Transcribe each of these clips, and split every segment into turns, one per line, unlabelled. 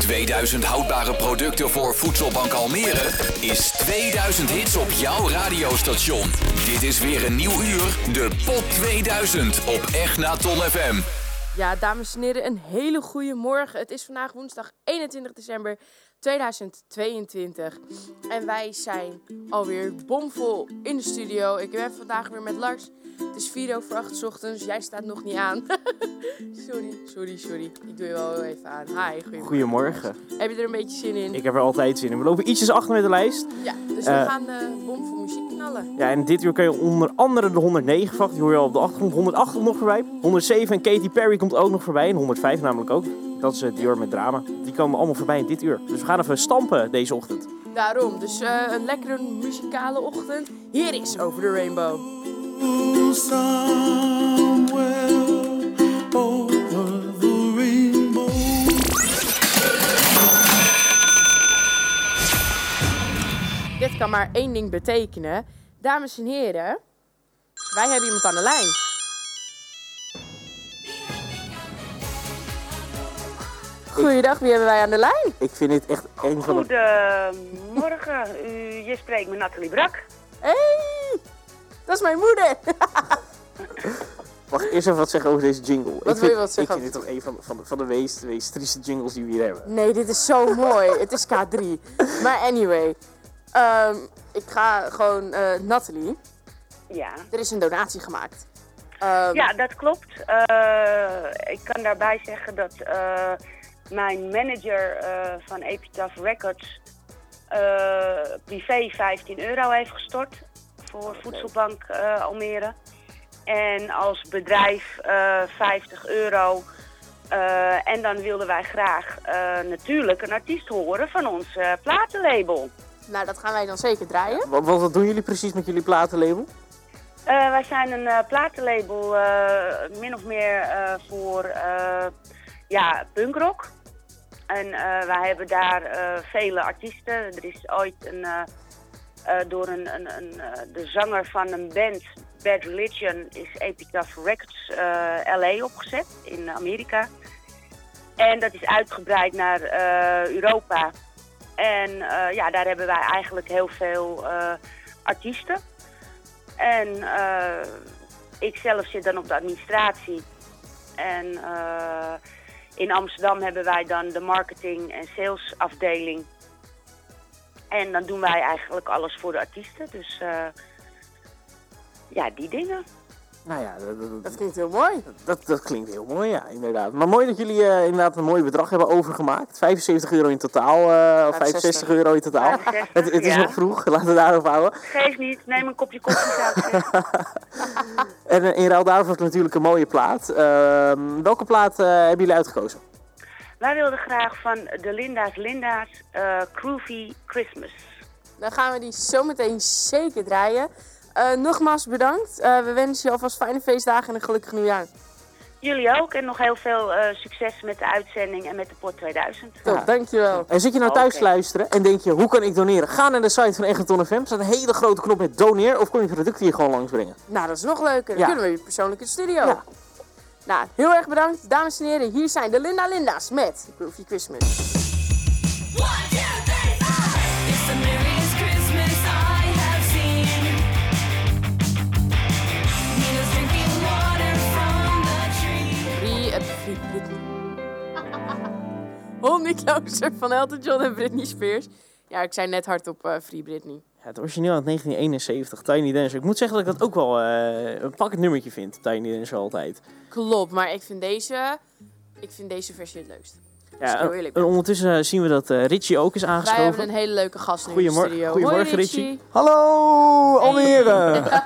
2000 houdbare producten voor Voedselbank Almere is 2000 hits op jouw radiostation. Dit is weer een nieuw uur, de Pop 2000 op Echt na Ton FM.
Ja, dames en heren, een hele goede morgen. Het is vandaag woensdag 21 december 2022. En wij zijn alweer bomvol in de studio. Ik ben vandaag weer met Lars. Het is 4 over 8 ochtends. Jij staat nog niet aan. sorry, sorry, sorry. Ik doe je wel even aan. Hi, goedemorgen.
Goedemorgen.
Heb je er een beetje zin in?
Ik heb er altijd zin in. We lopen ietsjes achter met de lijst.
Ja, dus we
Eh.
gaan de bomvol muziek knallen.
Ja, en dit uur kun je onder andere de 109 verwachten. Die hoor je al op de achtergrond. 108 komt nog voorbij. 107 en Katy Perry komt ook nog voorbij. En 105 namelijk ook. Dat is eh, Dior met drama. Die komen allemaal voorbij in dit uur. Dus we gaan even stampen deze ochtend.
Daarom, dus eh, een lekkere muzikale ochtend. Hier is Over de Rainbow.
Somewhere over the rainbow.
Dit kan maar één ding betekenen. Dames en heren, wij hebben iemand aan de lijn. Goeiedag, wie hebben wij aan de lijn?
Ik vind dit echt een van de...
Goedemorgen, u, je spreekt met Nathalie Brak.
hey, dat is mijn moeder.
Mag ik eerst even wat zeggen over deze jingle? ik
wil je
vind,
wat zeggen
Ik vind dit toch een van, van, de, van de meest, meest trieste jingles die we hier hebben.
Nee, dit is zo mooi. Het is K3. Maar anyway, ehm, ik ga gewoon... eh Nathalie,
Ja.
er is een donatie gemaakt. Ehm,
ja, dat klopt. Eh, ik kan daarbij zeggen dat eh, mijn manager eh, van Epitaph Records eh, privé 15 euro heeft gestort
Oh,
voor Voedselbank eh, Almere. En als bedrijf eh, 50 euro. Eh, en dan wilden wij graag eh, natuurlijk een artiest horen van ons eh, platenlabel.
Nou, dat gaan wij dan zeker draaien.
Wat, wat, wat doen jullie precies met jullie platenlabel?
Eh, wij zijn een eh, platenlabel, eh, min of meer eh, voor eh, ja, punkrock. En eh, wij hebben daar eh, vele artiesten. Er is ooit een, eh, eh, door een, een, een, eh, de zanger van een band, Bad Religion, is Epitaph Records eh, LA opgezet in Amerika. En dat is uitgebreid naar eh, Europa. En eh, ja, daar hebben wij eigenlijk heel veel eh, artiesten. En eh, ik zelf zit dan op de administratie. En eh, in Amsterdam hebben wij dan de marketing- en salesafdeling. En dan doen wij eigenlijk alles voor de artiesten. Dus eh, ja, die dingen.
Nou ja, dat- dat-
Dat klinkt heel mooi.
Dat, dat klinkt heel mooi, ja, inderdaad. Maar mooi dat jullie eh, inderdaad een mooi bedrag hebben overgemaakt. 75 euro in totaal, eh, of 65 euro in totaal.
65,
het het is
ja.
nog vroeg, laten we daarop houden.
Geef niet, neem een kopje koffie. zou ik zeggen.
En eh, in ruil daarvoor is natuurlijk een mooie plaat. Ehm, welke plaat eh, hebben jullie uitgekozen?
wij wilden graag van de Linda's Linda's eh Groovy Christmas.
Dan gaan we die zo meteen zeker draaien. Eh, nogmaals bedankt. Eh, we wensen je alvast fijne feestdagen en een gelukkig nieuwjaar.
Jullie ook en nog heel veel eh, succes met de uitzending en met de Port 2000.
Top, dankjewel.
En zit je nou thuis
Oké.
te luisteren en denk je, hoe kan ik doneren? Ga naar de site van Egerton FM, er staat een hele grote knop met doneer. Of kom je producten hier gewoon langs brengen.
Nou, dat is nog leuker. Dan
Ja.
kunnen we je persoonlijk in de studio.
Ja.
Nou, heel erg bedankt. Dames en heren, hier zijn de Linda Linda's met Groovy Christmas.
One, two, three, four. It's the merriest Christmas I have seen. Nina's drinking water from the tree.
Wie het Free Britney. Honey Closer van Elton John en Britney Spears. Ja, ik zei net hardop eh Free Britney.
Ja, het origineel uit 1971, Tiny Dancer. Ik moet zeggen dat ik dat ook wel eh, een pakkend nummertje vind, Tiny Dancer altijd.
Klopt, maar ik vind deze, ik vind deze versie het leukst.
Ja,
heel eerlijk.
en ondertussen eh, zien we dat eh, Richie ook is
Wij hebben
aangeschoven.
een hele leuke gast nu in de
Goedemor-
studio.
goedemorgen,
Hoi, Richie.
Richie. Hallo Almere!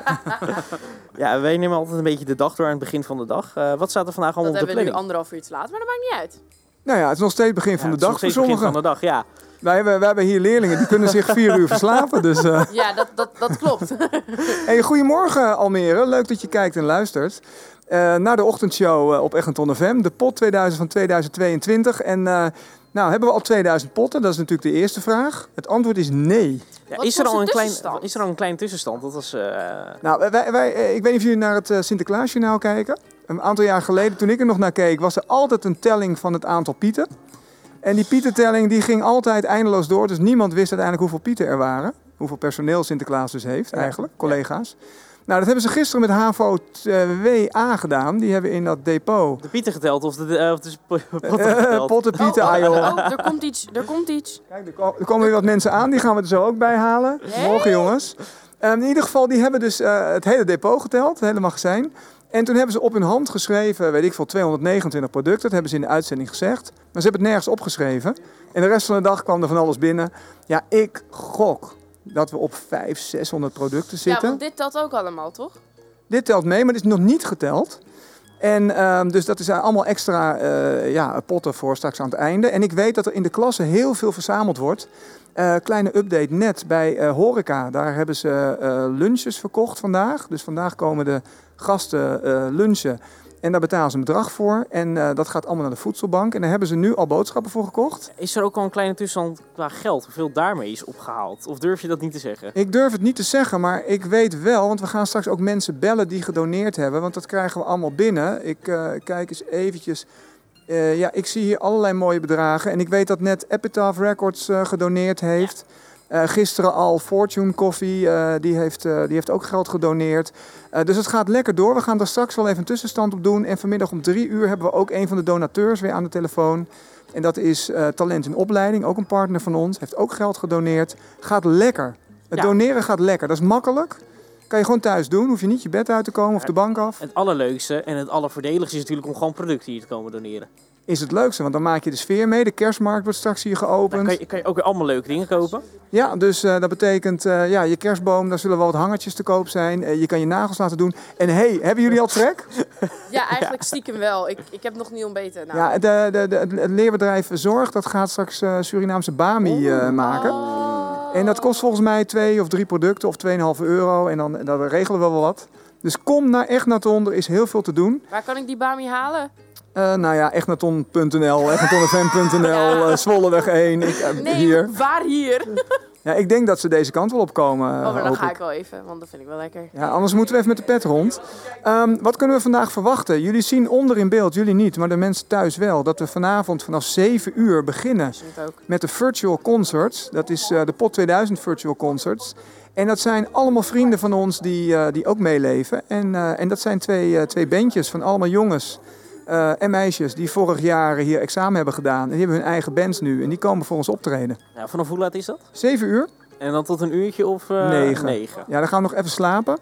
ja, wij nemen altijd een beetje de dag door aan het begin van de dag. Eh, wat staat er vandaag allemaal
Dat
op de
hebben we nu
planning?
anderhalf uur te laat, maar dat maakt niet uit.
Nou ja, het is nog steeds begin van
Ja,
de
het is nog
dag voor
steeds begin
sommigen.
van de dag, ja.
Wij hebben, wij hebben hier leerlingen, die kunnen zich vier uur verslapen. Dus, eh.
Ja, dat, dat, dat klopt.
hey, goedemorgen Almere, leuk dat je kijkt en luistert. eh, naar de ochtendshow eh, op Egenton FM, de pot 2000 van 2022. En eh, nou, hebben we al 2000 potten? Dat is natuurlijk de eerste vraag. Het antwoord is nee.
ja
Wat
is, er
was
al
de
een klein,
tussenstand?
is er al een klein tussenstand? Dat was... eh,
Nou, wij, wij, eh, ik weet niet of jullie naar het eh, Sinterklaasjournaal kijken. Een aantal jaar geleden, toen ik er nog naar keek, was er altijd een telling van het aantal pieten. En die pietentelling die ging altijd eindeloos door. Dus niemand wist uiteindelijk hoeveel pieten er waren. Hoeveel personeel Sinterklaas dus heeft eigenlijk, collega's. Nou, dat hebben ze gisteren met HVO2A gedaan. Die hebben in dat depot
De pieten geteld of de, eh, of de sp- potten
eh
geteld.
potten, pieten, ah, joh.
Oh, er komt iets. Er komt iets.
Kijk, er, ko- er komen weer wat mensen aan, die gaan we er zo ook bij halen. Morgen jongens. Ehm, in ieder geval, die hebben dus eh, het hele depot geteld, het hele magazijn. En toen hebben ze op hun hand geschreven, weet ik veel, 229 producten. Dat hebben ze in de uitzending gezegd. Maar ze hebben het nergens opgeschreven. En de rest van de dag kwam er van alles binnen. Ja, ik gok dat we op 500, 600 producten
Ja,
zitten.
want dit dat ook allemaal, toch?
Dit telt mee, maar dit is nog niet geteld. En ehm, dus dat is allemaal extra eh, ja, potten voor straks aan het einde. En ik weet dat er in de klasse heel veel verzameld wordt. Eh, kleine update net bij eh, Horeca. Daar hebben ze eh, lunches verkocht vandaag. Dus vandaag komen de gasten eh, lunchen. En daar betalen ze een bedrag voor. En eh, dat gaat allemaal naar de voedselbank. En daar hebben ze nu al boodschappen voor gekocht.
Is er ook al een kleine tussenstand qua geld? Hoeveel daarmee is opgehaald? Of durf je dat niet te zeggen?
Ik durf het niet te zeggen, maar ik weet wel, want we gaan straks ook mensen bellen die gedoneerd hebben, want dat krijgen we allemaal binnen. Ik eh, kijk eens eventjes. Eh, ja, ik zie hier allerlei mooie bedragen en ik weet dat net Epitaph Records eh, gedoneerd heeft. Eh, gisteren al Fortune Coffee, eh, die, heeft, eh, die heeft ook geld gedoneerd. Eh, dus het gaat lekker door. We gaan daar straks wel even een tussenstand op doen. En vanmiddag om drie uur hebben we ook een van de donateurs weer aan de telefoon. En dat is eh, Talent in Opleiding, ook een partner van ons. Heeft ook geld gedoneerd. Gaat lekker. Het
Ja.
doneren gaat lekker. Dat is makkelijk. Kan je gewoon thuis doen. Hoef je niet je bed uit te komen of de bank af.
Het allerleukste en het allervoordeligste is natuurlijk om gewoon producten hier te komen doneren. Nou,
Is het leukste, want dan maak je de sfeer mee. De kerstmarkt wordt straks hier
Dan
geopend.
kan je, kan je ook weer allemaal leuke dingen kopen.
Ja, dus eh, dat betekent eh, ja, je kerstboom, daar zullen wel wat hangertjes te koop zijn. Eh, je kan je nagels laten doen. En hey, hebben jullie al trek?
Ja, eigenlijk stiekem wel. Ik, ik heb nog niet ontbeten. Nou,
Ja, de, de, de, het- het leerbedrijf Zorg, dat gaat straks eh, Surinaamse Bami
Oh.
eh, maken. En dat kost volgens mij twee of drie producten of 2,5 euro. En dan, dan regelen we wel wat. Dus kom naar Egnaton, er is heel veel te doen.
Waar kan ik die bami halen?
Eh, nou ja, egnaton.nl, egnatonfm.nl, eh Zwolleweg 1, ik, eh,
Nee,
hier.
waar hier?
Ja, ik denk dat ze deze kant wel opkomen. eh,
Oh, maar
hoop
dan ga
ik.
ik wel even, want dat vind ik wel lekker.
Ja, anders moeten we even met de pet rond. Ehm, wat kunnen we vandaag verwachten? Jullie zien onder in beeld, jullie niet, maar de mensen thuis wel, dat we vanavond vanaf 7 uur beginnen
Is het ook.
met de virtual concerts. Dat is eh, de POT 2000 virtual concerts. En dat zijn allemaal vrienden van ons die, eh, die ook meeleven. En, eh, en dat zijn twee, eh, twee bandjes van allemaal jongens eh, en meisjes die vorig jaar hier examen hebben gedaan. En die hebben hun eigen bands nu en die komen voor ons optreden.
Nou, vanaf hoe laat is dat?
7 uur?
En dan tot een uurtje of eh,
Negen. Ja, dan gaan we nog even slapen.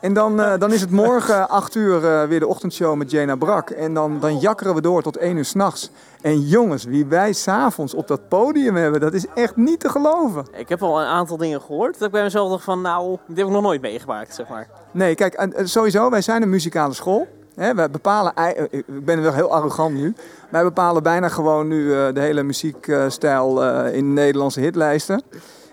En dan, eh, dan is het morgen 8 uur eh, weer de ochtendshow met Jena Brak. En dan, dan jakkeren we door tot 1 uur s'nachts. En jongens, wie wij s'avonds op dat podium hebben, dat is echt niet te geloven.
Ik heb al een aantal dingen gehoord. Dat ik bij mezelf dacht van, nou, dit heb ik nog nooit meegemaakt, zeg maar.
Nee, kijk, en, eh, sowieso, wij zijn een muzikale school. Hè, wij bepalen, ei- eh, ik ben wel heel arrogant nu. Wij bepalen bijna gewoon nu eh, de hele muziekstijl eh, in de Nederlandse hitlijsten.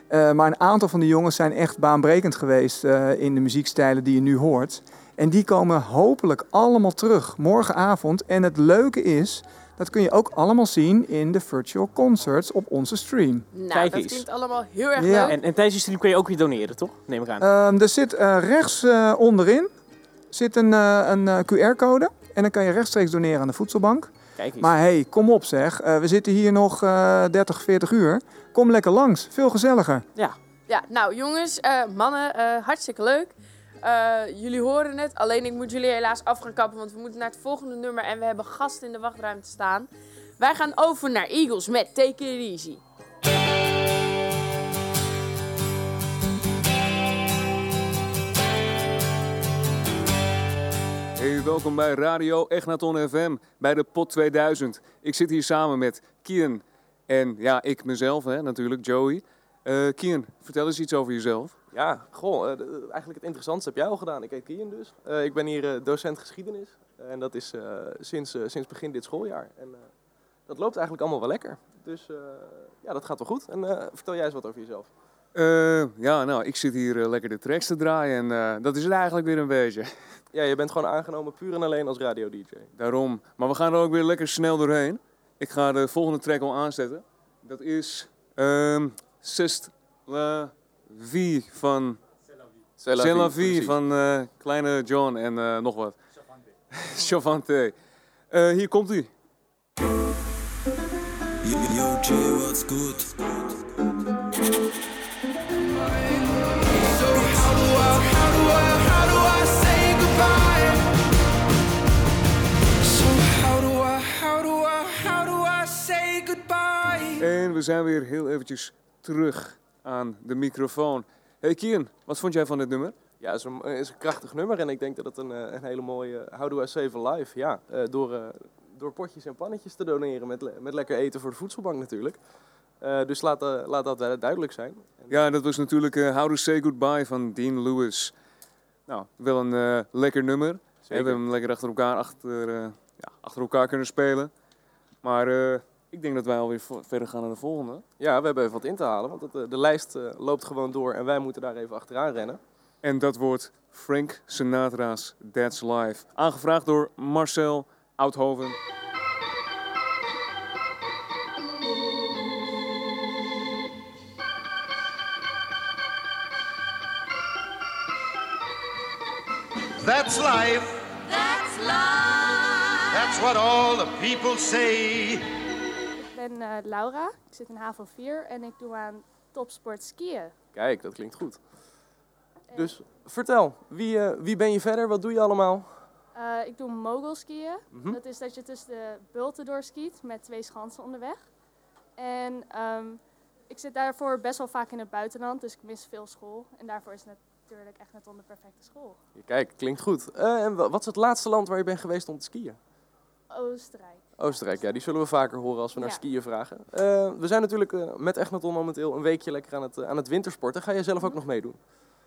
Eh, maar een aantal van de jongens zijn echt baanbrekend geweest eh, in de muziekstijlen die je nu hoort. En die komen hopelijk allemaal terug morgenavond. En het leuke is, dat kun je ook allemaal zien in de virtual concerts op onze stream.
Nou,
Kijk
dat
eens.
klinkt allemaal heel erg
Ja.
leuk.
En, en tijdens die stream kun je ook weer doneren, toch? Neem ik aan.
Ehm, er zit eh, rechts eh, onderin zit een, eh, een eh, QR-code. En dan kan je rechtstreeks doneren aan de voedselbank.
Kijk eens.
Maar hey, kom op zeg. Eh, we zitten hier nog eh 30, 40 uur. Kom lekker langs. Veel gezelliger.
ja.
Ja, nou jongens, eh, mannen, eh, hartstikke leuk. Eh, jullie horen het, alleen ik moet jullie helaas af gaan kappen, want we moeten naar het volgende nummer en we hebben gasten in de wachtruimte staan. Wij gaan over naar Eagles met Take It Easy.
Hey, welkom bij Radio Egnaton FM bij de Pot 2000. Ik zit hier samen met Kian en ja, ik mezelf hè, natuurlijk, Joey. Eh Kian, vertel eens iets over jezelf.
Ja, goh, eh, d- eh, eigenlijk het interessantste heb jij al gedaan. Ik heet Kian dus. Eh, ik ben hier eh, docent geschiedenis. En dat is eh, sinds, eh, sinds begin dit schooljaar. En eh, dat loopt eigenlijk allemaal wel lekker. Dus eh, ja, dat gaat wel goed. En eh, vertel jij eens wat over jezelf.
Eh, ja, nou, ik zit hier eh, lekker de tracks te draaien en eh, dat is het eigenlijk weer een beetje.
Ja, je bent gewoon aangenomen puur en alleen als radio-dj.
Daarom. Maar we gaan er ook weer lekker snel doorheen. Ik ga de volgende track al aanzetten. Dat is ehm Sest La Vie van... C'est la vie van eh, Kleine John en eh, nog wat. Chavante. Eh hier komt hij.
You, you Jay, what's good? So how do I, how do I, how do I say goodbye? So how do I, how do I, how
Eh.
do I say goodbye?
En we zijn weer heel eventjes terug aan de microfoon. Hey Kian, wat vond jij van dit nummer?
Ja, het is een, eh, is een krachtig nummer en ik denk dat het een, eh, een hele mooie How Do I Save a Life, ja, eh, door, eh, door potjes en pannetjes te doneren met, le- met lekker eten voor de voedselbank natuurlijk. Eh, dus laat, eh, laat dat eh, duidelijk zijn.
Ja, dat was natuurlijk eh, How to Say Goodbye van Dean Lewis. Nou, wel een eh, lekker nummer. We hebben hem lekker achter elkaar, achter, eh, ja, achter elkaar kunnen spelen. Maar eh, ik denk dat wij alweer vo- verder gaan naar de volgende.
Ja, we hebben even wat in te halen, want het, eh, de lijst eh, loopt gewoon door en wij moeten daar even achteraan rennen.
En dat wordt Frank Sinatra's That's Life. Aangevraagd door Marcel Oudhoven.
That's life.
That's life.
That's what all the people say.
Ik ben eh, Laura, ik zit in HAVO 4 en ik doe aan topsport skiën.
Kijk, dat klinkt goed.
Eh.
Dus vertel, wie, eh, wie ben je verder? Wat doe je allemaal?
Eh, ik doe mogulskiën.
Mhm.
Dat is dat je tussen de bulten doorskiet met twee schansen onderweg. En ehm, ik zit daarvoor best wel vaak in het buitenland, dus ik mis veel school. En daarvoor is het natuurlijk echt net onder perfecte school.
Kijk, klinkt goed. Eh, en wa- wat is het laatste land waar je bent geweest om te skiën?
Oostenrijk.
Oostenrijk, ja, die zullen we vaker horen als we naar
Ja.
skiën vragen. Eh, we zijn natuurlijk eh, met Egnaton momenteel een weekje lekker aan het, eh, aan het wintersporten. Ga jij zelf ook nog meedoen?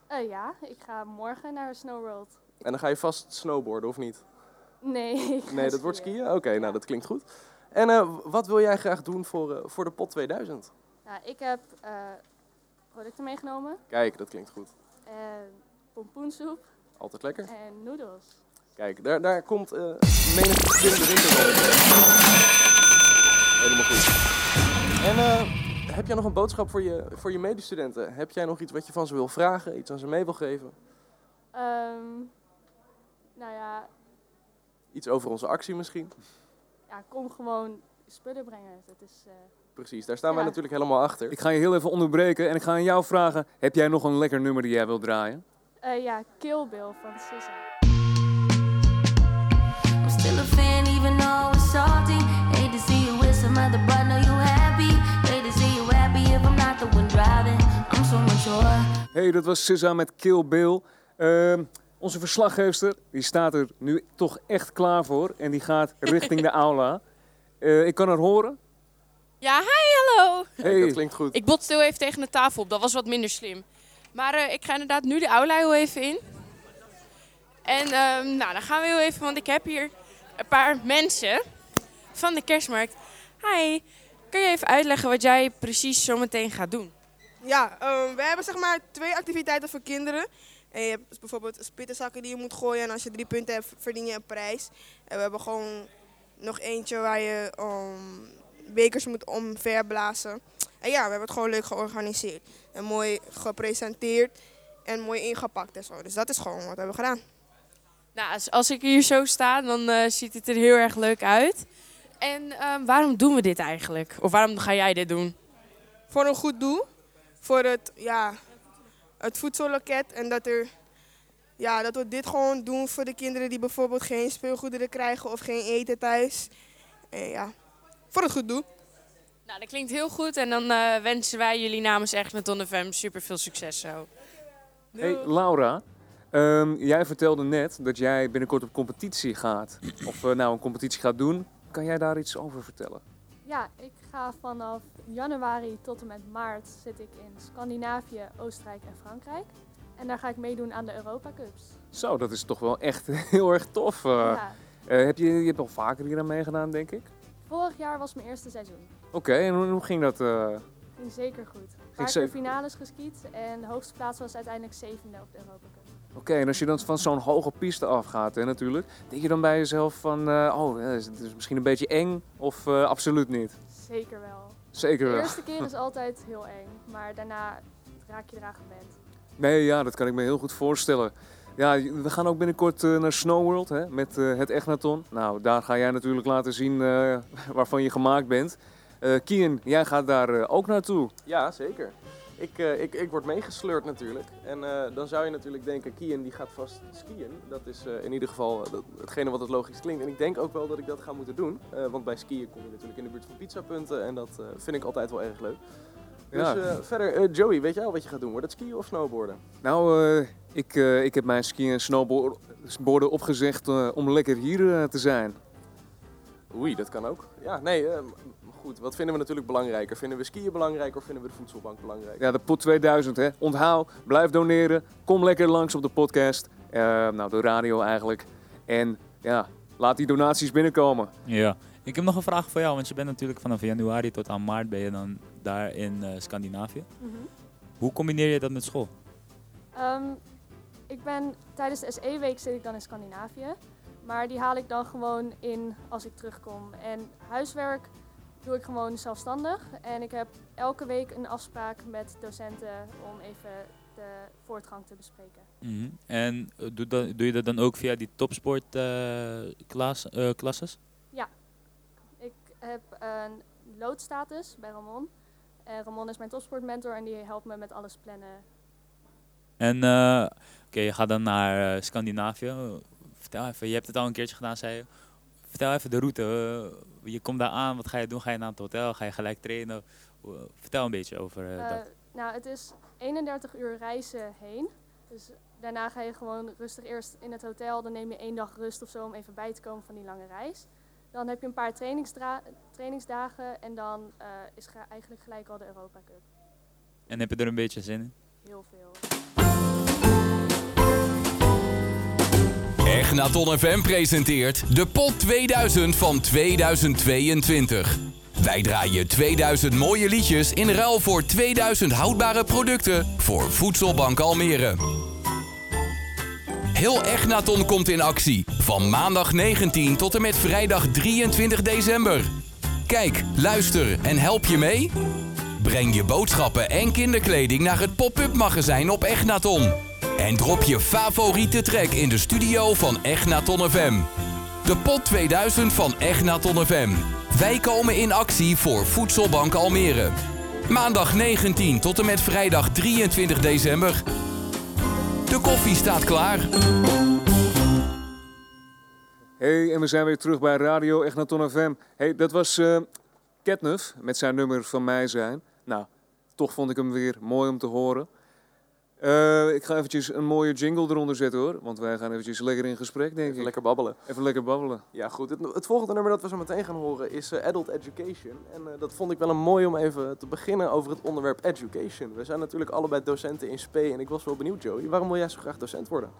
Eh, ja, ik ga morgen naar Snow World.
En dan ga je vast snowboarden, of niet?
Nee, ik ga
Nee, dat wordt skiën? Oké, nou dat klinkt goed. En eh, wat wil jij graag doen voor, eh, voor de pot 2000?
Nou, ik heb eh, producten meegenomen.
Kijk, dat klinkt goed.
En pompoensoep
Altijd lekker.
en noedels.
Kijk, daar, daar komt eh menig Tim de winter wel op. Helemaal goed. En eh, heb jij nog een boodschap voor je, voor je medestudenten? Heb jij nog iets wat je van ze wil vragen? Iets aan ze mee wil geven?
Ehm, nou ja,
Iets over onze actie misschien?
ja, kom gewoon spullen brengen. Dat is, eh,
Precies, daar staan wij
Ja.
natuurlijk helemaal achter.
Ik ga je heel even onderbreken en ik ga aan jou vragen: heb jij nog een lekker nummer die jij wilt draaien?
eh, ja, Kill Bill van SZA.
I'm still a fan, even though it's salty. Hate to see you with some other, but know you happy. Hate to see you happy if I'm not the one driving. I'm so mature.
Hey, dat was SZA met Kill Bill. Ehm, onze verslaggeefster die staat er nu toch echt klaar voor en die gaat richting de aula. Eh, ik kan haar horen.
Ja, hi, hallo.
Hey, dat klinkt goed.
Ik botste heel even tegen de tafel op, dat was wat minder slim. Maar eh, ik ga inderdaad nu de aula heel even in. En ehm, nou, dan gaan we heel even, want ik heb hier een paar mensen van de kerstmarkt. Hi, kun je even uitleggen wat jij precies zometeen gaat doen?
Ja, ehm, we hebben zeg maar twee activiteiten voor kinderen. En je hebt bijvoorbeeld spittenzakken die je moet gooien. En als je drie punten hebt, verdien je een prijs. En we hebben gewoon nog eentje waar je ehm, bekers moet omverblazen. En ja, we hebben het gewoon leuk georganiseerd. En mooi gepresenteerd. En mooi ingepakt en zo. Dus dat is gewoon wat we hebben gedaan.
Nou, als, als ik hier zo sta, dan eh, ziet het er heel erg leuk uit. En ehm, waarom doen we dit eigenlijk? Of waarom ga jij dit doen?
Voor een goed doel. Voor het, ja, het voedselloket. En dat, er, ja, dat we dit gewoon doen voor de kinderen die bijvoorbeeld geen speelgoederen krijgen of geen eten thuis. En ja, voor het goed doel.
Nou, dat klinkt heel goed. En dan eh, wensen wij jullie namens Egnaton FM super veel succes zo.
Hey, Laura. Ehm, jij vertelde net dat jij binnenkort op competitie gaat. Of eh, nou een competitie gaat doen. Kan jij daar iets over vertellen?
Ja, ik ga vanaf januari tot en met maart zit ik in Scandinavië, Oostenrijk en Frankrijk. En daar ga ik meedoen aan de Europa Cups.
Zo, dat is toch wel echt heel erg tof. eh.
Ja.
Eh, heb je, je hebt al vaker hier aan meegedaan, denk ik.
Vorig jaar was mijn eerste seizoen.
Oké, en hoe, hoe ging dat? eh?
Ging zeker goed. Een paar keer
zeker
finales geskiet en de hoogste plaats was uiteindelijk zevende op de Europa Cup.
Oké, en als je dan van zo'n hoge piste afgaat, hè, natuurlijk, denk je dan bij jezelf van, eh, oh, eh, is het is misschien een beetje eng of eh, absoluut niet?
Zeker wel.
Zeker
De
wel.
eerste keer is altijd heel eng, maar daarna raak je eraan gewend.
Nee, ja, dat kan ik me heel goed voorstellen. Ja, we gaan ook binnenkort eh, naar Snow World hè, met eh, het Egnaton. Nou, daar ga jij natuurlijk laten zien eh, waarvan je gemaakt bent. Eh, Eh, Kian, jij gaat daar eh, ook naartoe.
Ja, zeker. Ik, eh, ik, ik word meegesleurd natuurlijk. En eh, dan zou je natuurlijk denken, Kian die gaat vast skiën. Dat is eh, in ieder geval eh, dat- hetgene wat het logisch klinkt. En ik denk ook wel dat ik dat ga moeten doen. Eh, want bij skiën kom je natuurlijk in de buurt van pizzapunten. En dat eh, vind ik altijd wel erg leuk. Dus
Ja.
eh, verder, eh, Joey, weet jij al wat je gaat doen? Wordt het skiën of snowboarden?
Nou, eh, ik, eh, ik heb mijn ski- en snowboarden opgezegd eh, om lekker hier eh, te zijn.
Oei, dat kan ook. Ja, nee, eh, m- goed. Wat vinden we natuurlijk belangrijker? Vinden we skiën belangrijker of vinden we de voedselbank belangrijker?
Ja, de pot 2000, hè. Onthaal, blijf doneren, kom lekker langs op de podcast. Eh, nou, de radio eigenlijk. En ja, laat die donaties binnenkomen.
Ja. Ik heb nog een vraag voor jou, want je bent natuurlijk vanaf januari tot aan maart ben je dan daar in eh, Scandinavië.
Mhm.
Hoe combineer je dat met school?
Ehm, ik ben tijdens de SE-week zit ik dan in Scandinavië. Maar die haal ik dan gewoon in als ik terugkom. En huiswerk doe ik gewoon zelfstandig. En ik heb elke week een afspraak met docenten om even de voortgang te bespreken.
Mhm. En eh, doe, dat, doe je dat dan ook via die topsport eh, klas, eh, klasses?
Ja, ik heb een loodstatus bij Ramon. En Ramon is mijn topsportmentor en die helpt me met alles plannen.
En eh, oké, je gaat dan naar eh, Scandinavië. Vertel even, je hebt het al een keertje gedaan, zei je. Vertel even de route. eh, je komt daar aan, wat ga je doen? Ga je naar het hotel? Ga je gelijk trainen? Hoe- vertel een beetje over eh,
Eh,
dat.
nou, het is 31 uur reizen heen. Dus daarna ga je gewoon rustig eerst in het hotel. Dan neem je één dag rust of zo om even bij te komen van die lange reis. Dan heb je een paar trainingsdra- trainingsdagen en dan eh, is ge- eigenlijk gelijk al de Europa Cup.
En heb je er een beetje zin in?
Heel veel.
Egnaton FM presenteert de pot 2000 van 2022. Wij draaien 2000 mooie liedjes in ruil voor 2000 houdbare producten voor Voedselbank Almere. Heel Egnaton komt in actie van maandag 19 tot en met vrijdag 23 december. Kijk, luister en help je mee? Breng je boodschappen en kinderkleding naar het pop-up magazijn op Egnaton. En drop je favoriete track in de studio van Egnaton FM. De pot 2000 van Egnaton FM. Wij komen in actie voor Voedselbank Almere. Maandag 19 tot en met vrijdag 23 december. De koffie staat klaar.
Hey, en we zijn weer terug bij Radio Egnaton FM. Hey, dat was eh Ketnuf met zijn nummer Van Mij Zijn. Nou, toch vond ik hem weer mooi om te horen. Eh, ik ga eventjes een mooie jingle eronder zetten hoor. Want wij gaan eventjes lekker in gesprek, denk ik.
lekker babbelen.
Even lekker babbelen.
Ja, goed. Het, het volgende nummer dat we zo meteen gaan horen is eh, Adult Education. En eh, dat vond ik wel een mooi om even te beginnen over het onderwerp education. We zijn natuurlijk allebei docenten in SP en ik was wel benieuwd, Joey, waarom wil jij zo graag docent worden?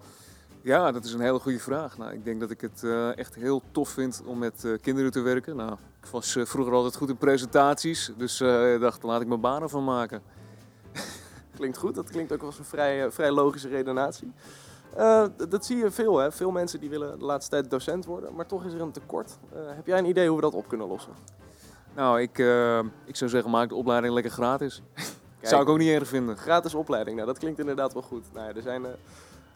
Ja, dat is een hele goede vraag. Nou, ik denk dat ik het eh, echt heel tof vind om met eh, kinderen te werken. Nou, ik was eh, vroeger altijd goed in presentaties, dus eh, ik dacht, laat ik mijn banen van maken.
Klinkt goed, dat klinkt ook als een vrij, eh, vrij logische redenatie. Eh, d- dat zie je veel, hè? Veel mensen die willen de laatste tijd docent worden, maar toch is er een tekort. Eh, heb jij een idee hoe we dat op kunnen lossen?
Nou, ik, eh, ik zou zeggen, maak de opleiding lekker gratis. Zou ik ook niet erg vinden.
Gratis opleiding, nou dat klinkt inderdaad wel goed. Nou ja, er zijn eh,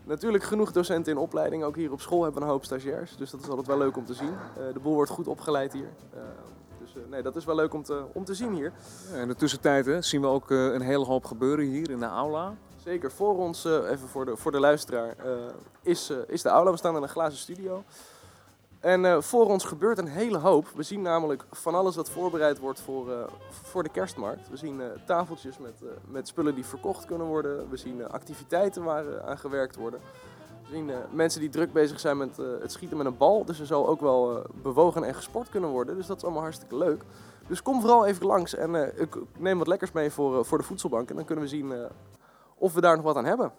natuurlijk genoeg docenten in opleiding. Ook hier op school hebben we een hoop stagiairs, dus dat is altijd wel leuk om te zien. Eh, de boel wordt goed opgeleid hier. Eh, dus eh, nee, dat is wel leuk om te, om te zien hier.
Ja, In de tussentijd hè, zien we ook eh, een hele hoop gebeuren hier in de aula.
Zeker, voor ons, eh, even voor de, voor de luisteraar, eh, is, eh, is de aula. We staan in een glazen studio. En eh, voor ons gebeurt een hele hoop. We zien namelijk van alles wat voorbereid wordt voor, eh, voor de kerstmarkt. We zien eh, tafeltjes met, eh, met spullen die verkocht kunnen worden. We zien eh, activiteiten waar eh, aan gewerkt worden. We zien eh, mensen die druk bezig zijn met eh, het schieten met een bal. Dus er zal ook wel eh, bewogen en gesport kunnen worden. Dus dat is allemaal hartstikke leuk. Dus kom vooral even langs en eh, ik neem wat lekkers mee voor, eh, voor de voedselbank. En dan kunnen we zien eh, of we daar nog wat aan hebben.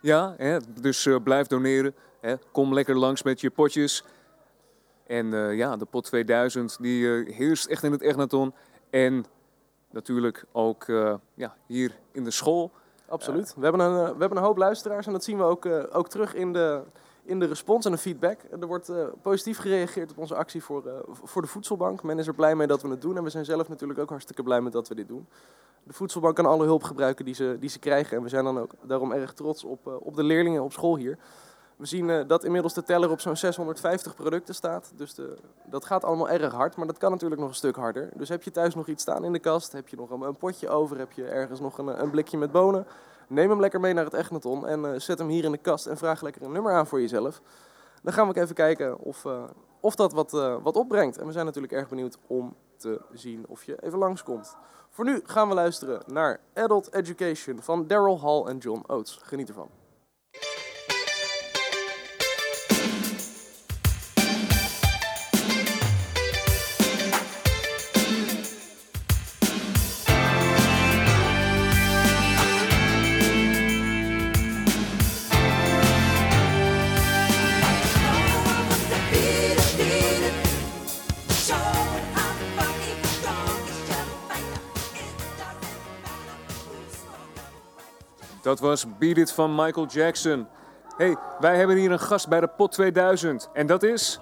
Ja, hè, dus eh, blijf doneren. Hè. Kom lekker langs met je potjes. En eh, ja, de pot 2000 die eh, heerst echt in het Egnaton. En natuurlijk ook eh, ja, hier in de school.
Absoluut. we, hebben een, eh, we hebben een hoop luisteraars en dat zien we ook, eh, ook terug in de, in de respons en de feedback. Er wordt eh, positief gereageerd op onze actie voor, eh, voor de voedselbank. Men is er blij mee dat we het doen en we zijn zelf natuurlijk ook hartstikke blij met dat we dit doen. De voedselbank kan alle hulp gebruiken die ze, die ze krijgen en we zijn dan ook daarom erg trots op, eh, op de leerlingen op school hier. We We zien eh, dat inmiddels de teller op zo'n 650 producten staat. Dus de, dat gaat allemaal erg hard, maar dat kan natuurlijk nog een stuk harder. Dus heb je thuis nog iets staan in de kast? Heb je nog een, een potje over? Heb je ergens nog een, een blikje met bonen? Neem hem lekker mee naar het Echnaton en eh, zet hem hier in de kast en vraag lekker een nummer aan voor jezelf. Dan gaan we ook even kijken of, eh, of dat wat, eh, wat opbrengt. En we zijn natuurlijk erg benieuwd om te zien of je even langskomt. Voor nu gaan we luisteren naar Adult Education van Daryl Hall en John Oates. Geniet ervan.
Dat was Beat It van Michael Jackson. hey, wij hebben hier een gast bij de pot 2000. En dat is...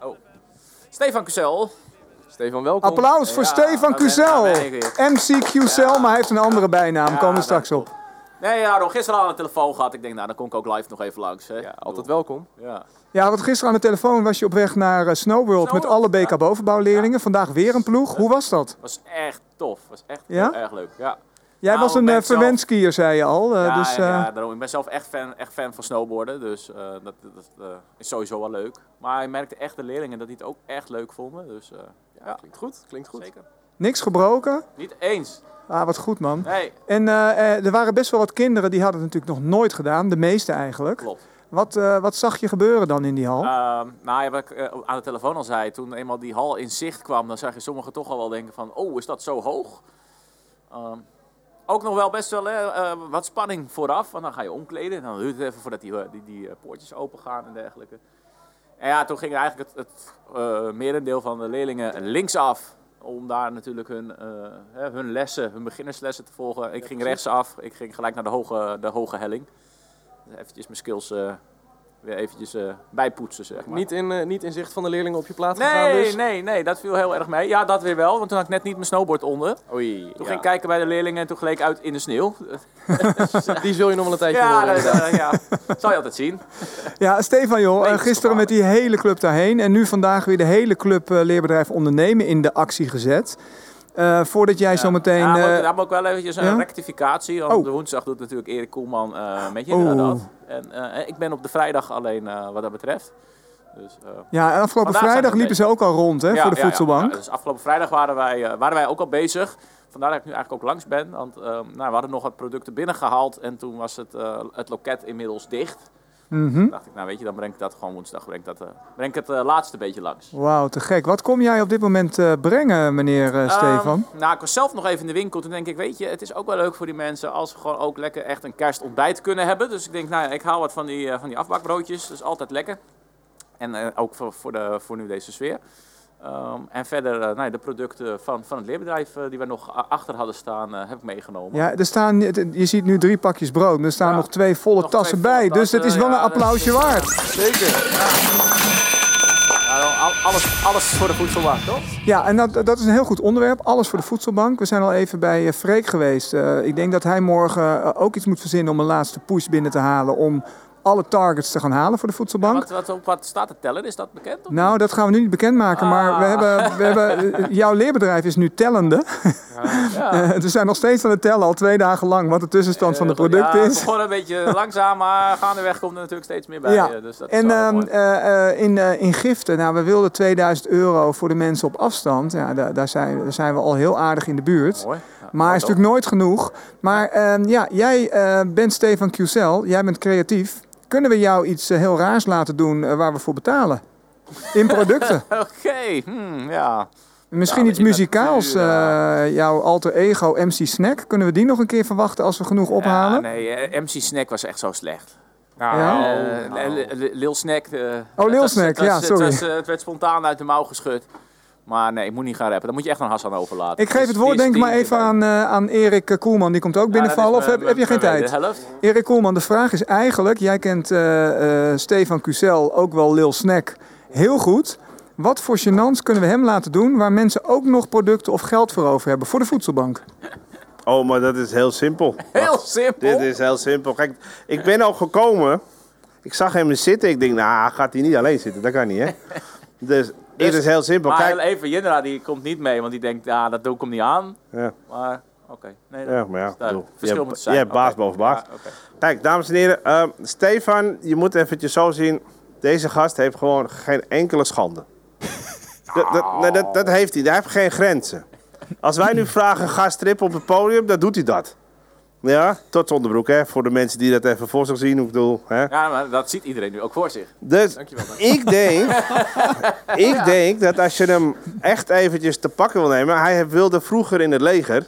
Eh, oh. Stefan Kuzel.
Stefan, welkom.
Applaus voor
Ja,
Stefan
daar ben- daar
Kuzel.
ben ik weer.
MC Kuzel, maar hij heeft een andere bijnaam. Komen we straks op.
Nee, daarom. Gisteren al een telefoon gehad. Ik denk, nou, dan kom ik ook live nog even langs. Hè. Ja,
altijd welkom.
Ja.
Ja, want gisteren aan de telefoon was je op weg naar eh, Snowworld met alle BK bovenbouwleerlingen. Vandaag weer een ploeg. Hoe was dat?
Was echt tof. Was echt
Ja?
heel erg leuk. Ja.
Jij
Nou,
was een
ben
uh,
ik zelf-
verwend skier, zei je al. eh,
ja,
dus,
en,
eh,
ja, daarom. Ik ben zelf echt fan, echt fan van snowboarden, dus eh, dat, dat eh, is sowieso wel leuk. Maar ik merkte echt de leerlingen dat die het ook echt leuk vonden, dus eh, ja, klinkt goed. Klinkt goed. Zeker.
Niks gebroken.
Niet eens.
Ah, wat goed man.
Nee.
En eh, eh, er waren best wel wat kinderen die hadden het natuurlijk nog nooit gedaan. De meeste eigenlijk.
Klopt.
Wat, eh, wat zag je gebeuren dan in die hal?
Ehm, nou ja, wat ik eh, aan de telefoon al zei, toen eenmaal die hal in zicht kwam, dan zag je sommigen toch al wel denken van, oh, is dat zo hoog? Ehm, ook nog wel best wel hè, eh, wat spanning vooraf, want dan ga je omkleden en dan duurt het even voordat die, eh, die, die eh, poortjes open gaan en dergelijke. En ja, toen ging eigenlijk het, het eh, merendeel van de leerlingen linksaf. Om daar natuurlijk hun, eh, hè, hun lessen, hun beginnerslessen te volgen. Ik ging rechtsaf, ik ging gelijk naar de hoge, de hoge helling. Dus eventjes mijn skills eh, weer eventjes eh, bijpoetsen, zeg maar.
Niet in, eh, niet in zicht van de leerlingen op je plaats gegaan
Nee,
dus.
nee, nee, dat viel heel erg mee. Ja, dat weer wel, want toen had ik net niet mijn snowboard onder.
Oei,
Toen
ja.
ging ik kijken bij de leerlingen en toen gleek ik uit in de sneeuw.
Die zul je nog wel een tijdje
ja,
horen,
dat-
inderdaad.
ja, zal je altijd zien.
Ja, Stefan joh, eh, gisteren met die hele club daarheen en nu vandaag weer de hele club eh, leerbedrijf ondernemen in de actie gezet. Eh, voordat jij zo meteen...
Ja, maar
eh,
ook- daar moet ik wel eventjes een
ja?
rectificatie. Want
Oh.
de woensdag doet natuurlijk Erik Koelman eh met je
Oh.
dat. En eh, ik ben op de vrijdag alleen eh, wat dat betreft. Dus, eh,
ja, en afgelopen
vandaag zijn
vrijdag
we
liepen ze
bezig.
ook al rond hè,
Ja,
voor de
ja, ja.
voedselbank.
Ja, dus afgelopen vrijdag waren wij, eh, waren wij ook al bezig. Vandaar dat ik nu eigenlijk ook langs ben. Want eh, nou, we hadden nog wat producten binnengehaald. En toen was het, eh, het loket inmiddels dicht.
Mhm.
Toen dacht ik, nou weet je, dan breng ik dat gewoon woensdag. Breng ik, dat, eh, breng ik het eh, laatste beetje langs.
Wauw, te gek. Wat kom jij op dit moment eh, brengen, meneer eh, Stefan?
Ehm, nou, ik was zelf nog even in de winkel. Toen denk ik, weet je, het is ook wel leuk voor die mensen als ze gewoon ook lekker echt een kerstontbijt kunnen hebben. Dus ik denk, nou ja, ik haal wat van die, eh, van die afbakbroodjes. Dat is altijd lekker. En eh, ook voor, voor, de, voor nu deze sfeer. Ehm, en verder, eh, nou ja, de producten van, van het leerbedrijf eh, die we nog a- achter hadden staan, eh, heb ik meegenomen.
Ja, er staan, je ziet nu drie pakjes brood, maar er staan nog twee volle tassen bij. dus het is
eh,
wel een applausje waard.
Zeker. alles, alles voor de voedselbank, toch?
Ja, en dat, dat is een heel goed onderwerp. Alles voor de voedselbank. We zijn al even bij eh, Freek geweest. Eh, ik denk dat hij morgen eh, ook iets moet verzinnen om een laatste push binnen te halen. Om alle targets te gaan halen voor de voedselbank.
Wat, wat, op wat staat de teller? Is dat bekend? Of?
Nou, dat gaan we nu niet bekendmaken, maar we hebben, we hebben, eh, jouw leerbedrijf is nu tellende. Eh, we zijn nog steeds aan het tellen, al twee dagen lang, wat de tussenstand van de producten
ja,
is.
Het begon een beetje langzaam, maar gaandeweg komt er natuurlijk steeds meer bij.
Ja,
eh, Dus dat is
en
wel heel
ehm,
mooi.
eh, eh, in, eh, in giften, nou, we wilden 2000 euro voor de mensen op afstand. Ja, daar, daar, zijn, daar zijn we al heel aardig in de buurt.
Mooi.
maar is natuurlijk nooit genoeg. Maar ehm, ja, jij eh, bent Stefan Cusel, jij bent creatief. Kunnen we jou iets eh, heel raars laten doen eh, waar we voor betalen? In producten.
Oké, hmm, ja.
Misschien
Nou,
iets muzikaals. eh, jouw alter ego MC Snack. Kunnen we die nog een keer verwachten als we genoeg ophalen?
Ja, nee, eh, MC Snack was echt zo slecht.
Ja?
Oh,
Oh,
Eh, Lil- Lil- Lil Snack. eh,
Lil
het was-
Snack,
het was-
ja,
het
sorry.
was, eh, het werd spontaan uit de mouw geschud. Maar nee, ik moet niet gaan rappen. Dat moet je echt aan Hassan overlaten.
Ik geef
Dus
het
die
woord
is
denk ik maar
tien.
even aan, eh, aan Erik eh, Koelman. Die komt ook binnenvallen.
dat
Of
is
heb,
mijn-
heb je geen
mijn
tijd?
tweede helft.
Erik Koelman, de vraag is eigenlijk... Jij kent eh, eh, Stefan Cusel, ook wel Lil Snack, heel goed. Wat voor genants kunnen we hem laten doen... waar mensen ook nog producten of geld voor over hebben? Voor de voedselbank.
Oh, maar dat is heel simpel.
Heel simpel?
Dit is heel simpel. Kijk, ik ben al gekomen Ik zag hem dus zitten. Ik denk, nou, gaat hij niet alleen zitten. Dat kan niet, hè? dus dit is heel simpel.
Maar
Kijk,
heel even, Jindra die komt niet mee, want die denkt, ja, dat doel komt niet aan.
Ja.
Maar, oké. Nee, dat
ja, maar ja,
is duidelijk.
bedoel,
Verschil
je,
moet
hebt-
zijn.
je hebt baas
Oké.
boven baas.
Ja, oké.
Kijk, dames en heren, ehm, Stefan, je moet eventjes zo zien. Deze gast heeft gewoon geen enkele schande. dat, dat, nee, dat, dat heeft hij, hij heeft geen grenzen. Als wij nu vragen, ga strippen op het podium, dan doet hij dat. Ja, tot onderbroek, hè, voor de mensen die dat even voor zich zien. Ik bedoel, hè.
Ja, maar dat ziet iedereen nu ook voor zich.
Dus
Dankjewel, Bart.
ik denk, ik denk dat als je hem echt eventjes te pakken wil nemen... Hij wilde vroeger in het leger...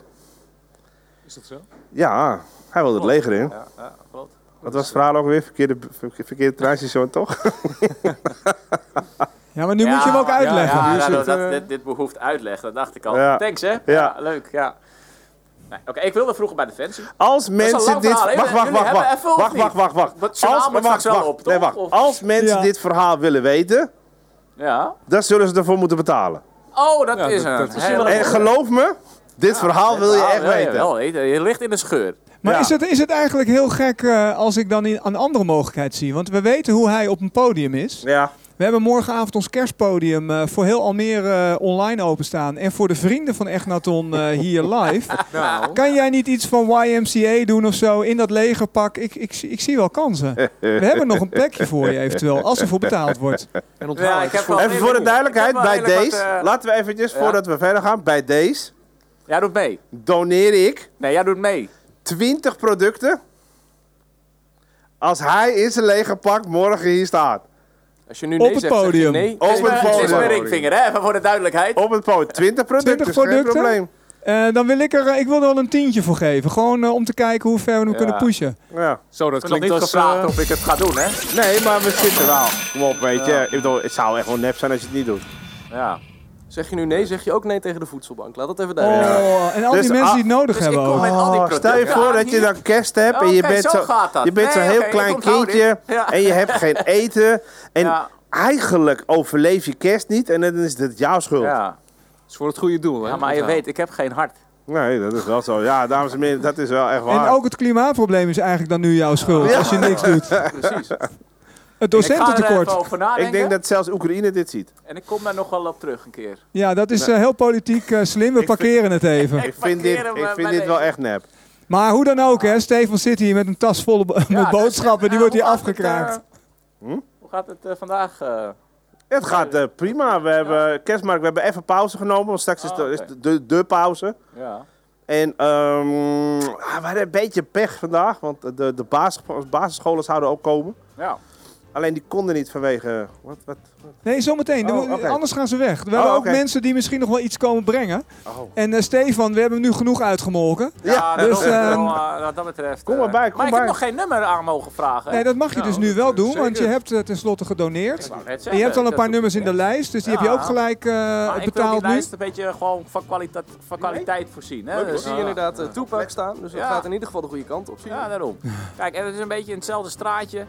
Is dat zo?
Ja, hij wilde het leger in.
Ja, ja klopt.
Wat was het verhaal ook weer? Verkeerde, verkeerde, verkeerde treinstation, toch?
Ja, maar nu
Ja,
moet je hem ook
ja,
uitleggen.
Ja,
Nu is
nou,
het,
dat,
eh,
dit, dit behoeft uitleg, dat dacht ik al.
Ja.
Thanks, hè? Ja. leuk, ja. Nee, Oké, ik wilde vroeger bij Defensie.
Als mensen dit.
Wacht,
Wacht, wacht, wacht, wacht. Wacht, wacht, wacht, wacht.
Het journaal moet straks wel op,
Nee,
toch?
wacht.
Of-
Als mensen dit verhaal willen weten,
Ja.
dan zullen ze ervoor moeten betalen.
Oh, dat is een... hele-
en geloof me, dit verhaal wil je
Ah,
echt
wel,
weten.
jawel, je, je ligt in een scheur.
Maar is, het, is het eigenlijk heel gek eh, als ik dan in- een andere mogelijkheid zie? Want we weten hoe hij op een podium is.
Ja.
We hebben morgenavond ons kerstpodium eh, voor heel Almere eh, online openstaan. En voor de vrienden van Egnaton eh, hier live.
Nou.
Kan jij niet iets van YMCA doen of zo in dat legerpak? Ik, ik, zie- ik zie wel kansen. We hebben nog een plekje voor je eventueel, als ervoor betaald wordt.
En
onthoud, Ja, ik het is heb voor- wel
Even voor de
redelijk- ik
duidelijkheid,
heb wel
bij
redelijk
deze,
wat, eh,
laten we eventjes,
ja.
voordat we verder gaan, bij deze
Jij doet mee.
doneer ik
Nee, jij doet mee.
20 producten als hij in zijn legerpak morgen hier staat.
Als je nu
Op nee het zegt, zeg je podium. nee.
Het is
Op het
mijn- Het is mijn
podium.
ringvinger, hè? Even voor de duidelijkheid.
Op het podium. 20 producten,
20 producten. Eh, dan wil ik er, eh, ik wil er wel een tientje voor geven. Gewoon eh, om te kijken hoe ver we hem
Ja.
kunnen pushen.
Ja.
Zo, ik
dat
heb nog
klinkt
niet
als,
gevraagd
eh,
of ik het ga doen, hè?
Nee, maar we zitten wel. Kom op, weet je.
Ja.
Ik bedoel, het zou echt wel nep zijn als je het niet doet.
Ja.
Zeg je nu nee, zeg je ook nee tegen de voedselbank. Laat dat even
Oh,
duidelijk
Ja. en al die Dus mensen al- die het nodig
dus
hebben
Ik kom
ook.
met al die
Oh,
producten.
stel je voor dat je dan kerst hebt en je
Oké,
bent
zo
zo-
gaat dat.
je bent zo'n
Nee,
heel
oké, ik
klein
onthoud dit.
kindje
Ja.
en je hebt geen eten. En eigenlijk overleef je kerst niet en dan is het jouw schuld.
Ja.
is voor het goede doel,
Ja, maar je weet, ik heb geen hart.
Nee, dat is wel zo. Ja, dames en heren, dat is wel echt waar.
En ook het klimaatprobleem is eigenlijk dan nu jouw schuld,
Ja.
als je niks doet.
Precies. Ik
Het
ga er
docententekort.
even over nadenken.
Ik denk dat zelfs Oekraïne dit ziet.
En ik kom daar nog wel op terug een keer.
Ja, dat is eh, heel politiek eh, slim. We parkeren het even.
Ik vind dit,
parkeren
ik
we
vind
eh, bij
dit wel echt nep.
Maar hoe dan ook, hè. Stefan zit hier met een tas vol bo- met boodschappen. Die wordt hier afgekraakt.
Hoe gaat het eh, vandaag? eh?
Hm? Het gaat eh, prima. We hebben kerstmarkt, we hebben even pauze genomen. Want straks is, de, is de, de, de pauze.
ja.
En ehm, ah, we hadden een beetje pech vandaag, want de, de basis, basisscholen zouden ook komen.
Ja.
Alleen die konden niet vanwege. Wat, wat?
eh?
Nee, zometeen. Dan
Oh,
moet-
oké.
Anders gaan ze weg. We
Oh,
hebben ook
oké.
mensen die misschien nog wel iets komen brengen.
Oh.
En eh, Stefan, we hebben hem nu genoeg uitgemolken.
Ja,
dus,
dus,
ehm,
wat dat betreft.
Kom maar
eh,
bij, kom
maar ik
bij.
heb nog geen nummer aan mogen vragen.
Nee, dat mag je dus nu wel doen, want je
zeker.
hebt eh, tenslotte gedoneerd.
wou net
En je hebt
zeggen,
al een
dat
paar
doe
nummers in de lijst, dus die heb je
Ja.
ook gelijk eh,
Maar ik wil die
betaald nu.
lijst een beetje gewoon van, kwaliteit van kwaliteit voorzien. Hè? Dus,
Leuk, we zien inderdaad, eh,
toepak staan, dus
dat gaat in ieder geval de goede kant op. zie je.
Ja, daarom. Kijk, en het is een beetje in hetzelfde straatje.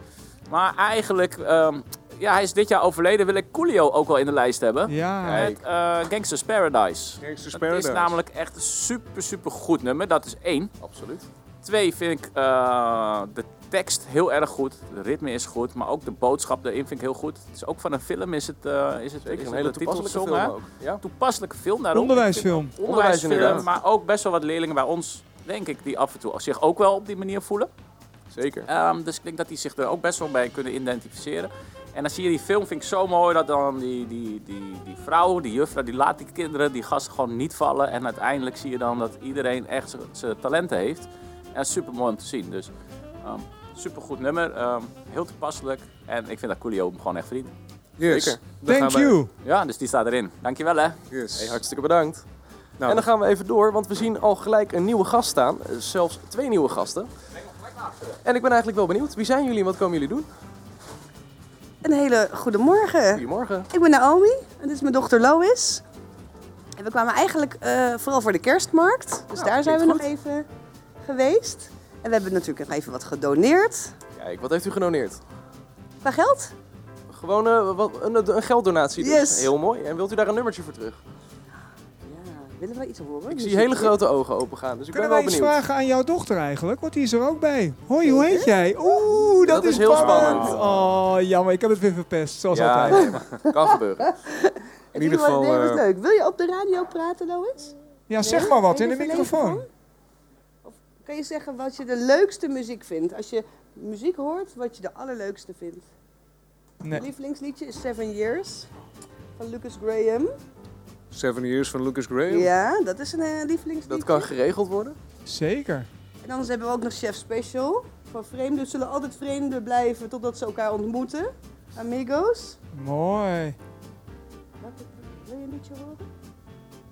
Maar eigenlijk, ehm, ja, hij is dit jaar overleden. Wil ik Coolio ook wel in de lijst hebben.
Ja.
Met eh, Gangster's Paradise. Gangster's
Paradise.
Dat is namelijk echt een super, super goed nummer. Dat is één.
Absoluut.
Twee vind ik eh, de tekst heel erg goed. De ritme is goed. Maar ook de boodschap daarin vind ik heel goed. Het is ook van een film. Is het, eh, is het, is
Zeker,
het
een hele
de
toepasselijke
titelsong,
film
hè?
ook. Ja.
Toepasselijke film daarom.
Onderwijsfilm.
Ik vind- Onderwijsfilm,
Onderwijs inderdaad.
maar ook best wel wat leerlingen bij ons, denk ik, die af en toe zich ook wel op die manier voelen.
Zeker.
Ehm, dus ik denk dat die zich er ook best wel bij kunnen identificeren. En dan zie je die film, vind ik zo mooi, dat dan die, die, die, die vrouw, die juffrouw, die laat die kinderen, die gasten gewoon niet vallen. En uiteindelijk zie je dan dat iedereen echt zijn talenten heeft. En dat is super mooi om te zien. Dus ehm super goed nummer, ehm, heel toepasselijk. En ik vind dat Coolio hem gewoon echt verdient.
Yes. Zeker. Dan Thank gaan we- you.
Ja, dus die staat erin. Dankjewel hè.
Hey, hartstikke bedankt.
Nou,
en dan gaan we even door, want we zien al gelijk een nieuwe gast staan. Eh, Zelfs twee nieuwe gasten. En ik ben eigenlijk wel benieuwd. Wie zijn jullie en wat komen jullie doen?
Een hele goede morgen.
Goedemorgen.
Ik ben Naomi en dit is mijn dochter Lois. En we kwamen eigenlijk eh, vooral voor de kerstmarkt. Dus
Nou,
Nou,
daar zijn we nog even geweest. En we hebben natuurlijk nog even wat gedoneerd.
Kijk, wat heeft u genoneerd?
Qua geld?
Gewoon eh, wat, een, een gelddonatie dus.
Yes.
Heel mooi. En wilt u daar een nummertje voor terug?
Willen wij iets horen? Dus
Ik zie hele grote ogen opengaan, dus ik ben
Kunnen
wel
wij iets
benieuwd.
vragen aan jouw dochter eigenlijk? Want die is er ook bij. Hoi, hoe heet jij? Oeh, dat,
Dat is heel spannend.
Oh, jammer. Ik heb het weer verpest, zoals
Ja,
altijd.
nee, maar kan gebeuren.
In
ieder geval... Nee,
eh,
dat is leuk. Wil je op de radio praten, Lois?
Ja, zeg maar wat
Nee?
in de
Even
microfoon.
Kan je zeggen wat je de leukste muziek vindt? Als je muziek hoort, wat je de allerleukste vindt.
Nee.
Mijn lievelingsliedje is Seven Years van Lucas Graham.
Seven Years van Lucas Graham.
Ja, dat is een eh, lievelingsliedje.
Dat kan geregeld worden.
Zeker.
En anders hebben we ook nog Chef Special. Van vreemden zullen altijd vreemden blijven totdat ze elkaar ontmoeten. Amigos.
Mooi.
Wil je een liedje horen?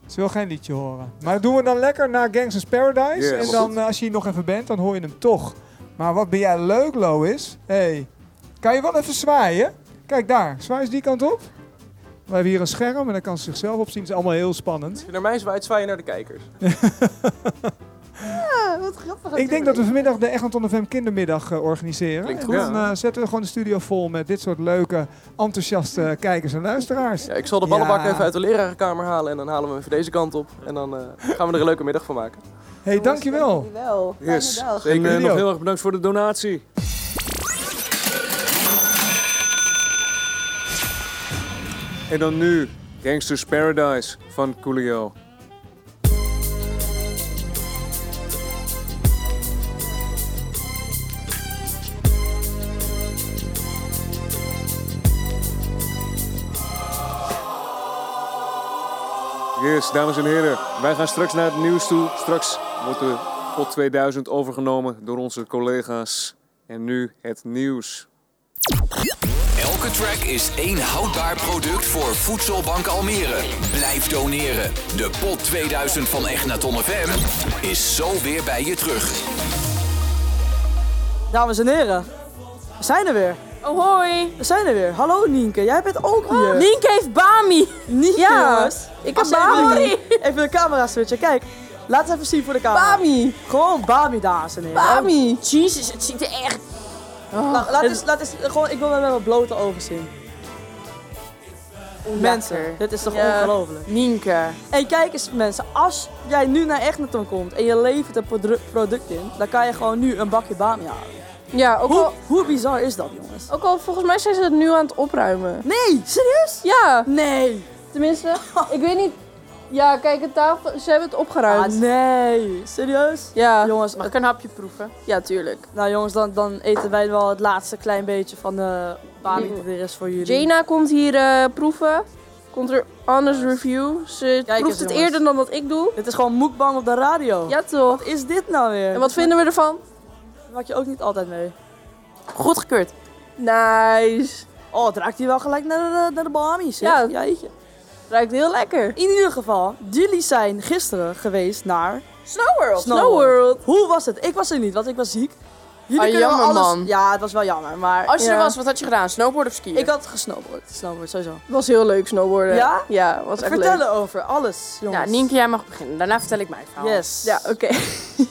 Ze wil geen liedje horen. Maar dat doen we dan lekker naar Gangsters Paradise.
Yes.
En dan, eh, als je hier nog even bent, dan hoor je hem toch. Maar wat ben jij leuk, Lois. Hey, kan je wel even zwaaien? Kijk daar, zwaai eens die kant op. We hebben hier een scherm en dan kan ze zichzelf opzien. Het is allemaal heel spannend.
Als je naar mij zwaait, zwaai je naar de kijkers.
Ah,
Ja, wat grappig.
Ik denk dat we vanmiddag de Egmond on FM kindermiddag eh, organiseren.
Klinkt
En
goed.
dan eh, zetten we gewoon de studio vol met dit soort leuke, enthousiaste kijkers en luisteraars.
Ja, ik zal de ballenbak even uit de lerarenkamer halen en dan halen we hem even deze kant op. En dan eh, gaan we er een leuke middag van maken.
hey, dankjewel.
Dankjewel.
Yes.
Fijne dag.
Zeker. En eh,
eh,
nog
Video.
heel erg bedankt voor de donatie. En dan nu Gangsters Paradise van Coolio. Yes, dames en heren. Wij gaan straks naar het nieuws toe. Straks wordt de pot 2000 overgenomen door onze collega's. En nu het nieuws.
Elke track is één houdbaar product voor Voedselbank Almere. Blijf doneren. De pot 2000 van Egnaton FM is zo weer bij je terug.
Dames en heren, we zijn er weer.
Oh, hoi.
We zijn er weer. Hallo Nienke, jij bent ook hier.
Oh, Nienke heeft Bami.
Nienke,
Ja,
jongens.
ik heb
Als jij
Bami.
wil- Even de camera switchen, kijk. Laat het even zien voor de camera. Bami. Gewoon Bami, dames en heren. Oh.
Bami. Jezus, het ziet er echt...
La- laat, eens, laat eens, gewoon, ik wil wel met mijn blote ogen zien. Mensen, dit is toch
Ja,
ongelooflijk.
Nienke.
En kijk eens mensen, als jij nu naar Egnaton komt en je levert een produ- product in, dan kan je gewoon nu een bakje Bami halen.
Ja, ook
hoe,
al-
hoe bizar is dat, jongens?
Ook al, volgens mij zijn ze het nu aan het opruimen.
Nee, serieus?
Ja.
Nee.
Tenminste, ik weet niet... Ja, kijk, de tafel, ze hebben het opgeruimd.
Ah, nee, serieus?
Ja.
Jongens,
Mag ik een hapje proeven? Ja, tuurlijk.
Nou jongens, dan, dan eten wij wel het laatste klein beetje van de Bami dat er is voor jullie.
Jana komt hier eh, proeven. Komt er anders review. Ze
eens,
proeft het
jongens.
eerder dan dat ik doe.
Dit is gewoon moekbang op de radio.
Ja, toch?
Wat is dit nou weer?
En wat vinden we ervan?
Dat maak je ook niet altijd mee.
Goedgekeurd. Nice.
Oh, het raakt hier wel gelijk naar de, naar de Bahamies.
Ja.
jeetje.
Ruikt heel lekker.
In ieder geval, jullie zijn gisteren geweest naar
Snow World.
Snow World. Hoe was het? Ik was er niet, want ik was ziek. Jullie
Ah,
kunnen wel
jammer,
alles-
man.
Ja, het was wel jammer, maar...
Als je
ja.
er was, wat had je gedaan? Snowboarden of skiën?
Ik had gesnowboard. Snowboard, sowieso.
was heel leuk snowboarden.
Ja?
Ja, was echt
Vertellen
leuk.
over alles, jongens.
Ja, Nienke, jij mag beginnen. Daarna vertel ik mijn verhaal.
Yes.
Ja, oké.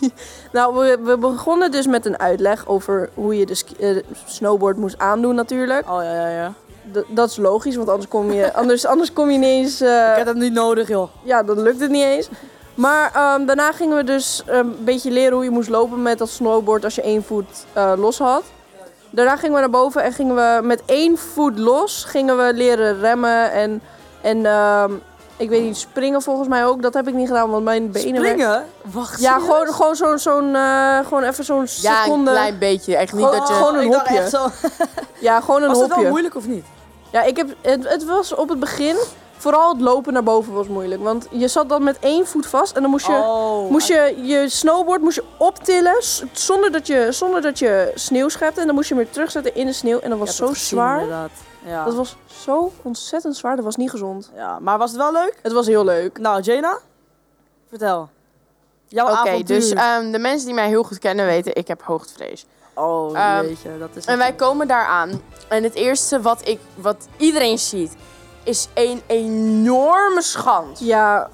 nou, we, we begonnen dus met een uitleg over hoe je de ski- eh, snowboard moest aandoen natuurlijk.
Oh, ja, ja, ja.
D- dat is logisch, want anders kom je, anders, anders kom je niet eens... eh,
Ik heb hem niet nodig, joh.
ja, dan lukt het niet eens. Maar ehm, daarna gingen we dus een beetje leren hoe je moest lopen met dat snowboard als je één voet eh, los had. Daarna gingen we naar boven en gingen we met één voet los gingen we leren remmen en, en ehm, ik weet niet, springen volgens mij ook. Dat heb ik niet gedaan, want mijn benen...
Springen?
werken-
Wacht,
Ja,
serieus?
gewoon, gewoon zo'n, zo'n, eh, gewoon even zo'n
Ja, een
seconde.
klein
beetje. Echt
niet dat je-
Gewoon een
Ik dacht
hopje.
echt zo.
Ja, gewoon een
was het
hopje.
wel moeilijk of niet?
Ja, ik heb, het, het was op het begin, vooral het lopen naar boven was moeilijk. Want je zat dan met één voet vast en dan moest je
Oh.
moest je, je snowboard moest je optillen s- zonder dat je, zonder dat je sneeuw schepte. En dan moest je hem weer terugzetten in de sneeuw. En dat was
Ik heb
zo
het gezien,
zwaar.
inderdaad. Ja.
Dat was zo ontzettend zwaar. Dat was niet gezond.
Ja, maar was het wel leuk?
Het was heel leuk.
Nou, Jena, vertel. Jouw
Oké,
avontuur.
dus ehm, de mensen die mij heel goed kennen weten, ik heb hoogtevrees.
Oh,
Ehm,
jeetje, dat is...
En wij komen daar aan. En het eerste wat, ik, wat iedereen ziet, is een enorme schans. Ja,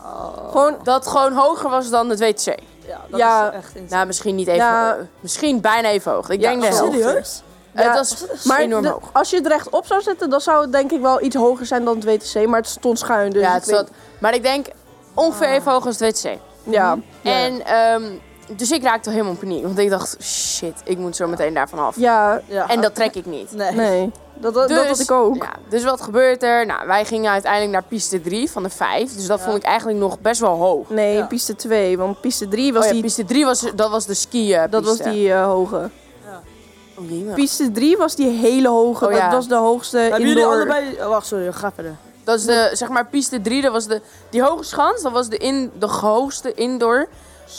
gewoon, dat gewoon hoger was dan het WTC.
Ja, dat
Ja,
is echt insane.
Nou, misschien niet even
Ja.
hoog. Misschien bijna even hoog. Ik
Ja,
denk de helft.
serieus?
Ja,
Ja,
dat is
dat is
maar
enorm
de-
hoog.
als je het rechtop zou zetten, dan zou het denk ik Ah. wel iets hoger zijn dan het WTC. Maar het stond schuin, dus ja,
het zat-
Maar ik denk,
ongeveer even hoog als het wc.
Ja.
En ehm, dus ik raakte helemaal in paniek. Want ik dacht, shit, ik moet zo meteen daarvan af.
Ja, ja.
En dat trek ik niet.
Nee. Nee. Dat- dat- dat had ik ook.
ja, dus wat gebeurt er? Nou, wij gingen uiteindelijk naar piste 3 van de 5. Dus dat vond ik eigenlijk nog best wel hoog.
Nee, piste 2. Want piste 3 was
Oh ja,
die...
piste 3 was, dat was de ski eh,
Dat was
piste.
die eh, hoge.
Oh, jemig.
Piste 3 was die hele hoge.
Oh, ja.
Dat was de hoogste
Hebben jullie
indoor...
allebei-
oh, Wacht, sorry. Ga verder.
Dat is de, zeg maar, piste 3, dat was de, die hoge schans, dat was de, in, de hoogste indoor,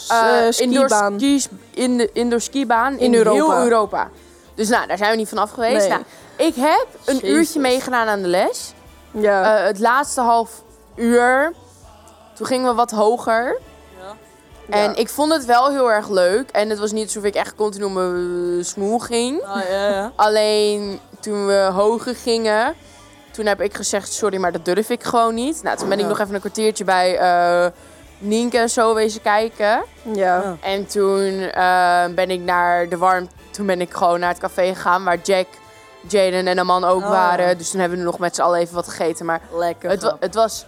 eh,
eh,
indoor,
skibaan.
skis, in de, indoor skibaan
In
in,
Europa.
heel Europa. Dus nou, daar zijn we niet van af geweest.
Nee.
Nou, ik heb een
Jezus.
uurtje meegedaan aan de les. Eh,
Ja.
het laatste half uur. Toen gingen we wat hoger. En ik vond het wel heel erg leuk. En het was niet alsof ik echt continu om mijn eh, smoel ging.
Ah, ja, ja.
Alleen toen we hoger gingen, toen heb ik gezegd, sorry, maar dat durf ik gewoon niet. Nou, toen ben ik
Ja.
nog even een kwartiertje bij eh Nienke en zo wezen kijken.
Ja.
En toen eh, ben ik naar de warm, toen ben ik gewoon naar het café gegaan waar Jack, Jaden en Aman ook
Oh,
waren.
ja.
Dus toen hebben we nog met z'n allen even wat gegeten. Maar
Lekker
het, wa-
grap.
het was...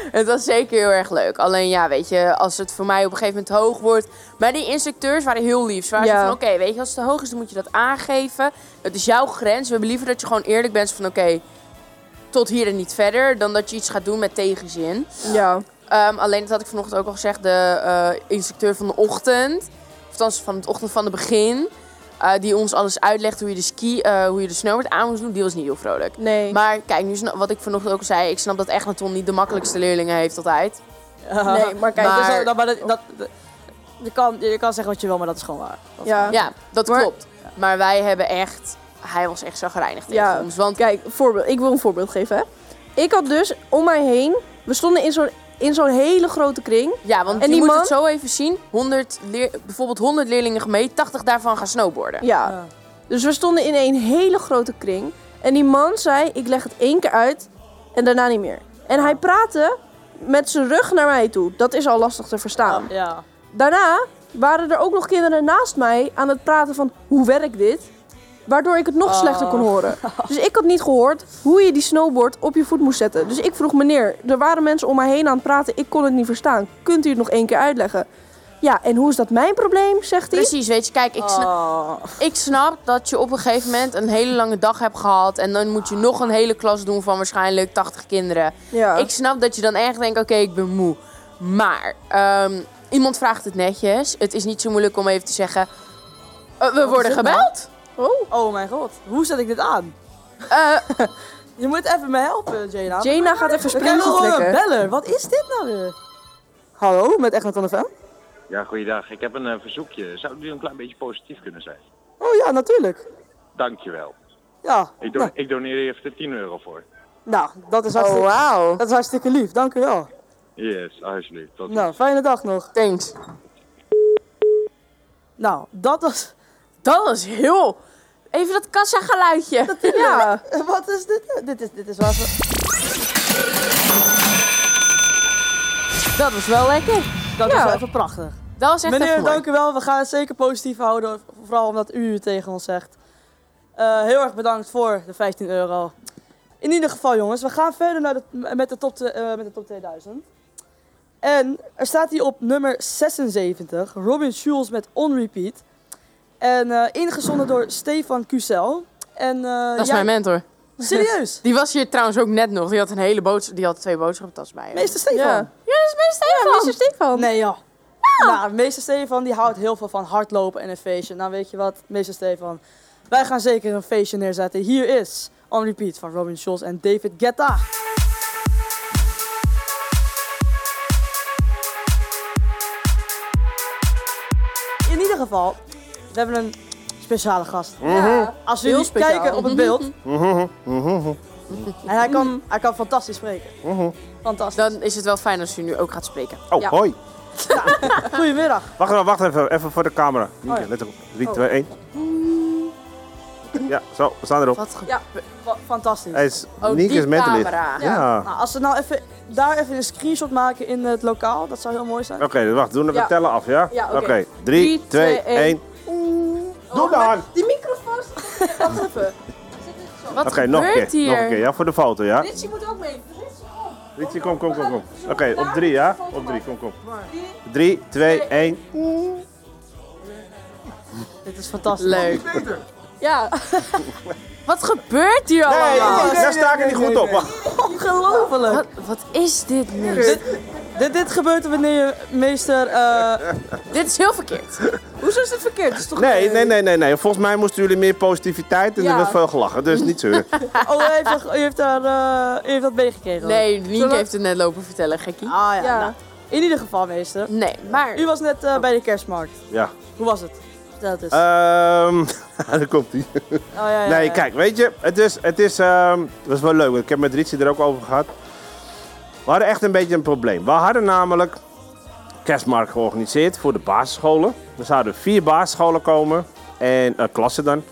het was zeker heel erg leuk. Alleen ja, weet je, als het voor mij op een gegeven moment hoog wordt. Maar die instructeurs waren heel lief. Ze waren
Ja.
zo van, oké, weet je, als het te hoog is, dan moet je dat aangeven. Het is jouw grens. We hebben liever dat je gewoon eerlijk bent van, oké, tot hier en niet verder. Dan dat je iets gaat doen met tegenzin.
Ja.
Ehm, alleen, dat had ik vanochtend ook al gezegd, de eh, instructeur van de ochtend, of althans van het ochtend van het begin, eh, die ons alles uitlegt hoe je de ski, eh, hoe je de snowboard aan moest doen, die was niet heel vrolijk.
Nee.
Maar kijk, nu snap, wat ik vanochtend ook al zei, ik snap dat Egnaton niet de makkelijkste leerlingen heeft altijd.
Nee, maar kijk,
Maar-
dus dat, dat- maar dat, dat- dat- je, kan, je kan zeggen wat je wil, maar dat is gewoon waar. Dat is
Ja,
gewoon-
dat klopt. Maar wij hebben echt, hij was echt zo gereinigd tegen
Ja,
ons.
kijk, voorbeeld, ik wil een voorbeeld geven. Hè. Ik had dus om mij heen, we stonden in zo'n in zo'n hele grote kring.
Ja, want
en
je
die
moet
man,
het zo even zien, 100 leer- bijvoorbeeld 100 leerlingen gemeten, 80 daarvan gaan snowboarden.
Ja. Dus we stonden in een hele grote kring. En die man zei, ik leg het één keer uit en daarna niet meer. En hij praatte met zijn rug naar mij toe. Dat is al lastig te verstaan.
Ja.
Daarna waren er ook nog kinderen naast mij aan het praten van hoe werkt dit? Waardoor ik het nog
Oh.
slechter kon horen. Dus ik had niet gehoord hoe je die snowboard op je voet moest zetten. Dus ik vroeg meneer, er waren mensen om mij heen aan het praten, ik kon het niet verstaan. Kunt u het nog één keer uitleggen? Ja, en hoe is dat mijn probleem, zegt hij.
Precies, weet je, kijk, ik snap,
Oh.
ik snap dat je op een gegeven moment een hele lange dag hebt gehad. En dan moet je nog een hele klas doen van waarschijnlijk 80 kinderen.
Ja.
Ik snap dat je dan echt denkt, oké, ik ben moe. Maar ehm, iemand vraagt het netjes. Het is niet zo moeilijk om even te zeggen, eh, we worden gebeld.
Oh. oh mijn god, hoe zet ik dit aan? je moet even me helpen, Jena.
Jena gaat even
Ik
sprintjes
een
trekken.
beller, wat is dit nou weer? Hallo, met Echt van de Fan?
Ja, goeiedag. Ik heb een eh, verzoekje. Zou u een klein beetje positief kunnen zijn?
Oh ja, natuurlijk.
Dankjewel.
Ja,
Ik, do
Nou.
ik doneer hier even 10 euro voor.
nou, dat is hartstikke, dat is hartstikke lief, dank u wel.
Yes, alsjeblieft. Tot
Nou, fijne dag nog.
Thanks.
Nou, dat was...
Dat was heel... Even dat kassageluidje.
Ja. Wat is dit? Dit is, dit is wel...
Dat was wel lekker.
Dat
Ja.
is wel even prachtig.
Dat was echt
Meneer,
even mooi.
dank u wel. We gaan het zeker positief houden. Vooral omdat u het tegen ons zegt. Eh, heel erg bedankt voor de 15 euro. In ieder geval, jongens, we gaan verder naar de, met, de top, te- eh, met de top 2000. En er staat hier op nummer 76 Robin Schulz met On Repeat. En eh, ingezonden door Stefan Cusel. En, eh,
Dat is
jij-
mijn mentor.
Serieus?
Die was hier trouwens ook net nog. Die had, een hele boodsch- die had twee boodschappentas bij hem.
Meester Stefan.
Ja.
dat is meester Stefan.
meester
Stefan. Nee joh. Nou, meester Stefan die houdt heel veel van hardlopen en een feestje. Nou weet je wat, meester Stefan. Wij gaan zeker een feestje neerzetten. Hier is On Repeat van Robin Scholz en David Guetta. In ieder geval, we hebben een speciale gast.
Mhm.
Als
Heel
jullie
speciaal.
kijken op het beeld,
Mhm, mhm,
en hij kan, hij kan fantastisch spreken.
mhm.
Fantastisch.
Dan is het wel fijn als u nu ook gaat spreken.
Oh, hoi.
Goedemiddag.
Wacht, even, wacht even, even voor de camera.
Oh ja.
Let op. 3,
Oh.
2, 1. Ja, zo, we staan erop.
Ja, wa- fantastisch.
Hij is- Oh, Niek die is mentalist. camera.
Ja.
Ja.
Nou, als we nou even, daar even een screenshot maken in het lokaal, dat zou heel mooi zijn.
Oké, dus wacht, doen we
Ja.
tellen af, ja?
Ja, oké.
Oké,
Drie,
3, 2,
twee, Oh,
1. Doe dan!
Die microfoons, wacht even.
Oké, nog een keer. Nog een keer, ja, voor de foto, ja?
moet ook mee.
Rietje, kom, kom, kom, kom.
Oh,
Oké, op drie, ja? Op drie, kom, kom. Drie, twee, één.
Dit is fantastisch.
Leuk.
Ja. Wat gebeurt hier
allemaal? nee, daar sta ik er niet goed op.
Ongelooflijk. Wat, is dit nu? Dit, dit, dit gebeurt er wanneer je meester... eh, dit is heel verkeerd. Hoezo is dit verkeerd? Het is toch
Nee, nee, nee, nee, nee. Volgens mij moesten jullie meer positiviteit en
Ja.
er werd veel gelachen, dus niet zo.
Oh, u heeft, dat- u heeft, daar, eh, u heeft dat meegekregen?
Nee, Nienke heeft
het net lopen vertellen, gekkie. Ah ja, nou, In ieder geval, meester. Nee, maar... U was net eh, bij de kerstmarkt.
Ja.
Hoe was het? Vertel het eens.
Ehm, daar komt ie.
Oh, ja, ja,
nee,
ja.
kijk, weet je, het is, het is, ehm, het was wel leuk. want Ik heb met Ritsi er ook over gehad. We hadden echt een beetje een probleem. We hadden namelijk kerstmarkt georganiseerd voor de basisscholen. Er zouden vier basisscholen komen en eh, klassen dan.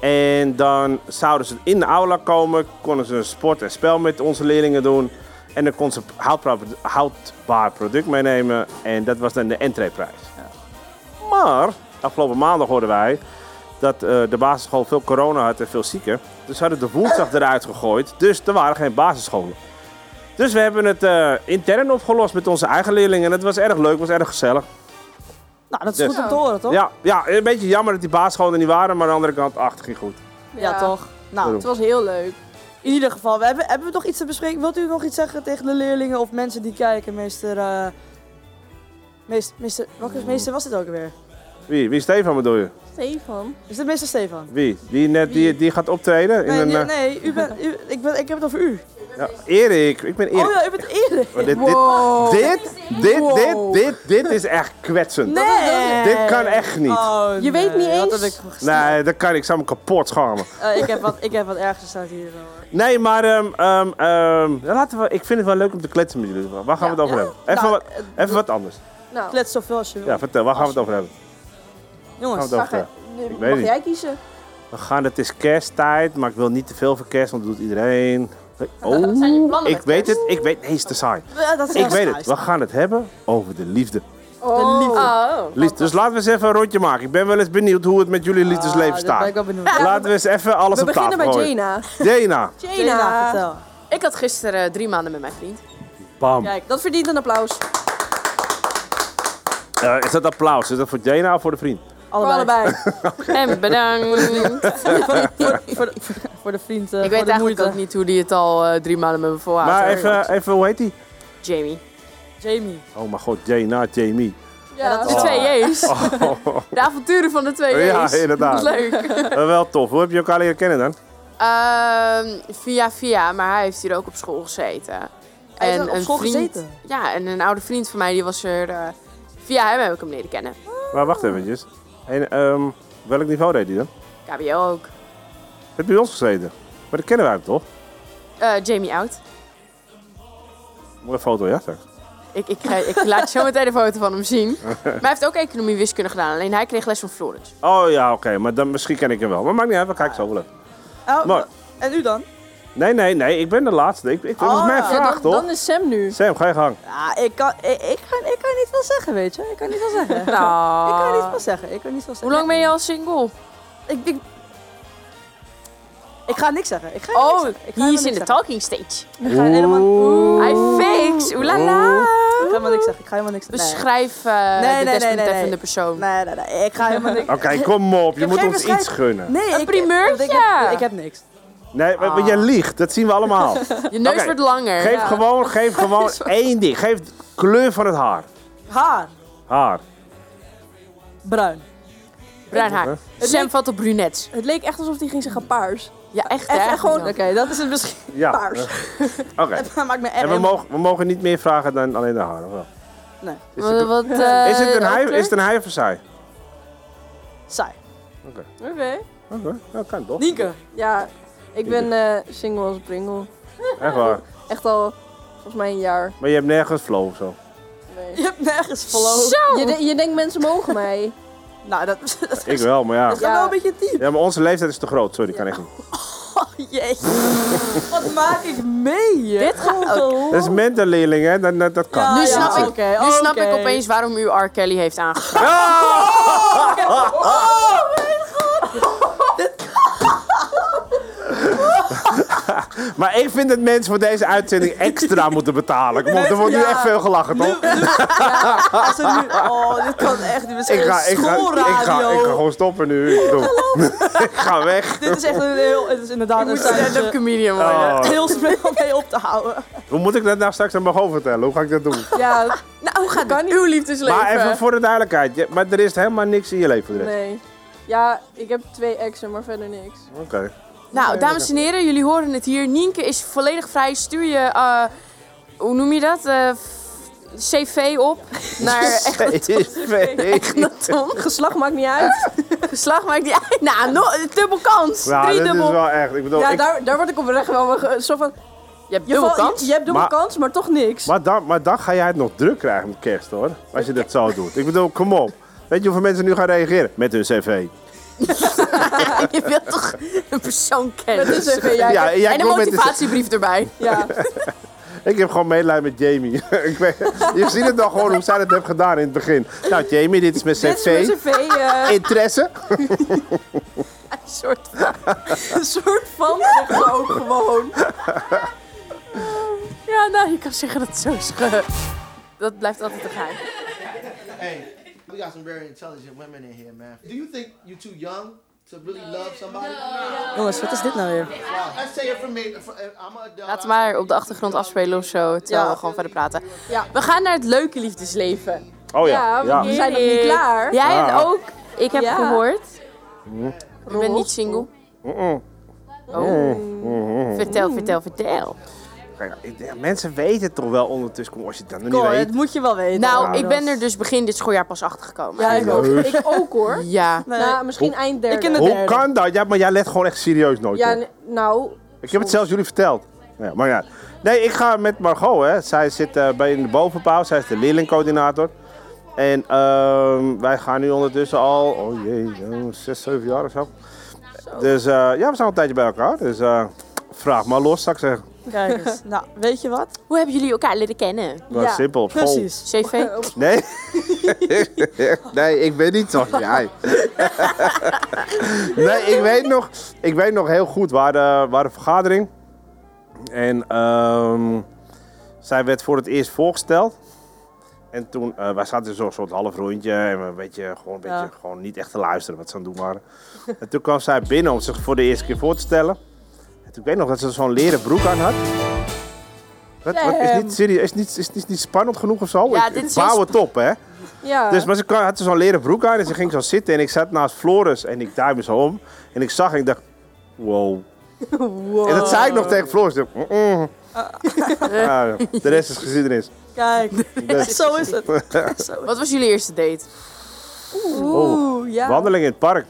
En dan zouden ze in de aula komen, konden ze een sport en spel met onze leerlingen doen. En dan kon ze houdbaar- houdbaar product meenemen. En dat was dan de entreeprijs. Maar afgelopen maandag hoorden wij dat eh, de basisschool veel corona had en veel zieken. Dus ze hadden de woensdag eruit gegooid. Dus er waren geen basisscholen. Dus we hebben het eh, intern opgelost met onze eigen leerlingen. En het was erg leuk, het was erg gezellig.
Nou, dat is
Dus-
goed om te horen, toch?
Ja, ja, een beetje jammer dat die basisscholen er niet waren. Maar aan de andere kant, ach, het ging goed.
Ja, toch? Nou, het was heel leuk. In ieder geval, we hebben, hebben we nog iets te bespreken? Wilt u nog iets zeggen tegen de leerlingen of mensen die kijken, meester... eh, meester, meester, welke meester was dit ook weer?
Wie? Wie Stefan bedoel je?
Stefan. Is dit meester Stefan?
Wie? Die, net, die, die gaat optreden?
Nee,
in
nee,
een, eh,
nee, u bent, u- ik, ben, ik heb het over u.
ja, Erik, ik ben Erik.
Oh ja, u bent Erik.
Maar dit, dit, dit, dit, dit, dit, dit is echt kwetsend.
Nee.
Dit kan echt niet.
Oh,
Je weet niet
nee, wat
eens?
heb ik-
Nee, dat kan ik. Ik zou me kapot schamen.
Eh, ik, heb wat, ik heb wat ergens staat hier. wel.
Nee, maar ehm, ehm, ehm, ja, laten we, ik vind het wel leuk om te kletsen met jullie. Waar gaan we het over hebben? Even,
Nou,
wat, even wat anders.
Nou. Klets zoveel als je wil.
Ja, vertel, waar gaan we het over hebben?
Jongens,
gaan we het over hebben? Ik weet niet.
kiezen?
We gaan, het is kersttijd, maar ik wil niet te veel voor kerst, want dat doet iedereen.
Wat Nou, zijn je
Oh,
plannen
ik
met
weet het, ik weet Nee, is te saai.
Ja, dat is
Ik
echt
weet
saai.
het, we gaan het hebben over de liefde.
De liefde.
Liefde. Dus laten we eens even een rondje maken. Ik ben wel eens benieuwd hoe het met jullie liefdesleven
Ah, daar
staat.
ben ik wel benieuwd.
Laten we eens even alles
We
op tafel
beginnen bij
gooien.
Jena.
Jena.
Jena, vertel.
Ik had gisteren drie maanden met mijn vriend.
Bam.
Kijk, dat verdient een applaus.
Eh, is dat applaus? Is dat voor Jena of voor de vriend?
Allebei.
En bedankt.
Voor de vriend.
ik weet
de
eigenlijk
moeite.
ook niet hoe die het al eh, drie maanden met me volhoudt.
maar
hoor.
even, even, hoe heet die?
Jamie.
Jamie.
Oh mijn god, Jena, Jamie.
Ja, dat is
Oh.
de twee J's. De avonturen van de twee
Ja,
J's.
inderdaad.
Leuk.
Oh. Eh, wel tof. Hoe heb je elkaar leren kennen dan?
Ehm, via via, maar hij heeft hier ook op school gezeten.
Hij is op school
vriend,
gezeten?
Ja, en een oude vriend van mij die was er. eh, via hem heb ik hem leren kennen.
Maar wacht eventjes. En, ehm, welk niveau deed hij dan?
KBO ook.
Heb je bij ons gezeten? Maar dat kennen wij hem toch?
Eh, Jamie Oud.
Mooie foto, ja zeg.
Ik, ik, ga- ik laat je zo meteen een foto van hem zien. Maar hij heeft ook economie wiskunde gedaan, alleen hij kreeg les van Florence.
Oh ja, oké. maar dan, misschien ken ik hem wel. Maar maakt niet uit, we kijken zo wel even.
Oh,
Maar-
En u dan?
Nee, nee, nee. Ik ben de laatste. Ik, ik, dat is mijn vraag,
Oh, dan,
toch?
Dan is Sam nu.
Sam, ga je gang.
Ja, ik kan, ik, ik, kan, ik kan niet veel zeggen, weet je. Ik kan niet veel zeggen.
Nou.
Ik kan niet veel zeggen. Ik kan niet veel zeggen.
Hoe lang ben je al single?
Ik, ik, ik ga niks zeggen. Ik ga niks
Oh,
zeggen. Ik ga
he is in
helemaal niks
de
zeggen.
talking stage.
Ik ga helemaal... Oeh.
Hij fakes, oelala.
Ik ga helemaal niks zeggen. Ik ga helemaal niks zeggen. Nee.
Beschrijf eh, de
Nee, nee, nee, nee,
desbetreffende
nee.
persoon.
Nee, nee, nee. Ik ga helemaal niks
Oké, kom op. Je
heb
moet
geen
ons
beschrijf-
iets gunnen.
Nee,
Een
ik,
primeurtje.
Ik heb, ik heb niks.
Nee, maar maar jij
Ah.
liegt. Dat zien we allemaal.
Je neus
Oké,
wordt langer.
Geef
Ja.
gewoon, geef gewoon één ding. Geef de kleur van het haar.
Haar.
Haar.
Bruin.
Bruin haar.
Oké.
Sam valt op brunet.
Het leek echt alsof hij ging zeggen paars.
Ja, echt.
Echt,
hè?
echt gewoon... Oké, dat is het misschien.
Ja. Eh,
Paars.
Oké.
Dat maakt me echt
En we
helemaal-
mogen, we mogen niet meer vragen dan alleen de haar, of wel?
Nee.
Is het- Wat,
eh,
is, het een hij,
kleur?
is het een hij of een zij?
Saai.
Oké.
Oké.
Oké, dat kan toch?
Nienke.
Ja, ik ben eh, single als een pringel.
Echt waar.
Echt al volgens mij een jaar.
Maar je hebt nergens flow of zo.
Je hebt nergens verloren.
Je, de- je denkt mensen mogen mij.
nou, dat, dat
Ik wel, maar ja.
Dat gaat wel een beetje diep.
Ja, maar onze leeftijd is te groot. Sorry, kan ik niet.
Jeetje. Wat maak ik mee? Dit gaat
Dat is mental leerling, hè? Dat, dat, dat kan.
nu snap,
ja,
ik,
oké,
nu snap
oké.
ik opeens waarom u R. Kelly heeft aangepakt.
Oh, mijn god.
Maar ik vind dat mensen voor deze uitzending extra moeten betalen. Kom op, er wordt nu
Ja.
echt veel gelachen, toch?
Ja, als er nu, oh, dit kan echt niet.
Ah. Ik ga, ik, ga, ik, ga, ik ga gewoon stoppen nu. Ik, bedoel, ik ga weg.
Dit is echt een heel, het is inderdaad
Ik moet
een
stand-up comedian worden.
Oh.
Heel speel om mee op te houden.
Hoe moet ik dat nou straks aan mijn hoofd vertellen? Hoe ga ik dat doen?
Ja, nou, hoe gaat niet. uw liefdesleven?
Maar even voor de duidelijkheid. je- Maar er is helemaal niks in je leven voor de rest.
Nee. Ja, ik heb twee exen, maar verder niks.
Oké.
Nou, dames en heren, jullie horen het hier. Nienke is volledig vrij. Stuur je, eh, hoe noem je dat? Eh, f- CV op naar Egnaton.
Geslacht maakt niet uit.
Geslacht maakt niet uit. Nou, nog een dubbel kans.
Nou,
Drie
dit is
dubbel.
wel echt. Ik bedoel,
ja,
ik-
daar, daar word ik oprecht wel ge- zo van...
Je hebt
dubbel kans?
Je, hebt dubbel
Maar-
kans, maar toch niks.
Maar dan, maar dan ga jij het nog druk krijgen met kerst hoor. Als je dat zo doet. Ik bedoel, kom op. Weet je hoeveel mensen nu gaan reageren? Met hun cv.
je wilt toch een persoon kennen.
Met een CV, ja.
Ja, jij
en een
komt met de-
motivatiebrief erbij.
Ja.
Ik heb gewoon medelijden met Jamie. ik weet, je ziet het dan gewoon hoe zij dat heeft gedaan in het begin. Nou, Jamie, dit is mijn
Dit
cv.
is mijn cv. eh,
Interesse?
een soort van... Een soort van zegt ze ook gewoon.
Ja, nou, je kan zeggen dat het zo is. ge- Dat blijft altijd een geheim.
Hey, we got some very intelligent women in here, man. Do you think you're too young to really love somebody?
Jongens, wat is dit nou weer?
I say it from me. from- eh, I'm a adult.
Laten we maar op de achtergrond afspelen of zo, terwijl
Ja.
we gewoon verder praten. We gaan naar het leuke liefdesleven. Eh,
Oh ja, Ja, Ah.
want ja. we zijn nog niet klaar.
Jij
Ja.
en ook. Ik heb
Ja. Hm.
gehoord. Ik ben niet single.
Oh.
Oh.
Hm.
Vertel, vertel, vertel.
Kijk, nou, ik denk, mensen weten het toch wel ondertussen. Kom, als je het dan nog
Cor,
niet weet.
het
moet je wel weten.
Nou,
Ja.
ik ben er dus begin dit schooljaar pas achter gekomen.
Ja, ik ook. Leuk. Ik
ook, hoor.
Ja.
Nou, misschien
Hoe-
eind derde.
Hoe kan dat? Ja, maar jij let gewoon echt serieus nooit
Ja,
op.
n- nou...
Ik heb het zelfs jullie verteld. Ja, maar ja. Nee, ik ga met Margot. Hè. Zij zit eh, bij in de bovenpaal. Zij is de leerlingcoördinator. En ehm, wij gaan nu ondertussen al, oh jee, zo'n zes, zeven jaar of zo. Dus eh, ja, we zijn al een tijdje bij elkaar. Dus eh, vraag maar los, zou ik zeggen.
Kijk eens. Nou, weet je wat?
Hoe hebben jullie elkaar leren kennen?
Nou, Ja, simpel, op school.
Precies.
CV?
Nee? nee, ik ben niet zoals jij. nee, ik weet, nog, ik weet nog heel goed waar de, waar de vergadering. En ehm, zij werd voor het eerst voorgesteld. En toen, eh, wij zaten in zo'n soort half rondje en we een beetje, gewoon, een
Ja.
beetje gewoon niet echt te luisteren wat ze aan het doen waren. En toen kwam zij binnen om zich voor de eerste keer voor te stellen. En toen ik weet nog dat ze zo'n leren broek aan had. Wat, wat, is
Damn.
niet serieus? Is niet, is, is niet spannend genoeg of zo?
ehm. Ja,
Ik-
dit is heel
Bouw
sp-
het op, hè?
Ja.
Ah.
Dus, maar ze kwam- had zo'n leren broek aan en ze ging zo zitten. En ik zat naast Floris en ik duimde zo om. En ik zag en ik dacht, wow.
Wow.
En dat zei ik nog tegen Floris. Ik dacht, mm, mm. Ja, de rest is geschiedenis.
Kijk,
Dus-
zo is het.
Wat was jullie eerste date?
Oeh,
ja.
Oh, Wandeling in het park.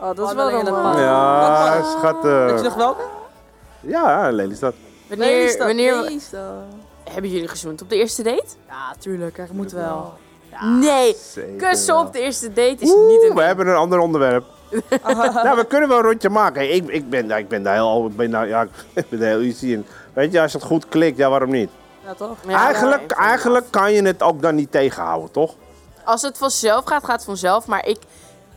Oh, dat is wel een
Ja, schattig.
Weet je nog welke?
Ja, Lelystad.
Wanneer, wanneer
Meestal.
hebben jullie gezoend? Op de eerste date?
Ja, tuurlijk. Dat moet wel.
Nee,
Zeker
kussen
wel.
op de eerste date is
Oeh,
niet
we hebben een ander onderwerp. nou, we kunnen wel een rondje maken. Hey, ik, ik, ben, ja, ik ben daar heel, ik ben daar, ja, ik ben daar heel easy in. Weet je, als het goed klikt, ja, waarom niet?
Ja, toch?
eigenlijk eigenlijk kan je het ook dan niet tegenhouden, toch?
Als het vanzelf gaat, gaat het vanzelf. Maar ik,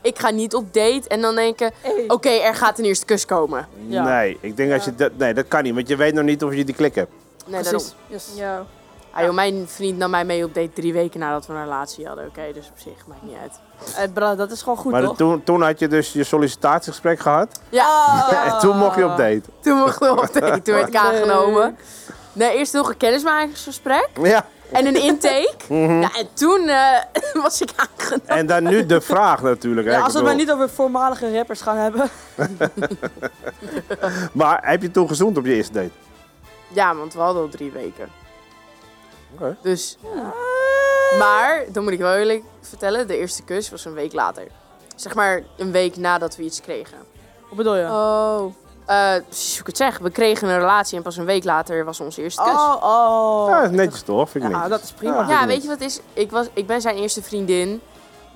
ik ga niet op date en dan denken... Oké, er gaat een eerste kus komen.
Nee, ik denk als je dat, nee, dat kan niet, want je weet nog niet of je die klik hebt.
Nee,
Precies.
daarom.
Ja.
Ah, joh, mijn vriend nam mij mee op date drie weken nadat we een relatie hadden. Oké, dus op zich maakt niet uit.
Eh, bra, dat is gewoon goed,
maar
toch?
toen, toen had je dus je sollicitatiegesprek gehad
Ja.
Oh.
en toen mocht je
Ah.
op date.
Toen mocht we op date. Toen werd ik aangenomen. Nee, eerst nog een kennismakingsgesprek.
Ja.
En een intake.
Mhm.
Ja, en toen eh, was ik aangenomen.
En dan nu de vraag natuurlijk. hè,
Ja,
ik
als we het maar
bedoel.
niet over voormalige rappers gaan hebben.
maar heb je toen gezoend op je eerste date?
Oh,
Ja, want we hadden al drie weken.
Oké.
Dus. Maar, dan moet ik wel eerlijk vertellen, de eerste kus was een week later. Zeg maar een week nadat we iets kregen.
Wat bedoel je?
Oh. precies hoe ik het zeg. We kregen een relatie en pas een week later was onze eerste kus.
Oh, oh.
Ja, dat is netjes toch? Vind ik
Ja,
netjes.
dat is prima.
Ja, weet je wat het is? Ik, was, ik ben zijn eerste vriendin.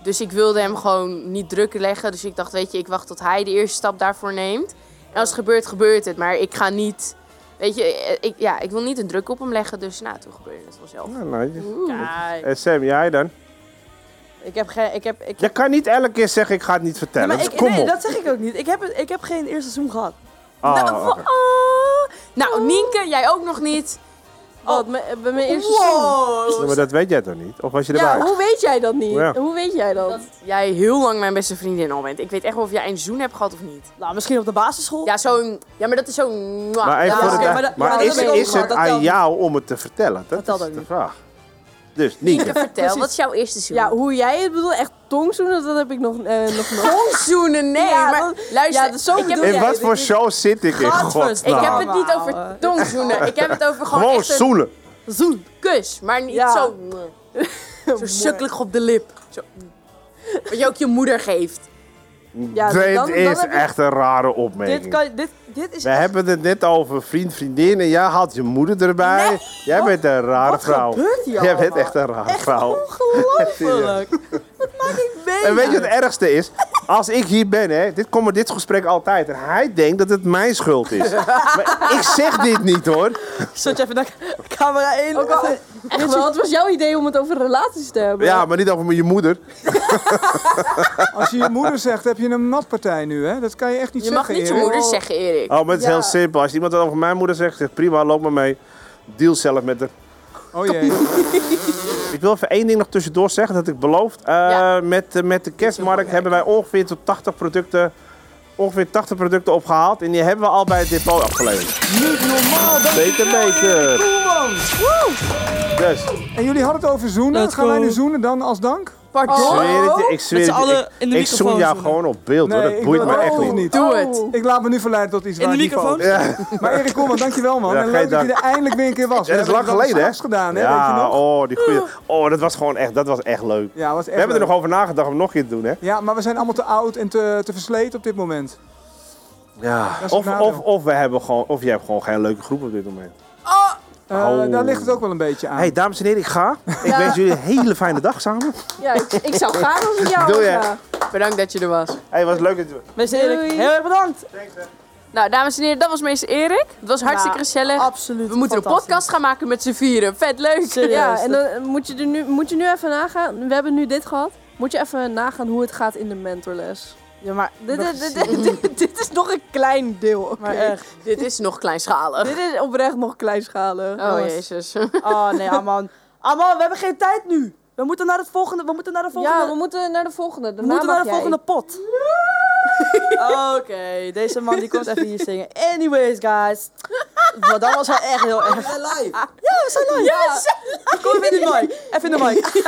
Dus ik wilde hem gewoon niet druk leggen. Dus ik dacht, weet je, ik wacht tot hij de eerste stap daarvoor neemt. En als het gebeurt, gebeurt het. Maar ik ga niet... Weet je, eh, ik, ja, ik wil niet een druk op hem leggen. Dus nou, toen gebeurde het vanzelf.
Ja, netjes.
Kijk.
En Sam, jij dan?
Ik heb geen... Ik heb, ik
Je kan niet elke keer zeggen, ik ga het niet vertellen.
maar
Dus
ik,
kom
nee,
op.
dat zeg ik ook niet. Ik heb, het- ik heb geen eerste seizoen gehad.
Ah,
Nou,
oké.
oh,
Nou, Nienke, jij ook nog niet. Wat, me- bij mijn eerste
Wow.
zoen.
Nee, maar dat weet jij toch niet? Of was je
Ja,
erbij?
hoe weet jij dat niet?
Ja.
Hoe weet jij dat? Dat jij heel lang mijn beste vriendin al bent. Ik weet echt wel of jij een zoen hebt gehad of niet. Nou, misschien op de basisschool. Ja, zo'n... Ja, maar dat is zo'n...
Maar, even
ja,
voor de
oké,
dag-
dat-
maar
ja, dat
is,
heb ik ook
is
gehad.
het
Dat
aan
telt niet.
jou om het te vertellen? Dat,
telt
is
ook
de
niet.
vraag. Dus, Nienke.
Vertel, wat is jouw eerste zoen?
Ja, hoe jij het bedoelt, echt tongzoenen, dat heb ik nog, eh, nog nooit.
Tongzoenen, nee, maar luister,
ja, dat, zo
ik heb-
bedoel
In
jij
wat
het.
voor show zit ik in godsnaam?
Ik heb het niet over tongzoenen. Ik heb het over gewoon
Gewoon
echt een-
zoenen.
Zoen. Kus, maar niet
Ja.
zo... Zo sukkelig op de lip. Zo. Wat je ook je moeder geeft.
Ja,
dit
dan- dan
is
heb je-
echt een rare opmerking.
Dit, kan, dit, dit is
We hebben het net over vriend, vriendin en jij had je moeder erbij. jij bent een rare vrouw.
gebeurt hier
jij bent
allemaal?
echt een rare vrouw.
ongelooflijk.
En weet je wat het ergste is? Als ik hier ben, hè, dit komt met dit gesprek altijd. En hij denkt dat het mijn schuld is. maar ik zeg dit niet hoor.
Zet je even naar camera 1.
Ook al-
echt wel, wat was jouw idee om het over relaties te hebben?
Ja, maar niet over met je moeder.
Als je je moeder zegt, heb je een matpartij nu, hè? Dat kan je echt niet
Je mag
zeggen,
niet je
Erik.
moeder zeggen, Erik.
Oh, maar het is heel simpel. Als iemand dat over mijn moeder zegt, zeg prima, loop maar mee. Deal zelf met haar.
Oh jee.
Ik wil even één ding nog tussendoor zeggen. Dat ik beloofd. eh, met, eh, met de kerstmarkt hebben wij ongeveer tot 80 producten, ongeveer 80 producten opgehaald. En die hebben we al bij het depot afgeleverd.
Niet normaal, dat
Beter, beter.
man.
Dus.
En jullie hadden het over zoenen.
Let's
Gaan wij
go.
nu zoenen dan als dank? Oh.
Ik zweer het je, ik zweer het je, ik- ik zoen jou gewoon op beeld hoor, dat boeit me echt niet.
Doe het. Oh. Ik laat me nu verleiden tot iets
In
waar
de
ik niet van
microfoon?
hou. Maar Erik Koelman, dankjewel man.
Ja,
en
geen
leuk dat je
dank.
er eindelijk weer een keer was.
Ja, dat is
We
lang
hebben
geleden,
wel
hè?
eens gedaan, hè?
Ja,
weet je nog?
oh, die goeie. Oh, dat was gewoon echt, dat was echt leuk.
Ja, was echt
we hebben er
leuk.
nog over nagedacht om nog een keer te doen, hè?
Ja, maar we zijn allemaal te oud en te, te versleten op dit moment.
Ja.
Dat is het
Of,
nadeel.
of, of, we hebben gewoon, of je hebt gewoon geen leuke groep op dit moment.
Eh,
Oh.
Daar ligt het ook wel een beetje aan.
hey, dames en heren, ik ga. Ik
Ja.
wens jullie een hele fijne dag samen.
Ja, ik, ik zou gaan als ik jou
Doe
was,
je.
ja. Bedankt dat je er was.
hey, was leuk dat je
Meester Erik,
Doei.
heel erg bedankt. Nou, dames en heren, dat was meester Erik. Het was hartstikke
Nou,
gezellig.
Absoluut.
We moeten een
fantastisch.
podcast gaan maken met z'n vieren. Vet leuk.
Ja, en dan eh, moet je, er nu, moet je nu even nagaan. We hebben nu dit gehad. Moet je even nagaan hoe het gaat in de mentorles. Ja, maar dit, dit, dit, dit, dit- dit is nog een klein deel.
Maar echt, dit is nog kleinschalig.
Dit is oprecht nog kleinschalig.
Oh,
jongens.
jezus.
Oh nee, Aman. Aman, we hebben geen tijd nu. We moeten naar, het volgende, we moeten naar de volgende.
Ja, we moeten naar de volgende.
we
Daarna
moeten
mag
naar de
jij.
volgende pot. Oké, deze man die komt even hier zingen. Anyways, guys. Want dat was wel echt heel erg.
live.
Ja, we zijn live.
Ja, we
Kom even in de mic. Even in de mic.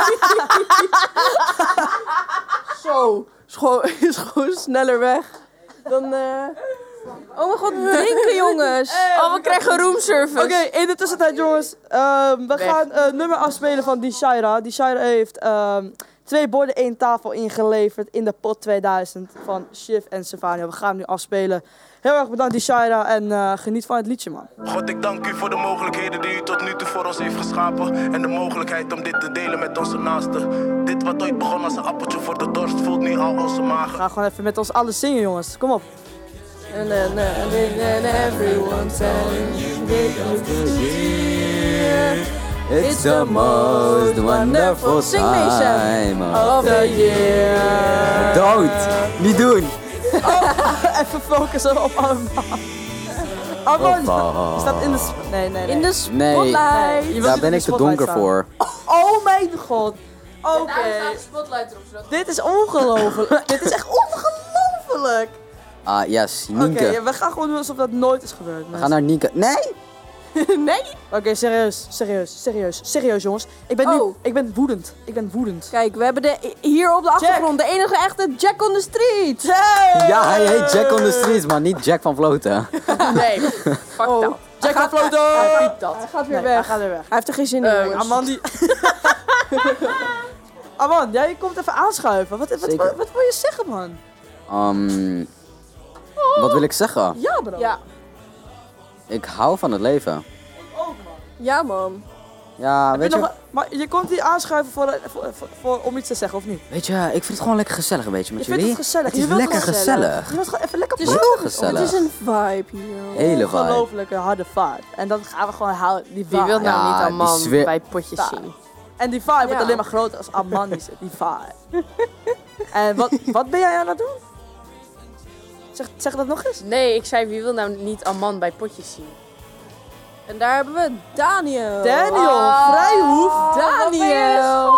Zo. Is gewoon, is gewoon sneller weg. Dan, eh, Oh mijn god, drinken jongens.
Oh, we krijgen roomservice.
Eh, Oké, in de tussentijd jongens. ehm, we gaan eh nummer afspelen van Dishaira. Dishaira heeft ehm, twee borden, één tafel ingeleverd in de pot 2000 van Shiv en Stefania. We gaan hem nu afspelen. Heel erg bedankt Dishaira en eh, geniet van het liedje man.
God, ik dank u voor de mogelijkheden die u tot nu toe voor ons heeft geschapen. En de mogelijkheid om dit te delen met onze naasten. Dit wat ooit begon als een appeltje voor de dorst, voelt nu al onze maag.
We gaan gewoon even met ons alles zingen jongens. Kom op. eh,
And then, and then, and everyone's telling you big of the year. It's the most wonderful
Sing mee, Sam.
time
Of
of
the
the year. Dood! Niet doen!
even focussen op allemaal. Armand,
Oppa.
je staat in de... sp- Nee, nee, nee. In de
ah. Nee, daar ben ik te donker voor.
Oh mijn god. Oké.
spotlight erop, zodat-
Dit is ongelooflijk. Dit is echt ongelooflijk.
Ah, yes,
Oké,
Nienke.
ja, we gaan gewoon doen alsof dat nooit is gebeurd.
We gaan naar Nienke. Nee!
nee? Oké, serieus, serieus, serieus, serieus jongens. Ik ben nu, ik ben woedend. Ik ben woedend. Oh. Kijk, we hebben de, hier op de achtergrond de enige echte Jack on the Street.
Ja, hij heet Jack on the Streets, maar niet Jack van Vloten.
Nee, fuck dat.
Jack van Vloten!
Hij piept dat.
Oh. Hij gaat weer
Nee,
weg.
Hij gaat weer weg.
Hij heeft er geen zin in.
Eh,
jongens. Aman, die... Aman, jij komt even aanschuiven. Wat, wat, wat, wat wil je zeggen, man?
Ehm, wat wil ik zeggen?
Ja, bro. Ja,
Ik hou van het leven.
ja man.
Ja, weet
Heb Oh, je
je,
nog- maar je komt hier aanschuiven voor, voor, voor, voor- om iets te zeggen, of niet?
weet je, ik vind het gewoon lekker gezellig een beetje met
Je
jullie.
vindt het gezellig.
is
je wilt
lekker gezellig.
Je wilt gewoon even lekker
Het is
praten.
heel gezellig.
Het is een vibe hier.
Hele vibe.
Ongelooflijke harde vibe. En dat gaan we gewoon houden. Die vibe.
Wie wil nou
Ja,
niet aan
die
man
sfeer-
bij potjes zien?
En die vibe wordt
Ja.
alleen maar groter als Aman is. het, Die vibe. en Eh, wat, wat ben jij aan het doen? Zeg, zeg dat nog eens.
Nee, ik zei wie wil nou niet aan man bij potjes zien?
En daar hebben we Daniel.
Daniel,
Oh.
Ah,
Vrijhoef,
Daniel.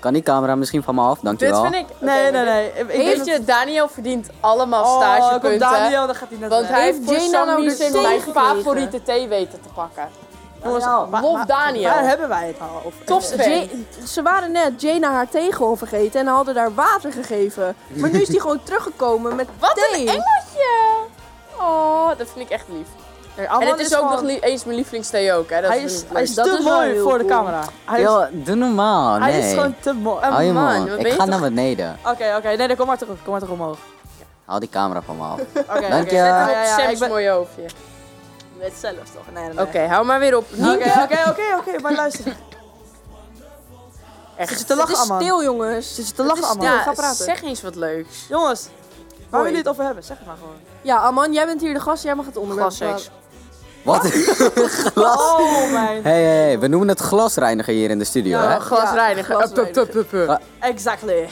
Kan die camera misschien van me af?
Dit
Dankjewel.
vind ik.
Nee, nee, nee. Ik- ik
Weet
denk
je, Daniel verdient allemaal
Oh,
stagepunten.
komt Daniel, dan gaat hij net
Want
weg.
hij
Heeft
heeft voor
Jane
Sam
nou de
Wiesen
thee
mijn
gekregen?
favoriete thee weten te pakken. Jongens,
Daniel,
lof Daniel.
Waar hebben wij het al over?
Topsfan.
Ja, ze waren net Jana haar thee gewoon vergeten en hadden daar water gegeven. Maar nu is die gewoon teruggekomen met
Wat
thee.
een engeltje! Oh, dat vind ik echt lief. en
Arman
het is,
is
ook
gewoon-
nog niet eens mijn lievelingsthee ook, hè. Dat
Hij
vind
is-
ik
hij is
leuk.
te
Dat wel
mooi
heel
voor de
cool.
camera. Hij is-
Yo, doe normaal. Nee.
Hij is gewoon te mooi.
Hou je mond.
wat ben
Ik
je
ga
toch-
naar beneden.
Oké, oké. Nee, dan kom maar terug. Kom maar terug omhoog.
Haal die camera van me af.
Oké, oké.
Dank je.
Zet hem op
Ja, ja,
Sam's
ik ben... mooie hoofdje.
Je weet zelf toch? Nee, nee,
Oké, hou maar weer op.
Oké, oké, oké, oké, maar luister.
Echt.
Zit je te lachen,
Het is
allemaal?
stil, jongens.
Zit je te lachen, allemaal?
Ja, zeg eens wat leuks.
Jongens, waar
Hoi.
willen jullie het over hebben? Zeg het maar gewoon.
Ja, Aman, jij bent hier de gast, jij mag het onderwerp.
Glasseks.
Wat? Glas.
Oh, mijn.
Hey, hey, hey, we noemen het glasreiniger hier in de studio, hè?
glasreiniger.
Up, up, up,
Ah. Exactly.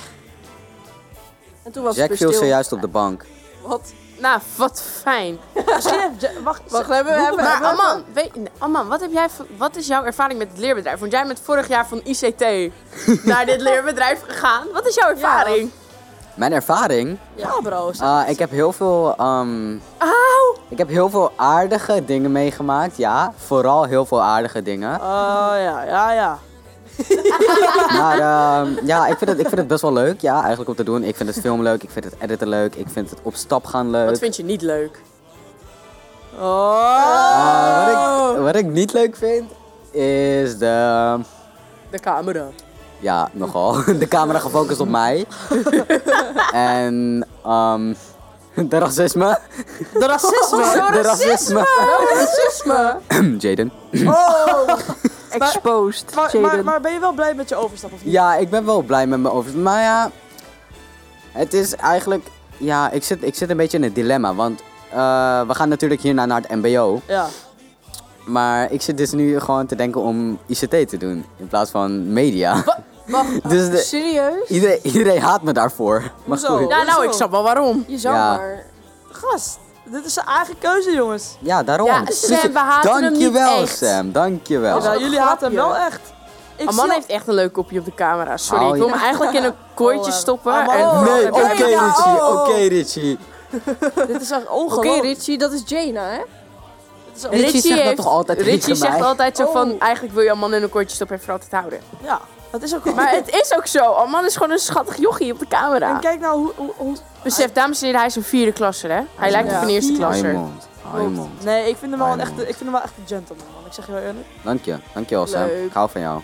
En toen was
Jack
het
viel
weer stil.
zojuist op de bank.
Wat? Nou, wat fijn.
wacht,
wacht, hebben we- hebben we-
Maar
hebben we-
Aman, weet, nee, Aman wat, heb jij, van- wat is jouw ervaring met het leerbedrijf? Want jij bent vorig jaar van ICT naar dit leerbedrijf gegaan. Wat is jouw ervaring?
Mijn ervaring?
Ja, bro.
Ah, ik heb heel veel... ehm,
Auw!
ik heb heel veel aardige dingen meegemaakt, ja. Vooral heel veel aardige dingen.
Oh, ja, ja, ja.
Maar ehm, ja, ik vind, het, ik vind het best wel leuk, ja, eigenlijk om te doen. Ik vind het film leuk, ik vind het editen leuk, ik vind het op stap gaan leuk.
Wat vind je niet leuk?
Oh.
Ah, wat, ik, wat ik niet leuk vind, is de...
De camera.
Ja, nogal. De camera gefocust op mij. en ehm de racisme.
De racisme.
Oh,
De
Oh,
racisme.
De racisme.
Jaden.
Oh.
Exposed,
Maar, maar, maar,
Jaden.
maar ben je wel blij met je overstap of niet?
Ja, ik ben wel blij met mijn over. Maar ja, het is eigenlijk... Ja, ik zit, ik zit een beetje in het dilemma. Want eh, we gaan natuurlijk hierna naar het mbo.
Ja.
Maar ik zit dus nu gewoon te denken om ICT te doen. In plaats van media.
Wacht,
Dus de-
serieus?
Iedereen, iedereen haat me daarvoor. Maar
Hoezo?
goed.
Ja, nou, ik snap
wel waarom.
Je zou
Ja.
maar...
Gast, dit is zijn eigen keuze, jongens.
Ja, daarom. Dus
Ja, Sam, we haten hem niet
dankjewel,
echt.
Sam. Dankjewel.
Jawel, jullie haten hem wel echt. Ik
Aman
zie-
heeft echt een leuk kopje op de camera. Sorry,
Oh,
ik wil
ja.
hem eigenlijk in een kooitje stoppen. en...
Oh,
nee, oké Richie,
oh.
oké Richie.
Dit is echt ongelooflijk. Oké, Richie, dat is Jana, hè? Dat is
Richie zegt dat toch altijd
Richie
tegen
zegt
mij?
altijd zo van,
Oh.
eigenlijk wil je Aman in een kooitje stoppen en voor altijd houden.
Ja, dat is ook wel-
Maar het is ook zo. Aman is gewoon een schattig jochie op de camera.
En kijk nou hoe... hoe, hoe-
Besef, dames en heren, hij is een vierde klasser, hè? Hij lijkt op een eerste klasser.
Raymond, Raymond.
Oh, Nee, ik vind hem wel een echte, ik vind hem wel echt een gentleman, man. Ik zeg je wel eerlijk.
Dank je, dankjewel Sam.
Leuk.
Ik hou van jou.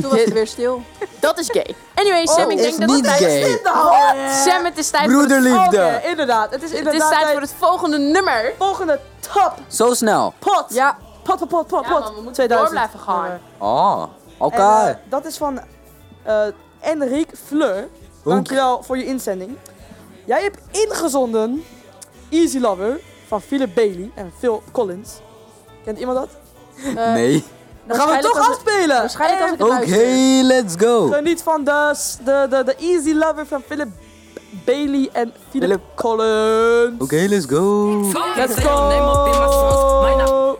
Toen was het weer stil.
Dat is gay. Anyway,
Oh,
Sam, ik
is
denk dat
niet
het tijd
gay.
is. Wat? Sam, het is tijd
Broederliefde.
voor het...
Oké,
inderdaad. Het is
Het is
inderdaad
tijd
tijd-
voor het volgende nummer.
Volgende top
Zo snel.
pot. Ja. Pot, pot, pot, pot, pot.
man, we moeten
2000.
door blijven gaan.
nummer.
Oh, oké.
En, eh, dat is van eh Enrique Fleur. Dankjewel voor je inzending. Jij hebt ingezonden Easy Lover van Philip Bailey en Phil Collins. Kent iemand dat?
Eh, nou,
nee.
Dan gaan we het
Waarschijnlijk
toch
als ik-
afspelen!
waarschijnlijk als ik
Oké, let's go.
Geniet van de, s- de, de, de Easy Lover van Philip Bailey en Philip, Collins.
Oké, let's go.
Let's go!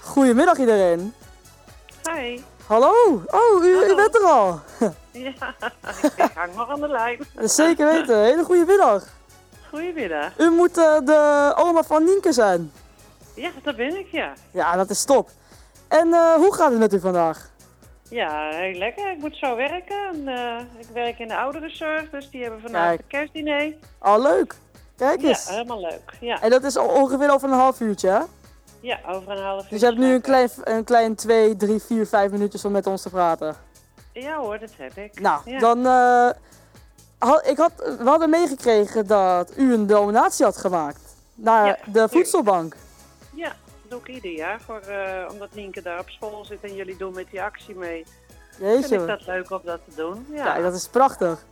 Goedemiddag iedereen.
Hi.
Hallo. Oh, u, u bent er al.
Ja, ik hang maar aan de lijn.
Zeker weten. Hele goede middag.
Goedemiddag.
U moet eh, de oma van Nienke zijn.
Ja, daar ben ik, ja.
Ja, dat is top. En eh, hoe gaat het met u vandaag?
Ja, heel lekker. Ik moet zo werken. En, eh, ik werk in de ouderenzorg, dus die hebben vandaag
Kijk.
een kerstdiner.
Al leuk. Kijk eens.
Ja, helemaal leuk. Ja,
En dat is al ongeveer over een half uurtje, hè?
ja over een half uur.
Dus je hebt nu een klein, een klein 2, 3, 4, 5 minuutjes om met ons te praten.
Ja hoor, dat heb ik.
Nou,
ja.
dan... eh, had, ik had, we hadden meegekregen dat u een donatie had gemaakt naar
Ja,
de voedselbank.
Ja, dat doe ik ieder jaar. Voor, eh, omdat Nienke daar op school zit en jullie doen met die actie mee.
Jeetje.
Vind ik dat leuk om dat te doen. Ja,
Kijk, dat is prachtig.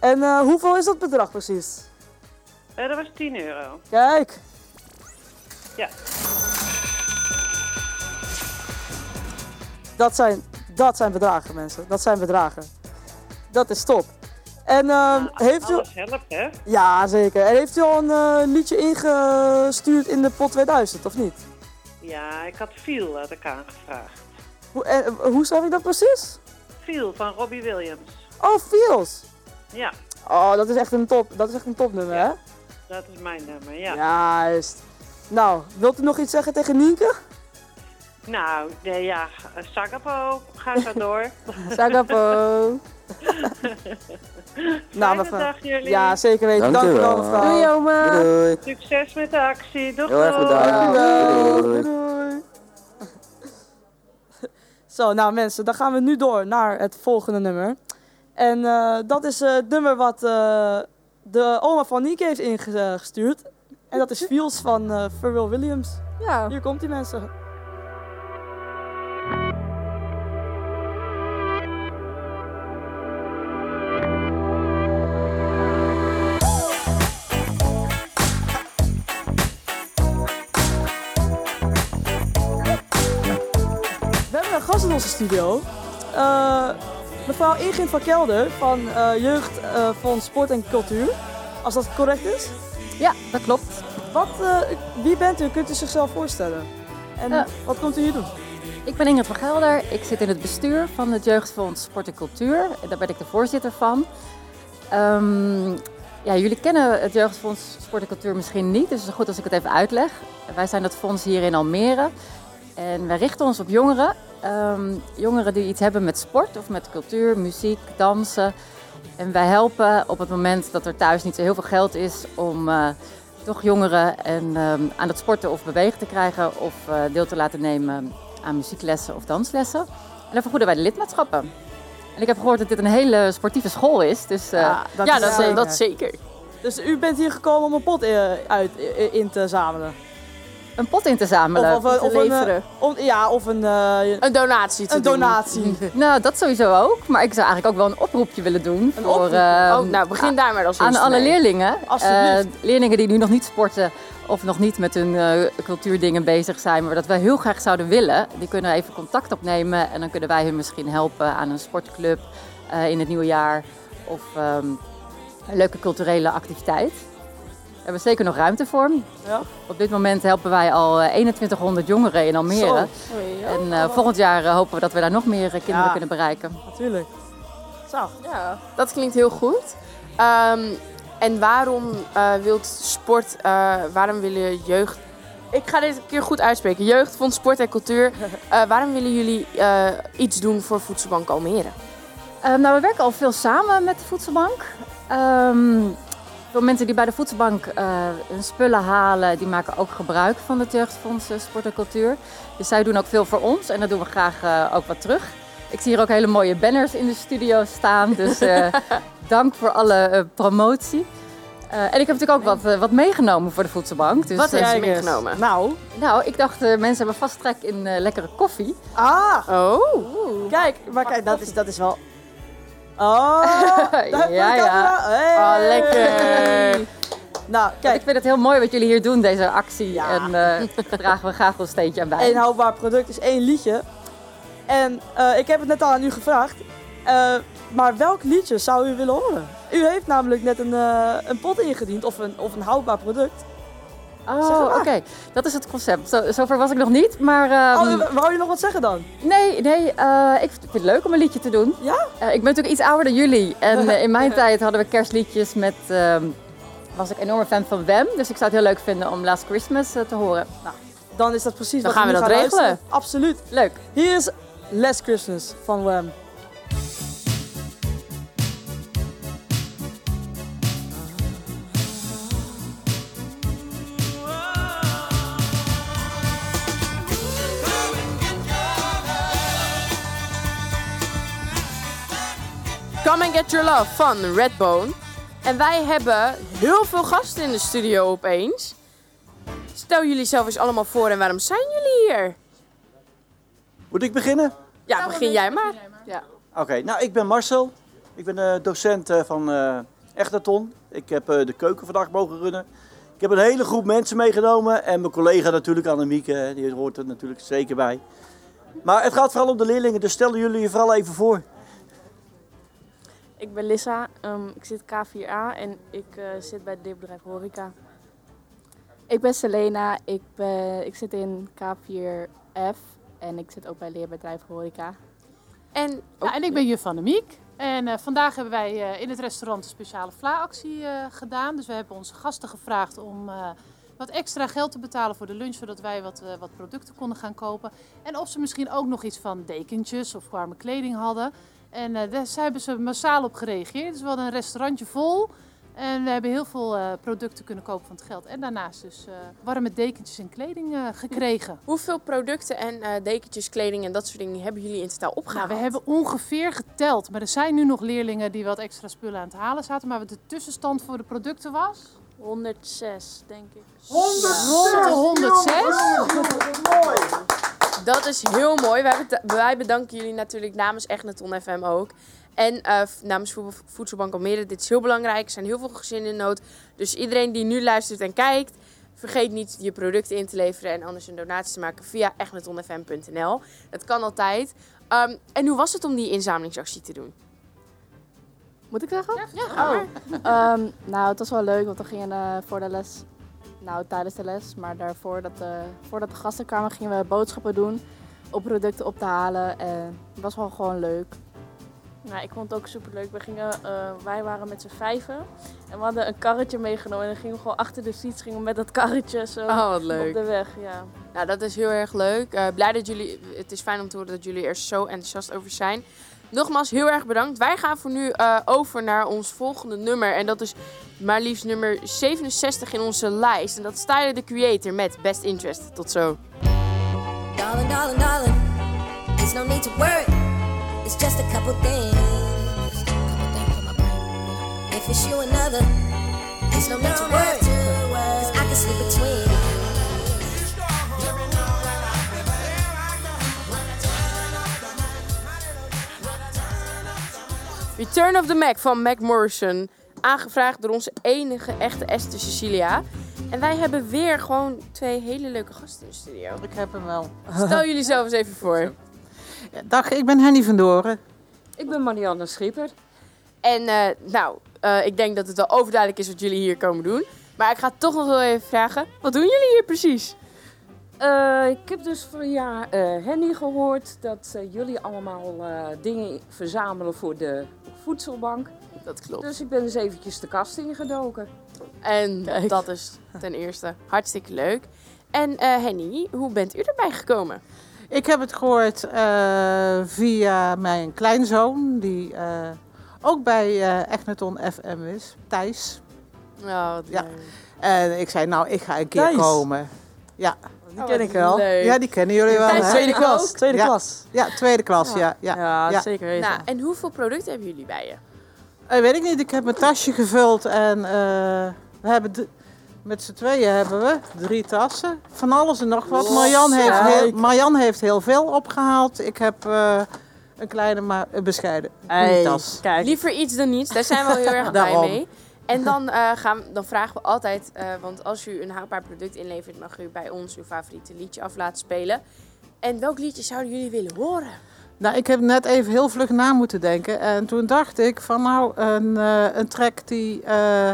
En eh, hoeveel is dat bedrag precies?
Eh, dat was 10 euro.
Kijk,
Ja.
dat zijn, dat zijn bedragen, mensen. Dat zijn bedragen. Dat is top. En ehm, heeft u...
Alles helpt, hè?
Ja, zeker. En heeft u al een eh, liedje ingestuurd in de pot 2000, of niet?
Ja, ik had Viel had ik aangevraagd.
Hoe, en, eh, hoe schrijf ik dat precies?
Viel van Robbie Williams.
Oh, Feels.
Ja,
Oh, dat is echt een top. Dat is echt een topnummer, hè?
dat is mijn nummer, ja.
Juist. Nou, wilt u nog iets zeggen tegen Nienke?
Nou, nee, ja, eh, Sagapo, ga zo door.
Sagapo.
Fijne
mevrouw.
dag jullie.
Ja, zeker weten. Dank u wel, mevrouw.
Doei,
oma. Doei.
Succes met de actie. Doeg,
Heel erg
doeg.
bedankt. Doei, doei. Zo, nou mensen, dan gaan we nu door naar het volgende nummer. En eh, dat is eh, het nummer wat eh, de oma van Nienke heeft ingestuurd. En dat is Fields van eh Pharrell Williams. Ja. Hier komt die mensen. We hebben een gast in onze studio. Eh, mevrouw Ingrid van Kelder van eh, Jeugd eh, van Sport en Cultuur. Als dat correct is?
Ja, dat klopt.
Wat, eh, wie bent u? Kunt u zichzelf voorstellen? En
Eh.
wat komt u hier doen?
Ik ben Ingrid van Gelder. Ik zit in het bestuur van het Jeugdfonds Sport en Cultuur. En Daar ben ik de voorzitter van. Ehm, ja, jullie kennen het Jeugdfonds Sport en Cultuur misschien niet, dus het is goed als ik het even uitleg. Wij zijn dat fonds hier in Almere en wij richten ons op jongeren. Ehm, jongeren die iets hebben met sport of met cultuur, muziek, dansen. En wij helpen op het moment dat er thuis niet zo heel veel geld is om eh, toch jongeren en, ehm, aan het sporten of bewegen te krijgen of eh, deel te laten nemen aan muzieklessen of danslessen. En dan vergoeden wij de lidmaatschappen. En ik heb gehoord dat dit een hele sportieve school is. Dus, eh, ja, dat, eh, dat zeker.
Dus u bent hier gekomen om een pot eh, uit, eh, in te zamelen?
Een pot in te zamelen.
Of, of, of een, eh, om- ja, of een... eh,
een donatie
te Een doen. donatie.
nou, dat sowieso ook. Maar ik zou eigenlijk ook wel een oproepje willen doen. voor,
oproep?
ehm,
Oh, nou, begin
a-
daar maar alsjeblieft
Aan alle
mee.
leerlingen.
Alsjeblieft.
Eh, leerlingen die nu nog niet sporten of nog niet met hun eh, cultuurdingen bezig zijn. Maar dat wij heel graag zouden willen. Die kunnen even contact opnemen. En dan kunnen wij hun misschien helpen aan een sportclub eh, in het nieuwe jaar. Of ehm, een leuke culturele activiteit. We hebben zeker nog ruimte voor. Op dit moment helpen wij al eh, 2100 jongeren in Almere.
Zo. Oei, ja.
En eh, volgend jaar eh, hopen we dat we daar nog meer eh, kinderen
Ja.
kunnen bereiken.
Natuurlijk. Zo.
Ja, dat klinkt heel goed. Ehm, en waarom eh wilt sport, eh, waarom willen jeugd... Ik ga dit een keer goed uitspreken. Jeugd van sport en cultuur. Eh, waarom willen jullie eh, iets doen voor Voedselbank Almere?
Eh, nou, we werken al veel samen met de voedselbank. Ehm, veel mensen die bij de voedselbank eh, hun spullen halen, die maken ook gebruik van het jeugdfonds eh, Sport en Cultuur. Dus zij doen ook veel voor ons en daar doen we graag eh, ook wat terug. Ik zie hier ook hele mooie banners in de studio staan, dus eh, dank voor alle eh, promotie. Eh, en ik heb natuurlijk ook wat, eh, wat meegenomen voor de voedselbank. Dus,
Wat heeft ze
eh,
meegenomen?
Nou?
Nou, ik dacht, eh, mensen hebben vast trek in eh, lekkere koffie.
Ah!
Oh!
Kijk, maar kijk, dat is, dat is wel... Oh! daar-
ja, ja.
Hey.
Oh, lekker.
Nou, kijk.
Ik vind het heel mooi wat jullie hier doen, deze actie. En eh dragen we graag wel een steentje aan bij.
Eén houdbaar product is één liedje. En eh, ik heb het net al aan u gevraagd. eh, maar welk liedje zou u willen horen? U heeft namelijk net een, eh, een pot ingediend of een, of een houdbaar product. Zeg ah,
Oh,
maar.
oké. Dat is het concept. Zo, zover was ik nog niet, maar... ehm,
Oh, wou je nog wat zeggen dan?
Nee, nee. eh, ik vind het leuk om een liedje te doen. Eh,
Ja?
ik ben natuurlijk iets ouder dan jullie. En eh, in mijn tijd hadden we kerstliedjes met... ehm, was ik enorm fan van Wem. Dus ik zou het heel leuk vinden om Last Christmas eh, te horen.
Nou, dan is dat precies
Dan
wat
gaan we
nu
dat regelen.
luisteren. Absoluut.
Leuk.
Hier is Last Christmas van Wham.
Come and Get Your Love van Redbone. En wij hebben heel veel gasten in de studio opeens. Stel jullie zelf eens allemaal voor en waarom zijn jullie hier?
Moet ik beginnen?
Ja, begin jij maar. Ja.
Oké, nou ik ben Marcel. Ik ben eh, docent eh, van eh Echnaton. Ik heb eh, de keuken vandaag mogen runnen. Ik heb een hele groep mensen meegenomen. En mijn collega natuurlijk, Annemieke, eh, die hoort er natuurlijk zeker bij. Maar het gaat vooral om de leerlingen, dus stellen jullie je vooral even voor.
Ik ben Lissa, ehm, ik zit K4A en ik eh, zit bij het deelbedrijf Horeca.
Oh.
Ik ben Selena, ik, ben, ik zit in K4F en ik zit ook bij leerbedrijf Horeca.
En,
Oh.
ja, en ik ben juf Annemiek. En eh, vandaag hebben wij eh, in het restaurant een speciale Vla-actie eh, gedaan. Dus we hebben onze gasten gevraagd om eh, wat extra geld te betalen voor de lunch, zodat wij wat, eh, wat producten konden gaan kopen. En of ze misschien ook nog iets van dekentjes of warme kleding hadden. En eh, daar zijn- hebben ze massaal op gereageerd. Dus we hadden een restaurantje vol. En we hebben heel veel eh, producten kunnen kopen van het geld. En daarnaast dus eh, warme dekentjes en kleding eh, gekregen.
Hoeveel producten en eh, dekentjes, kleding en dat soort dingen hebben jullie in totaal opgehaald?
Nou, we hebben ongeveer geteld. Maar er zijn nu nog leerlingen die wat extra spullen aan het halen zaten. Maar wat de tussenstand voor de producten was? 106, denk ik.
106!
Rond de 106.
mooi! Dat is heel mooi. Wij, beda- wij bedanken jullie natuurlijk namens Egnaton FM ook. En eh, v- namens Voe- Voedselbank Almere. Dit is heel belangrijk. Er zijn heel veel gezinnen in nood. Dus iedereen die nu luistert en kijkt... vergeet niet je producten in te leveren... en anders een donatie te maken via egnatonfm.nl. Dat kan altijd. Ehm, en hoe was het om die inzamelingsactie te doen?
Moet ik zeggen?
Ja,
Oh. Ehm, nou, het was wel leuk, want we gingen eh, voor de les, nou tijdens de les, maar daarvoor dat, eh, voordat de gasten kwamen, gingen we boodschappen doen om producten op te halen. En het was wel gewoon leuk.
Nou, ik vond het ook superleuk. We gingen, eh, wij waren met z'n vijven en we hadden een karretje meegenomen. En dan gingen we gewoon achter de fiets gingen we met dat karretje zo
Oh, wat leuk.
op de weg. Ja.
Nou, dat is heel erg leuk. Eh, blij dat jullie, het is fijn om te horen dat jullie er zo enthousiast over zijn. Nogmaals, heel erg bedankt. Wij gaan voor nu eh, over naar ons volgende nummer. En dat is maar liefst nummer 67 in onze lijst. En dat is Tyler, de Creator met Best Interest. Tot zo.
Darling, darling, darling, there's no need to worry. It's just a couple things. If it's you another, there's no need to worry. Cause I can sleep between.
Return of the Mac van Mac Morrison. Aangevraagd door onze enige echte Esther Cecilia. En wij hebben weer gewoon twee hele leuke gasten in de studio.
Ik heb hem wel.
Stel jullie zelf eens even voor.
Dag, ik ben Henny van Doren.
Ik ben Marianne Schipper. En eh, nou, eh, ik denk dat het wel overduidelijk is wat jullie hier komen doen. Maar ik ga toch nog wel even vragen, wat doen jullie hier precies?
Eh, ik heb dus via eh Henny gehoord dat eh, jullie allemaal eh, dingen verzamelen voor de voedselbank.
Dat klopt.
Dus ik ben eens eventjes de kast ingedoken.
En dat is ten eerste hartstikke leuk. En eh, Henny, hoe bent u erbij gekomen?
Ik heb het gehoord eh, via mijn kleinzoon, die eh, ook bij eh Egnaton FM is, Thijs.
Oh, wat
Ja. En ik zei, nou, ik ga een keer Thijs? komen. Ja.
Die
Oh,
ken
wat
ik wel.
leuk. Ja, die kennen jullie wel.
Thijs ken
hè?
ik Tweede ook. klas, tweede
Ja.
klas.
Ja, tweede
Oh.
klas, ja. Ja,
Nou, en hoeveel producten hebben jullie bij je?
Eh, weet ik niet, ik heb mijn tasje gevuld en eh, we hebben d- met z'n tweeën hebben we drie tassen. Van alles en nog wat.
Wow.
Marjan heeft,
Kijk.
heel, Marjan heeft heel veel opgehaald. Ik heb eh, een kleine, maar een bescheiden
Hey,
tas.
Liever iets dan niets, daar zijn we wel heel erg blij
Daarom.
mee. En dan, eh, gaan, dan vragen we altijd, eh, want als u een haalbaar product inlevert, mag u bij ons uw favoriete liedje af laten spelen. En welk liedje zouden jullie willen horen?
Nou, ik heb net even heel vlug na moeten denken. En toen dacht ik van nou, een, eh, een track die eh,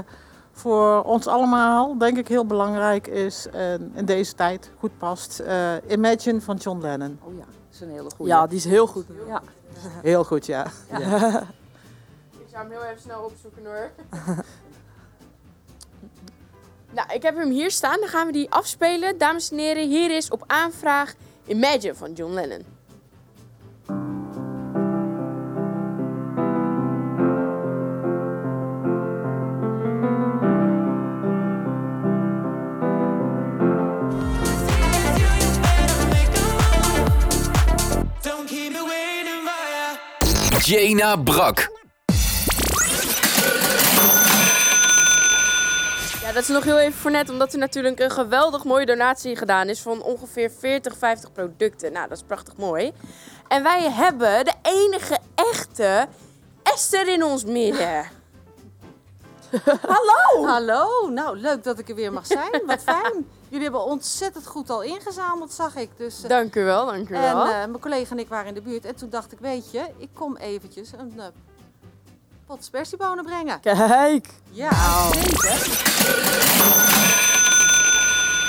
voor ons allemaal denk ik heel belangrijk is. En in deze tijd goed past. Eh, Imagine van John Lennon.
Oh ja, dat is een hele goede.
Ja, die is heel goed.
Ja.
Heel goed, ja.
Ja.
ja.
Ik zou hem heel even snel opzoeken hoor. nou, ik heb hem hier staan, dan gaan we die afspelen. Dames en heren, hier is op aanvraag Imagine van John Lennon.
Jena Brak.
Ja, dat is nog heel even voor net, omdat er natuurlijk een geweldig mooie donatie gedaan is van ongeveer 40, 50 producten. Nou, dat is prachtig mooi. En wij hebben de enige echte
Esther in ons midden.
Oh.
Hallo! Hallo, nou leuk dat ik er weer mag zijn. Wat fijn. Jullie hebben ontzettend goed al ingezameld, zag ik. Dus, eh,
Dank u wel, dank u
en
wel.
eh, mijn collega en ik waren in de buurt. En toen dacht ik, weet je, ik kom eventjes een eh, pot spersiebonen
Ah.
brengen. Kijk! Ja,
Nou.
zeker.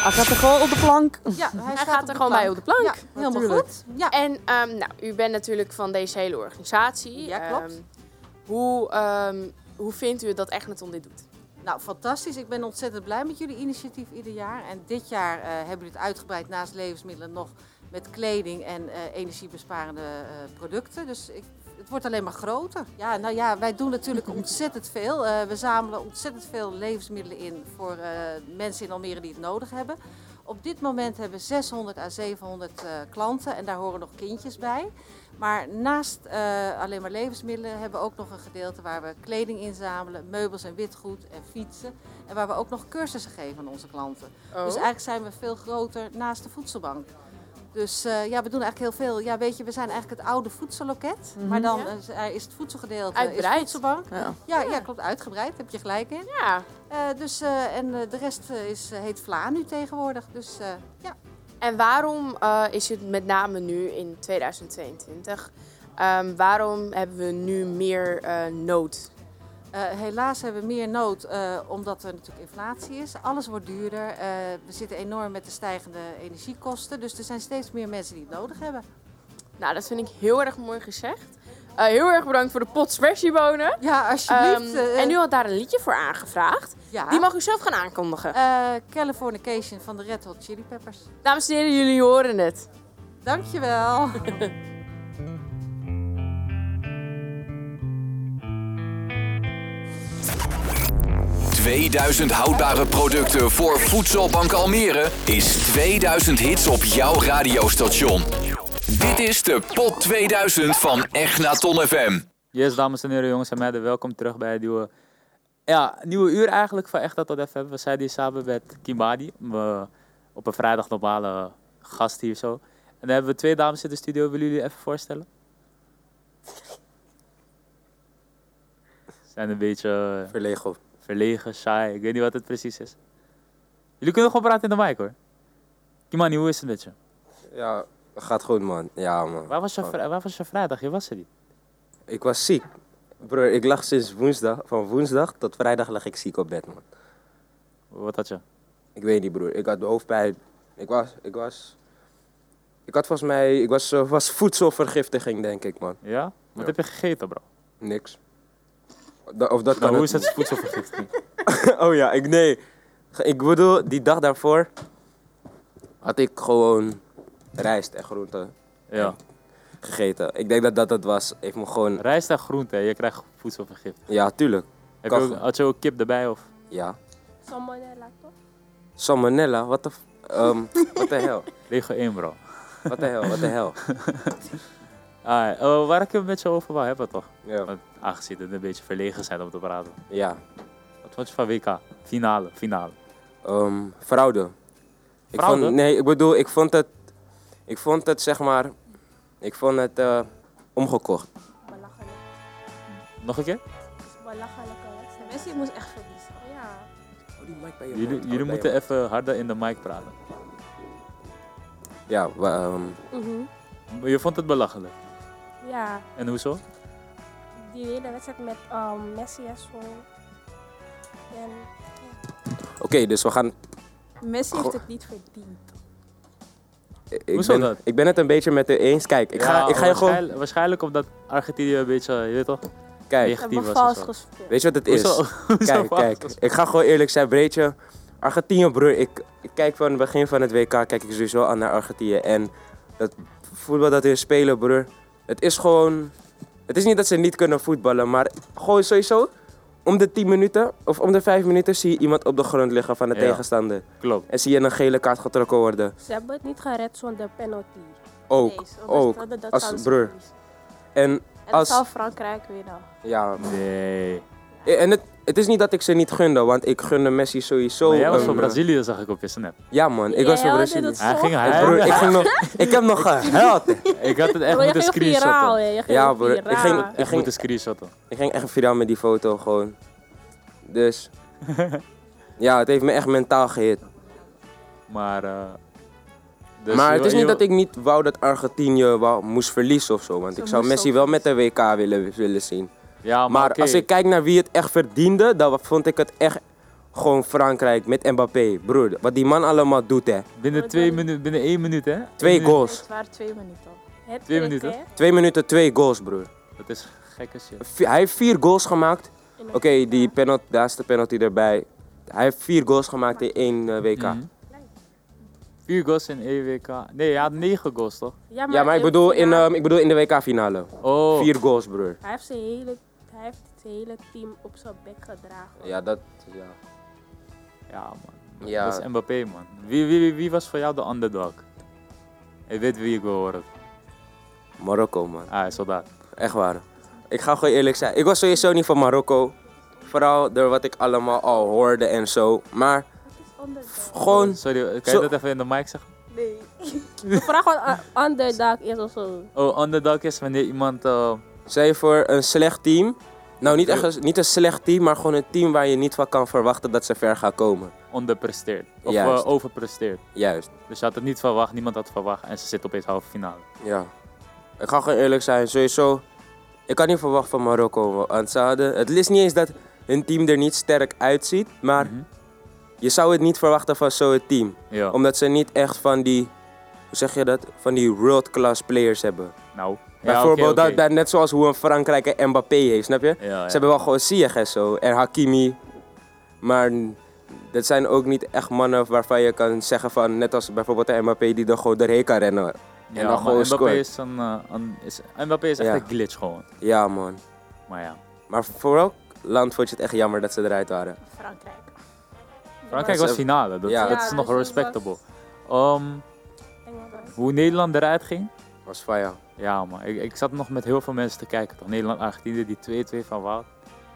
Hij gaat er gewoon op de plank. Ja,
hij,
staat
gaat
op
er
de
gewoon
plank.
bij op de plank.
Ja, helemaal Natuurlijk. goed.
En ehm, nou, u bent natuurlijk van deze hele organisatie.
Ja, klopt.
Ehm, hoe, ehm, hoe vindt u het dat Egnaton dit doet?
Nou, fantastisch. Ik ben ontzettend blij met jullie initiatief ieder jaar. En dit jaar eh, hebben jullie het uitgebreid naast levensmiddelen nog met kleding en eh, energiebesparende eh, producten. Dus ik, het wordt alleen maar groter. Ja, nou ja, wij doen natuurlijk ontzettend veel. Eh, we zamelen ontzettend veel levensmiddelen in voor eh, mensen in Almere die het nodig hebben. Op dit moment hebben we 600 à 700 eh, klanten en daar horen nog kindjes bij. Maar naast eh, alleen maar levensmiddelen hebben we ook nog een gedeelte waar we kleding inzamelen, meubels en witgoed en fietsen. En waar we ook nog cursussen geven aan onze klanten.
Oh.
Dus eigenlijk zijn we veel groter naast de voedselbank. Dus eh, ja, we doen eigenlijk heel veel. Ja, weet je, we zijn eigenlijk het oude voedselloket.
Mhm.
Maar dan
Ja.
eh, is- eh, is het voedselgedeelte
Uitgebreid.
Is de voedselbank.
Ja.
Ja. Ja, klopt. Uitgebreid. Heb je gelijk in.
Ja.
dus, eh, en eh, de rest eh, is, eh, heet Vla nu tegenwoordig. Dus eh, ja.
En waarom eh, is het met name nu in 2022? Ehm, waarom hebben we nu meer eh, nood?
Eh, helaas hebben we meer nood eh, omdat er natuurlijk inflatie is. Alles wordt duurder. Eh, we zitten enorm met de stijgende energiekosten. Dus er zijn steeds meer mensen die het nodig hebben.
Nou, dat vind ik heel erg mooi gezegd. Eh, heel erg bedankt voor de pot spersiebonen. Ehm,
Ja, alsjeblieft, eh,
en u had daar een liedje voor aangevraagd.
Ja.
Die mag u zelf gaan aankondigen.
Eh, Californication van de Red Hot Chili Peppers.
Dames en heren, jullie horen het.
Dankjewel.
€2000. 2000 houdbare producten voor Voedselbank Almere is 2000 hits op jouw radiostation. Dit is de Pot 2000 van Egnaton FM.
Yes, dames en heren, jongens en meiden, welkom terug bij het nieuwe, ja, nieuwe uur eigenlijk van Echt Dat Tot FM. We zijn hier samen met Kimadi, mijn op een vrijdag normale gast hier zo. En dan hebben we twee dames in de studio, willen jullie even voorstellen? Ze zijn een beetje... Verlegen. Verlegen, saai, ik weet niet wat het precies is. Jullie kunnen gewoon praten in de mic hoor. Kimani, hoe is het met je?
Ja, gaat goed man. Ja man.
Waar was je,
Gewoon.
vrij- waar was je vrijdag? Je was er niet.
Ik was ziek. Broer, ik lag sinds woensdag, van woensdag tot vrijdag lag ik ziek op bed man.
Wat had je?
Ik weet niet broer, ik had hoofdpijn. Ik was, ik was, ik had volgens mij, ik was, eh, was voedselvergiftiging denk ik man.
Ja? Wat heb je gegeten bro?
Niks. Da- of dat
Nou,
kan
hoe is
het-
dat voedselvergiftiging?
oh ja, ik nee. Ik bedoel, die dag daarvoor had ik gewoon rijst en groenten
Ja.
gegeten. Ik denk dat dat het was. Ik me gewoon...
Rijst en groenten, je krijgt voedselvergiftiging.
Ja, tuurlijk.
Heb
Kan
je ook,
gewoon.
had je ook kip erbij of?
Ja.
Salmonella, toch?
Salmonella, wat de... f- ehm, wat de hel?
Lego 1, bro.
Wat de hel, wat de hel.
Ah, eh, waar ik het met je over wou hebben, toch?
Ja.
Want, aangezien het een beetje verlegen zijn om te praten.
Ja.
Wat vond je van WK? Finale, finale.
Ehm, fraude. Ik
Nou. Fraude?
vond, nee, ik bedoel, ik vond het... Ik vond het, zeg maar... Ik vond het eh, omgekocht.
Nog een keer?
Belachelijke wedstrijd. Messi moest echt verliezen. Ja.
Jullie, jullie moeten even harder in de mic praten.
Ja, wa- ehm,
Mhm.
Je vond het belachelijk.
Ja,
En hoezo?
die hele wedstrijd met ehm, Messi en zo. En
oké, dus we gaan...
Messi
heeft
het niet verdiend.
Ik
Hoezo
ben,
dat?
ik ben het een beetje met de eens. Kijk, ik ga,
Ja,
ik ga je gewoon...
waarschijnlijk- Waarschijnlijk omdat Argentinië een beetje, je weet toch?
Kijk,
negatief was. en zo.
Weet je wat het is?
Hoezo? Hoezo
Kijk,
vals
kijk. Ik ga gewoon eerlijk zijn, breedje. Argentinië, broer. Ik, ik kijk van het begin van het WK, kijk ik sowieso aan naar Argentinië. En dat voetbal dat we spelen, broer. Het is gewoon... Het is niet dat ze niet kunnen voetballen, maar gewoon sowieso... Om de 10 minuten of om de 5 minuten zie je iemand op de grond liggen van de
Ja,
tegenstander.
Klopt.
En zie je een gele kaart getrokken worden.
Ze hebben het niet gered zonder penalty.
Ook,
Nee, zonder
ook.
schade, dat
als
zouden ze
broer. En
En dan
als...
zal Frankrijk winnen.
Ja.
Nee.
En het, het is niet dat ik ze niet gunde, want ik gunde Messi sowieso.
Maar jij was
een,
voor
eh,
Brazilië, zag ik op je snap.
Ja man, ik was
Jij
voor
had
Brazilië.
dit Hij zo ging hard.
Broer, ik,
huilen.
ging nog, ik heb nog gehuild.
Ik had het echt
Bro, je
moeten
ging viraal, hè?
screenshotten.
Je ging
Ja broer, ik
viraal.
ging, ik
Echt
ging
moeten screenshotten.
Ik ging echt viraal met die foto gewoon. Dus. ja, het heeft me echt mentaal gehit.
Maar. eh, dus
maar het
je-
is
je-
niet dat ik niet wou dat Argentinië wou, moest verliezen of zo. Want
Ze
ik zou
moest
Messi wel met de WK willen, willen zien.
Ja, maar, oké.
als ik kijk naar wie het echt verdiende, dan vond ik het echt gewoon Frankrijk met Mbappé. Broer, wat die man allemaal doet hè.
Binnen twee minuten, binnen één minuut hè?
Twee goals.
Het waren twee minuten. Het
Twee
werk,
minuten?
hè?
Twee minuten, twee goals broer.
Dat is gekke shit.
Vi- Hij heeft vier goals gemaakt. Oké, die penalty, daar is de penalty erbij. Hij heeft vier goals gemaakt in één eh, WK.
Mhm. Vier goals in één WK. Nee, hij had negen goals toch?
Ja, maar,
Ja, maar ik bedoel in, ehm, ik bedoel in de WK-finale.
Oh.
Vier goals, broer.
Hij heeft, zijn hele, hij heeft het hele team op zijn bek gedragen.
Ja, dat... Ja.
Ja, man.
Ja.
Dat is Mbappé, man. Wie, wie, wie, wie was voor jou de underdog? Ik weet wie ik wil horen.
Marokko, man.
Ah, soldaat.
Echt waar. Ik ga gewoon eerlijk zijn. Ik was sowieso niet van Marokko. Vooral door wat ik allemaal al hoorde en zo. Maar gewoon...
Sorry, kan je
Zo-
dat even in de mic zeggen?
Nee. Vraag eh, wat een underdog is of zo.
Oh, underdog is wanneer iemand... eh
Zij voor een slecht team. Nou, niet echt een, niet een slecht team, maar gewoon een team waar je niet van kan verwachten dat ze ver gaan komen.
Onderpresteert. Of eh,
Juist.
overpresteert.
Juist.
Dus je had het niet verwacht, niemand had het verwacht. En ze zit opeens halve finale.
Ja. Ik ga gewoon eerlijk zijn, sowieso. Ik had niet verwacht van Marokko. Want ze hadden, het is niet eens dat hun team er niet sterk uitziet, maar je zou het niet verwachten van zo'n team.
Mhm. Ja.
Omdat ze niet echt van die, hoe zeg je dat, van die world-class players hebben.
Nou.
Bijvoorbeeld
oké, oké.
Dat, dat, net zoals hoe een Frankrijk een Mbappé heeft, snap je?
ja.
Ze hebben wel gewoon Ziyech en zo, en Hakimi. Maar dat zijn ook niet echt mannen waarvan je kan zeggen van, net als bijvoorbeeld een Mbappé die er gewoon doorheen kan rennen.
Ja,
en dan
maar
gewoon
Mbappé
scoort.
is, een, eh, een, is, Mbappé is echt
Ja.
een glitch gewoon.
Ja, man.
Maar ja.
Maar voor welk land vond je het echt jammer dat ze eruit waren?
Frankrijk.
Frankrijk was finale, dat,
Ja.
dat
Ja,
is
dus
nog
dat was-
respectable. Ehm, hoe Nederland eruit ging?
Was fire.
Ja man, ik, ik zat nog met heel veel mensen te kijken toch. Nederland, Argentinië, die 2-2 van Wout.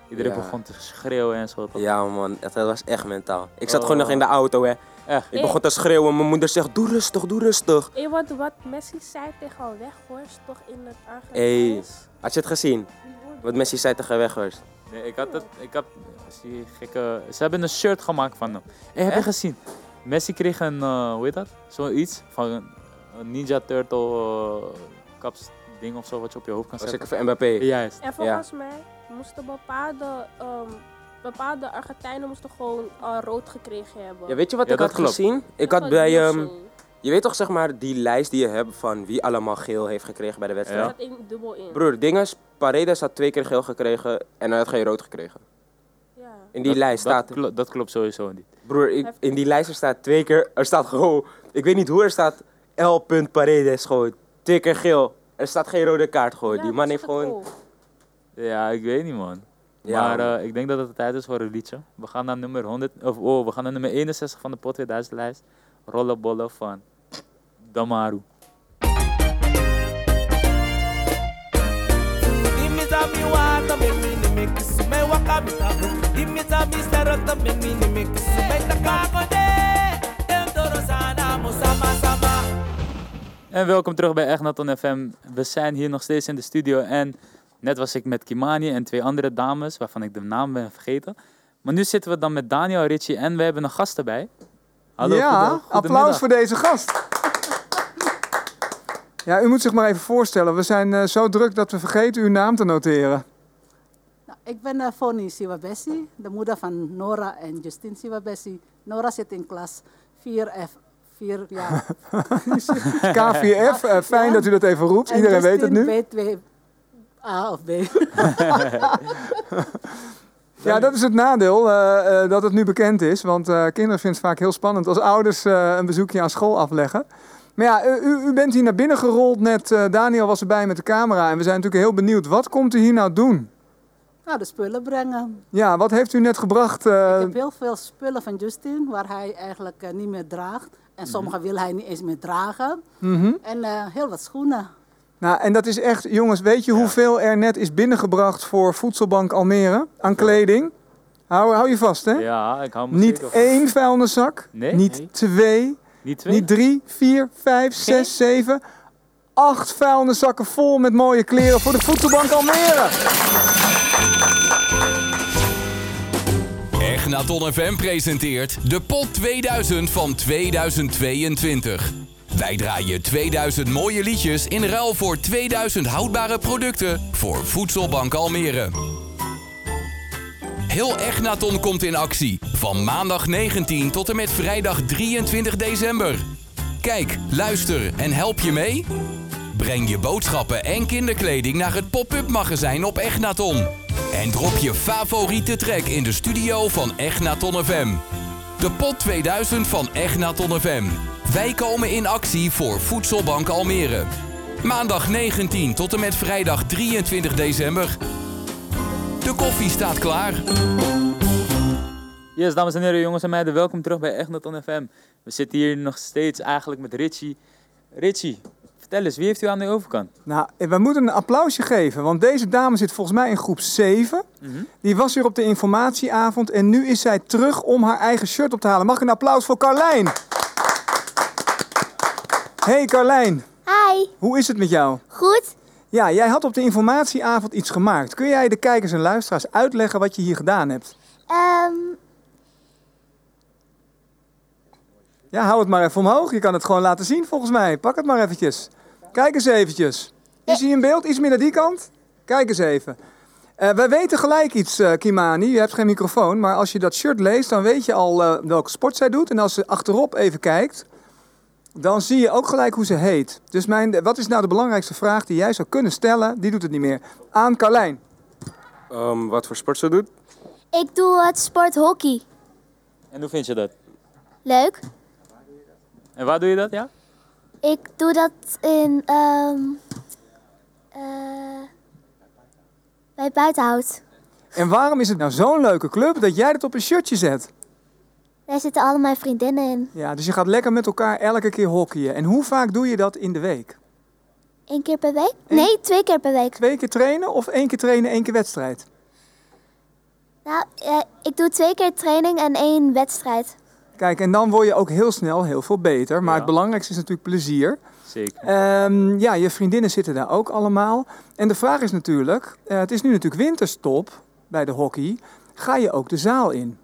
Iedereen
Ja.
begon te schreeuwen en zo. toch?
Ja, man, dat dat was echt mentaal. Ik zat
Oh.
gewoon nog in de auto, hè.
Echt?
Ik begon te schreeuwen, mijn moeder zegt: Doe rustig, doe rustig.
Eh, wat, wat Messi zei tegen haar weg, hoor, is toch in het
Hé,
Argentijn.
had je het gezien? Wat Messi zei tegen Weghorst.
Nee, ik had het, ik had, is die gekke, ze hebben een shirt gemaakt van hem. Hey, heb je
Echt?
gezien? Messi kreeg een, eh, hoe heet dat? Zoiets van een, een Ninja Turtle eh, kaps ding of zo wat je op je hoofd kan
Was
zetten.
ik voor Mbappé?
Juist.
En volgens mij moesten bepaalde, ehm, bepaalde Argentijnen moesten gewoon eh, rood gekregen hebben.
Ja, weet je wat
Ja,
ik
dat
had
klopt.
gezien? Ik
Dat
had
was
bij.
niet
ehm, je weet toch zeg maar die lijst die je hebt van wie allemaal geel heeft gekregen bij de
Er zat
wedstrijd?
in dubbel in.
Broer, dinges, Paredes had twee keer geel gekregen en hij had geen rood gekregen. In die
Dat-
lijst
dat
staat.
klo- dat klopt sowieso niet.
Broer, ik, in die lijst er staat twee keer. Er staat gewoon. Ik weet niet hoe er staat. L. Paredes gewoon. Twee keer geel. Er staat geen rode kaart gewoon. die man heeft gewoon.
Ja, ik weet niet, man.
Ja,
maar
man.
eh, ik denk dat het tijd is voor een liedje. We gaan naar nummer 100, of oh, we gaan naar nummer 61 van de Pot 2000 lijst. Rollenbollen van Damaru.
Dimi za mi wata me mi ni mi kisu me waka mi tabu. Dimi za mi serota me mi ni mi kisu me taka kode. Dem toro sana mo sama sama.
En welkom terug bij Egnaton FM. We zijn hier nog steeds in de studio en net was ik met Kimani en twee andere dames, waarvan ik de naam ben vergeten. Maar nu zitten we dan met Daniel, Richie en we hebben een gast erbij. Hallo,
ja,
goede-
applaus
goedemiddag.
voor deze gast. Ja, u moet zich maar even voorstellen. We zijn eh, zo druk dat we vergeten uw naam te noteren.
Nou, ik ben eh, Foni Siwabessi, de moeder van Nora en Justin Siwabessi. Nora zit in klas 4F. 4 jaar.
K4F, eh, fijn dat u dat even roept.
En
Iedereen weet het
Justin
nu.
weet 2A of B.
Ja, dat is het nadeel eh, eh, dat het nu bekend is. Want eh, kinderen vinden het vaak heel spannend als ouders eh, een bezoekje aan school afleggen. Maar ja, eh, u, u bent hier naar binnen gerold net. eh, Daniel was erbij met de camera. En we zijn natuurlijk heel benieuwd. Wat komt u hier nou doen?
nou, de spullen brengen.
Ja, wat heeft u net gebracht? eh,
Ik heb heel veel spullen van Justin, waar hij eigenlijk eh, niet meer draagt. En sommige wil hij niet eens meer dragen.
mhm.
En eh, heel wat schoenen.
Nou, en dat is echt, jongens, weet je hoeveel er net is binnengebracht voor Voedselbank Almere aan kleding? Hou, hou je vast, hè?
Ja, ik hou me
Niet
zeker.
één vuilniszak,
Nee,
niet
nee.
twee,
Niet twee?
drie, vier, vijf, zes, zeven, acht vuilniszakken vol met mooie kleren voor de Voedselbank Almere.
Egnaton FM presenteert de Pot 2000 van 2022. Wij draaien 2000 mooie liedjes in ruil voor 2000 houdbare producten voor Voedselbank Almere. Heel Egnaton komt in actie van maandag 19 tot en met vrijdag 23 december. Kijk, luister en help je mee? Breng je boodschappen en kinderkleding naar het pop-up magazijn op Egnaton. En drop je favoriete track in de studio van Egnaton FM. De pot 2000 van Egnaton FM. Wij komen in actie voor Voedselbank Almere. Maandag 19 tot en met vrijdag 23 december. De koffie staat klaar.
Yes, dames en heren, jongens en meiden, welkom terug bij Egnaton FM. We zitten hier nog steeds eigenlijk met Richie. Richie, vertel eens, wie heeft u aan de overkant?
Nou, we moeten een applausje geven, want deze dame zit volgens mij in groep 7. Die was hier op de informatieavond en nu is zij terug om haar eigen shirt op te halen. Mag ik een applaus voor Carlijn? Hey Carlijn.
Hi.
Hoe is het met jou?
Goed.
Ja, jij had op de informatieavond iets gemaakt. Kun jij de kijkers en luisteraars uitleggen wat je hier gedaan hebt?
Ehm,
Ja, hou het maar even omhoog. Je kan het gewoon laten zien volgens mij. Pak het maar eventjes. Kijk eens eventjes. Is hij in beeld? Iets meer naar die kant? Kijk eens even. Eh, wij weten gelijk iets, eh, Kimani. Je hebt geen microfoon, maar als je dat shirt leest, dan weet je al eh, welke sport zij doet. En als ze achterop even kijkt, dan zie je ook gelijk hoe ze heet. Dus mijn, wat is nou de belangrijkste vraag die jij zou kunnen stellen? Die doet het niet meer. Aan Carlijn.
Ehm, wat voor sport ze doet?
ik doe het sport hockey.
En hoe vind je dat?
Leuk.
En waar doe je dat, ja?
Ik doe dat in. ehm, eh, bij buitenhout.
En waarom is het nou zo'n leuke club dat jij dat op een shirtje zet?
Daar zitten al mijn vriendinnen in.
Ja, dus je gaat lekker met elkaar elke keer hockeyen. En hoe vaak doe je dat in de week?
Eén keer per week?
Hm?
Nee, twee keer per week.
Twee keer trainen of één keer trainen, één keer wedstrijd?
Nou, eh, ik doe twee keer training en één wedstrijd.
Kijk, en dan word je ook heel snel heel veel beter. Maar het belangrijkste is natuurlijk plezier.
Zeker.
Ehm, ja, je vriendinnen zitten daar ook allemaal. En de vraag is natuurlijk, eh, het is nu natuurlijk winterstop bij de hockey. Ga je ook de zaal in?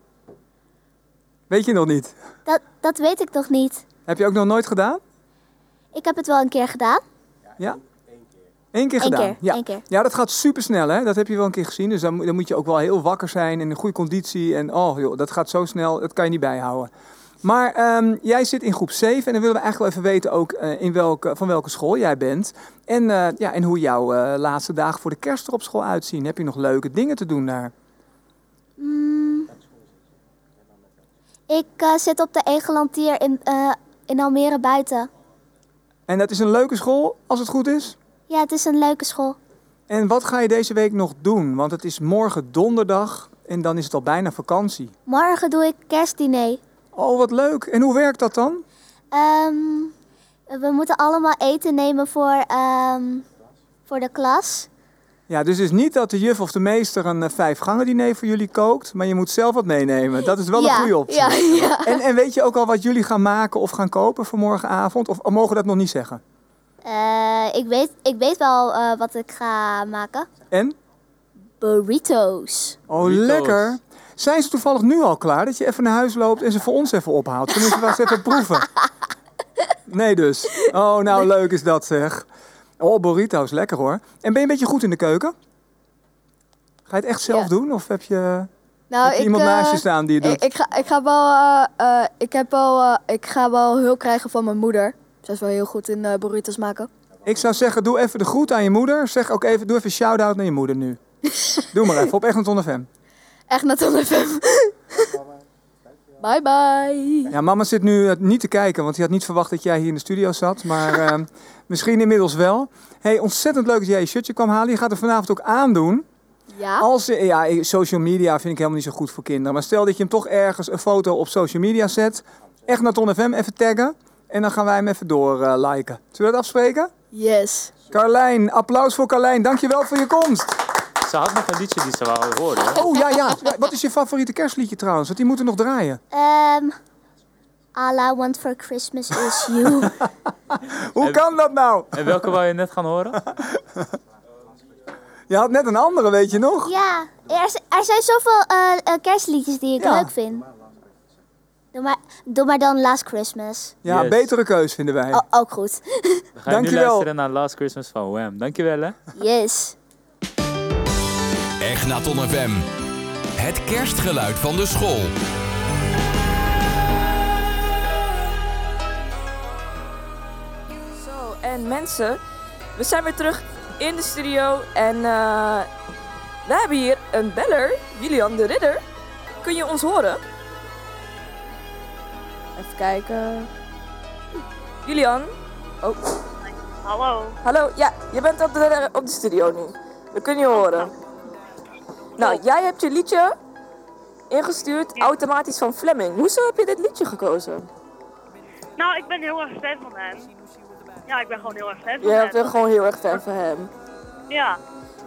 Weet je nog niet?
Dat, dat weet ik nog niet.
Heb je ook nog nooit gedaan?
Ik heb het wel een keer gedaan.
Ja? Eén keer
Eén
gedaan?
keer,
ja.
één keer.
ja, dat gaat supersnel, hè? Dat heb je wel een keer gezien. Dus dan, moet- dan moet je ook wel heel wakker zijn en in goede conditie. En oh joh, dat gaat zo snel, dat kan je niet bijhouden. Maar ehm, jij zit in groep 7 en dan willen we eigenlijk wel even weten ook eh, in welke, van welke school jij bent. En, eh, ja, en hoe jouw eh, laatste dagen voor de kerst er op school uitzien. Heb je nog leuke dingen te doen daar?
Mm. Ik eh, zit op de Egelantier in, eh, in Almere buiten.
En dat is een leuke school, als het goed is?
Ja, het is een leuke school.
En wat ga je deze week nog doen? Want het is morgen donderdag en dan is het al bijna vakantie.
Morgen doe ik kerstdiner.
Oh, wat leuk. En hoe werkt dat dan?
Ehm, we moeten allemaal eten nemen voor, ehm, voor de klas.
Ja, dus het is niet dat de juf of de meester een eh, vijfgangen diner voor jullie kookt, maar je moet zelf wat meenemen. Dat is wel
Ja,
een goede optie.
ja, ja.
En, en weet je ook al wat jullie gaan maken of gaan kopen voor morgenavond? Of mogen we dat nog niet zeggen?
Eh, ik, weet, ik weet wel eh, wat ik ga maken.
En?
Burritos.
Oh, lekker. Zijn ze toevallig nu al klaar dat je even naar huis loopt en ze voor ons even ophaalt? Kunnen we ze even proeven? Nee dus. Oh, nou leuk is dat zeg. Oh, burritos, lekker hoor. En ben je een beetje goed in de keuken? Ga je het echt zelf doen of heb je... Heb je iemand
eh,
naast je staan die het doet?
Ik, ik ga, ik ga wel, eh, eh, ik heb wel, eh, ik ga wel hulp krijgen van mijn moeder. Zij is wel heel goed in eh, burritos maken.
Ik zou zeggen, doe even de groet aan je moeder. Zeg ook even, doe even een shout-out naar je moeder nu. doe maar even, op Echt een FM.
Echt net onder FM. bye bye.
Ja, mama zit nu eh, niet te kijken, want die had niet verwacht dat jij hier in de studio zat. Maar eh, misschien inmiddels wel. hey, ontzettend leuk dat jij je shirtje kwam halen. Je gaat er vanavond ook aandoen.
Ja.
Als, je- ja, eh, social media vind ik helemaal niet zo goed voor kinderen. Maar stel dat je hem toch ergens een foto op social media zet. Echt naar Ton FM even taggen. En dan gaan wij hem even door eh, liken. Zullen we dat afspreken?
Yes.
Carlijn, applaus voor Carlijn. Dankjewel voor je komst.
Ze had nog een liedje die ze wou horen. hoor.
Oh ja, ja. Wat is je favoriete kerstliedje trouwens? Want die moeten we nog draaien.
Ehm all I want for Christmas is you.
Hoe kan dat nou?
En welke wou je net gaan horen?
Je had net een andere, weet je nog?
ja, er, z- er zijn zoveel eh, eh, kerstliedjes die ik
Ja.
leuk vind. Doe maar, doe maar dan Last Christmas.
Ja,
Yes.
betere keus vinden wij.
Ah,
O- ook goed.
We gaan nu
Dankjewel.
luisteren naar Last Christmas van Wham. Dankjewel hè.
yes.
Egnaton FM. Het kerstgeluid van de school.
Zo, en mensen, we zijn weer terug in de studio en eh, we hebben hier een beller, Julian de Ridder. Kun je ons horen? Even kijken. Julian? Oh. Hallo. Hallo, ja, je bent op de, op de studio nu. We kunnen je horen. Nou, jij hebt je liedje ingestuurd automatisch van Fleming. Hoezo heb je dit liedje gekozen?
Nou, ik ben heel erg fan van hem. Ja, ik ben gewoon heel erg fan van
Je
hem.
bent gewoon heel erg fan van hem.
Ja,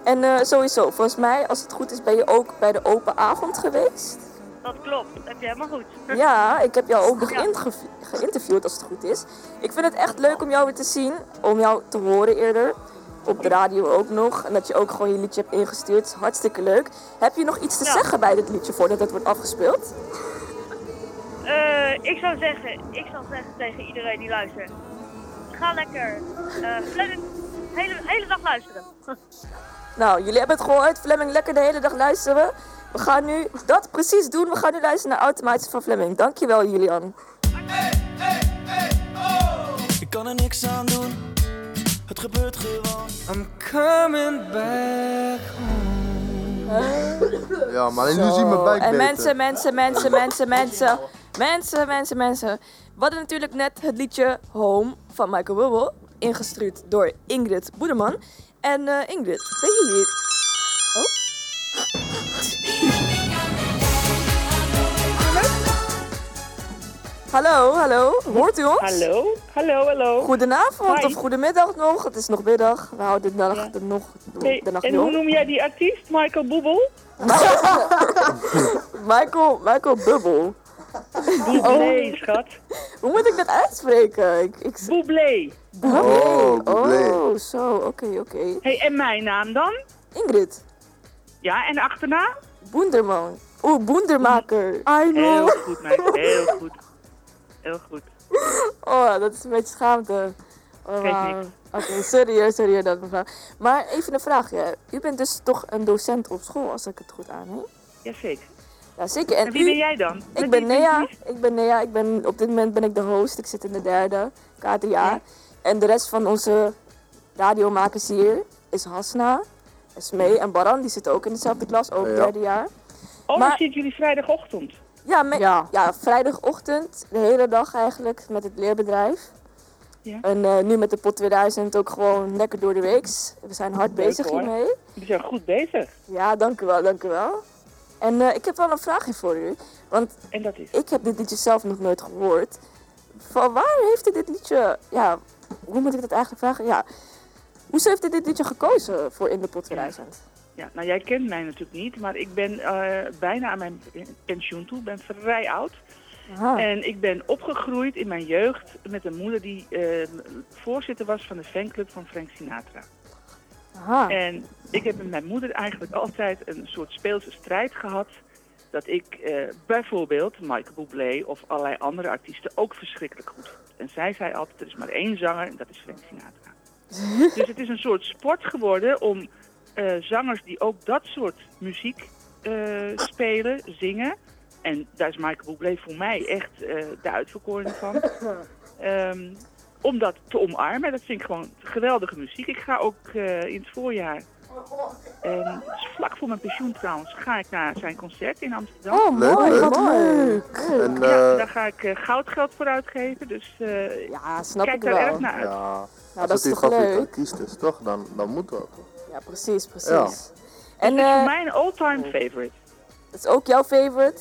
En eh, sowieso, volgens mij, als het goed is, ben je ook bij de open avond geweest.
dat klopt. Dat heb je helemaal goed.
Ja, ik heb jou ook nog
Ja.
ingev- geïnterviewd, als het goed is. Ik vind het echt leuk om jou weer te zien, om jou te horen eerder. Op de radio ook nog. En dat je ook gewoon je liedje hebt ingestuurd. is Hartstikke leuk. Heb je nog iets te zeggen bij dit liedje voordat het wordt afgespeeld?
Eh, ik, zou zeggen, ik zou zeggen tegen iedereen die luistert. Ga lekker. eh Fleming, hele, hele dag luisteren.
Nou, jullie hebben het gehoord. Fleming, lekker de hele dag luisteren. We gaan nu dat precies doen. We gaan nu luisteren naar Automatisch van Fleming. Dankjewel, Julian.
Ik kan er niks aan doen, het gebeurt gewoon. I'm coming back home.
Ja, maar
Zo.
nu zien mijn buik
En
beter.
mensen, mensen, mensen, mensen, mensen. Mensen, mensen, mensen. We hadden natuurlijk net het liedje Home van Michael Bubbel. Ingestuurd door Ingrid Boedeman. En eh, Ingrid, ben je hier? Oh? Hallo, hallo. Hoort u ons?
Hallo, hallo, hallo.
Goedenavond
Hi.
of goedemiddag nog. Het is nog middag. We houden de nacht nog.
Hey,
De nacht
en
jong.
hoe noem jij die artiest? Michael Boebel?
Michael, Michael Bubbel. Oh.
Bublé,
schat. Hoe moet ik dat uitspreken? Ik, ik... Bublé.
Oh, Bublé.
Oh, zo, oké, oké.
Hey, en mijn naam dan?
Ingrid.
Ja, en de achternaam?
Boenderman. Oeh, boendermaker. I know.
Heel goed, meid. Heel goed. Heel goed.
Oh, dat is een beetje schaamte. Oh,
Geeft
wauw.
niks.
Oké, sorry hoor, sorry hoor dat mevrouw. Maar even een vraagje. U bent dus toch een docent op school, als ik het goed aanneem?
Jazeker.
Ja, zeker. En,
En wie
u-
ben jij dan? Met
Ik ben
wie-
Nea.
wie-
Ik ben Nea. Ik ben, op dit moment ben ik de host. Ik zit in de derde, KTA. En de rest van onze radiomakers hier is Hasna, Esmee en Baran. Die zitten ook in dezelfde klas, ook
Ja.
derde jaar.
Oh,
Maar-
maar... zitten jullie vrijdagochtend?
Ja, me- ja. vrijdagochtend, de hele dag eigenlijk, met het leerbedrijf.
Ja.
En eh, nu met de pot 2000 ook gewoon lekker door de weeks. We zijn hard
Leuk,
bezig
hoor.
hiermee.
Jullie zijn goed bezig.
Ja, dank u wel, dank u wel. En eh, ik heb wel een vraagje voor u. Want ik heb dit liedje zelf nog nooit gehoord. Van waar heeft u dit liedje... Ja, hoe moet ik dat eigenlijk vragen? Ja, hoezo heeft u dit liedje gekozen voor In de Pot 2000?
Ja, nou jij kent mij natuurlijk niet, maar ik ben eh, bijna aan mijn pensioen toe. Ik ben vrij oud.
Ah.
Aha.
En ik ben opgegroeid in mijn jeugd met een moeder die eh, voorzitter was van de fanclub van Frank Sinatra. En ik heb met mijn moeder eigenlijk altijd een soort speelse strijd gehad. Dat ik eh, bijvoorbeeld Michael Bublé of allerlei andere artiesten ook verschrikkelijk goed vond. En zij zei altijd, er is maar één zanger en dat is Frank Sinatra. dus het is een soort sport geworden om eh, zangers die ook dat soort muziek eh, spelen, zingen. En daar is Michael Bublé voor mij echt eh, de uitverkorene van. Ehm, om dat te omarmen. Dat vind ik gewoon geweldige muziek. Ik ga ook eh, in het voorjaar, ehm, het is vlak voor mijn pensioen trouwens, ga ik naar zijn concert in Amsterdam.
Oh, Leuk, mooi, leuk. wat
leuk.
En,
Ja,
eh,
daar ga ik eh, goudgeld voor uitgeven. Dus eh,
snap
kijk
ik
daar
wel.
erg naar uit.
Ja,
dat
als
is
het je
toch
favoriete
leuk?
artiest is, toch? Dan, dan moet dat.
Ja, precies, precies.
Ja.
En,
Dat is
eh,
voor mij een all-time favorite.
dat is ook jouw favorite?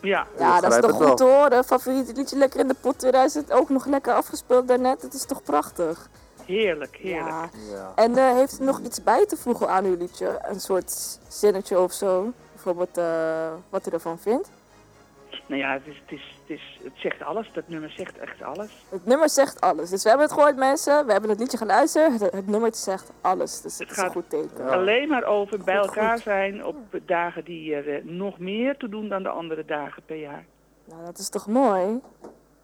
Ja,
Ja, dat is toch goed te
hoor.
horen. Favoriet liedje lekker in de pot 2000. Ook nog lekker afgespeeld daarnet. Dat is toch prachtig.
Heerlijk, heerlijk.
En eh, heeft u nog iets bij te voegen aan uw liedje? Een soort zinnetje of zo? Bijvoorbeeld eh, wat u ervan vindt?
Nou ja, het, is, het, is, het, is, het zegt alles. Dat nummer zegt echt alles.
Het nummer zegt alles. Dus we hebben het gehoord, mensen. We hebben het liedje geluisterd. Het, het nummertje zegt alles. Dus het, is een
gaat
goed teken.
Alleen maar over bij
Goed,
elkaar
goed.
zijn op dagen die er eh, nog meer te doen dan de andere dagen per jaar.
Nou, dat is toch mooi?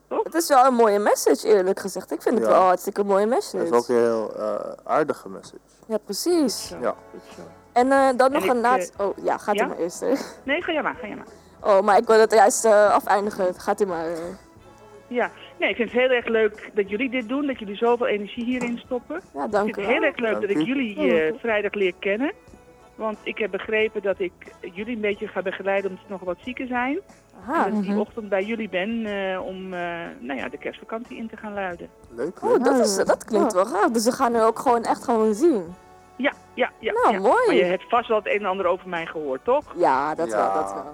Het is wel een mooie message, eerlijk gezegd. Ik vind het
Ja.
wel een hartstikke mooie
Dat
message.
is ook een heel eh, aardige message.
Ja, precies.
Ja.
En eh, dan
En
nog
ik,
een laatste...
eh,
Oh, ja, gaat
ja?
u maar eerst. hè.
Nee, ga jij maar, ga jij maar.
Oh, maar ik wil het juist eh, afeindigen. Gaat u maar. eh.
Ja, nee, ik vind het heel erg leuk dat jullie dit doen, dat jullie zoveel energie hierin stoppen.
Ja, dank
ik
u wel.
vind het heel erg leuk
Dank
dat ik
u.
jullie
Ja, dank
eh,
u.
vrijdag leer kennen. Want ik heb begrepen dat ik jullie een beetje ga begeleiden omdat ze nog wat zieken zijn.
Aha.
en dat ik die
Mhm.
ochtend bij jullie ben eh, om eh, nou ja, de kerstvakantie in te gaan luiden.
Leuk.
Oh, dat, is, dat klinkt wel gaaf. Dus we gaan u ook gewoon echt gewoon zien.
Ja, ja, ja.
Nou,
ja.
mooi.
Maar je hebt vast wel het een en ander over mij gehoord, toch?
Ja, dat wel, dat wel.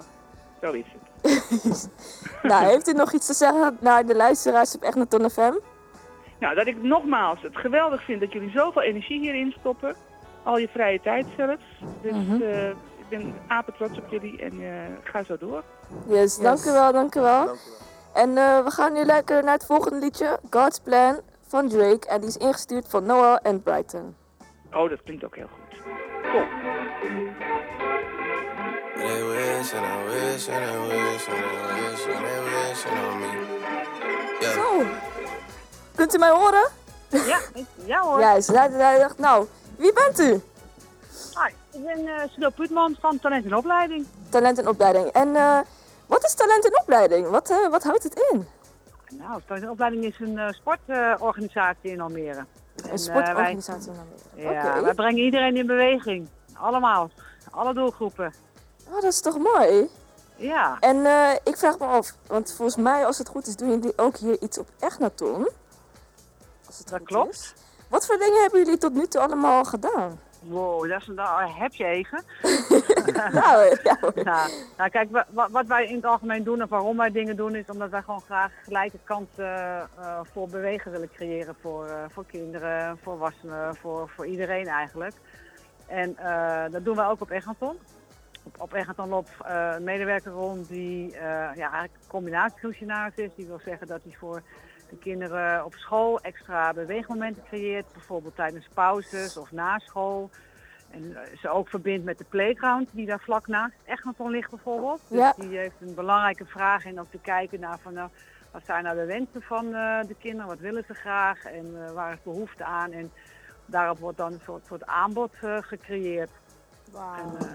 Zo is het.
nou, heeft u nog iets te zeggen naar de luisteraars op Echt naar Ton FM?
Nou, dat ik nogmaals het geweldig vind dat jullie zoveel energie hierin stoppen. Al je vrije tijd zelfs. Dus
Mhm.
eh, ik ben apetrots op jullie en eh, ga zo door.
Yes, dank u wel, dank u wel.
Dank
En eh, we gaan nu lekker naar het volgende liedje, God's Plan van Drake. En die is ingestuurd van Noah en Brighton.
Oh, dat klinkt ook heel goed.
But they wish and I wish and I wish and I wish and they wishing on me. Yeah.
Zo. Kunt u mij horen?
Ja, ik- ja hoor.
Juist, hij, hij dacht, nou, wie bent u?
Hi, ik ben eh Sunil Putman van Talent en Opleiding.
Talent en opleiding. En eh, wat is talent en opleiding? Wat, eh, wat houdt het in?
Nou, Talent en Opleiding is een eh, sportorganisatie in Almere. En, eh,
Een sportorganisatie. in Almere.
wij, Ja,
Oké.
wij brengen iedereen in beweging. Allemaal. Alle doelgroepen.
Oh, dat is toch mooi?
Ja.
En eh, ik vraag me af, want volgens mij, als het goed is, doen jullie ook hier iets op Egnaton.
Dat klopt.
Wat voor dingen hebben jullie tot nu toe allemaal gedaan?
Wow, dat is een daar heb je eigen.
nou, ja,
nou, kijk, wa- wa- wat wij in het algemeen doen en waarom wij dingen doen, is omdat wij gewoon graag gelijke kansen eh, voor bewegen willen creëren voor, eh, voor kinderen, voor volwassenen, voor, voor iedereen eigenlijk. En eh, dat doen wij ook op Egaton. Op, op Egaton loopt eh, een medewerker rond die eh, ja, eigenlijk een combinatiefunctionaris is. Die wil zeggen dat hij voor de kinderen op school extra beweegmomenten creëert. Bijvoorbeeld tijdens pauzes of na school. En eh, ze ook verbindt met de playground die daar vlak naast Egmonton ligt bijvoorbeeld. Dus
Ja.
die heeft een belangrijke vraag en ook te kijken naar van nou, wat zijn nou de wensen van eh, de kinderen, wat willen ze graag en eh, waar is behoefte aan. En daarop wordt dan een soort, soort aanbod eh, gecreëerd. En, eh,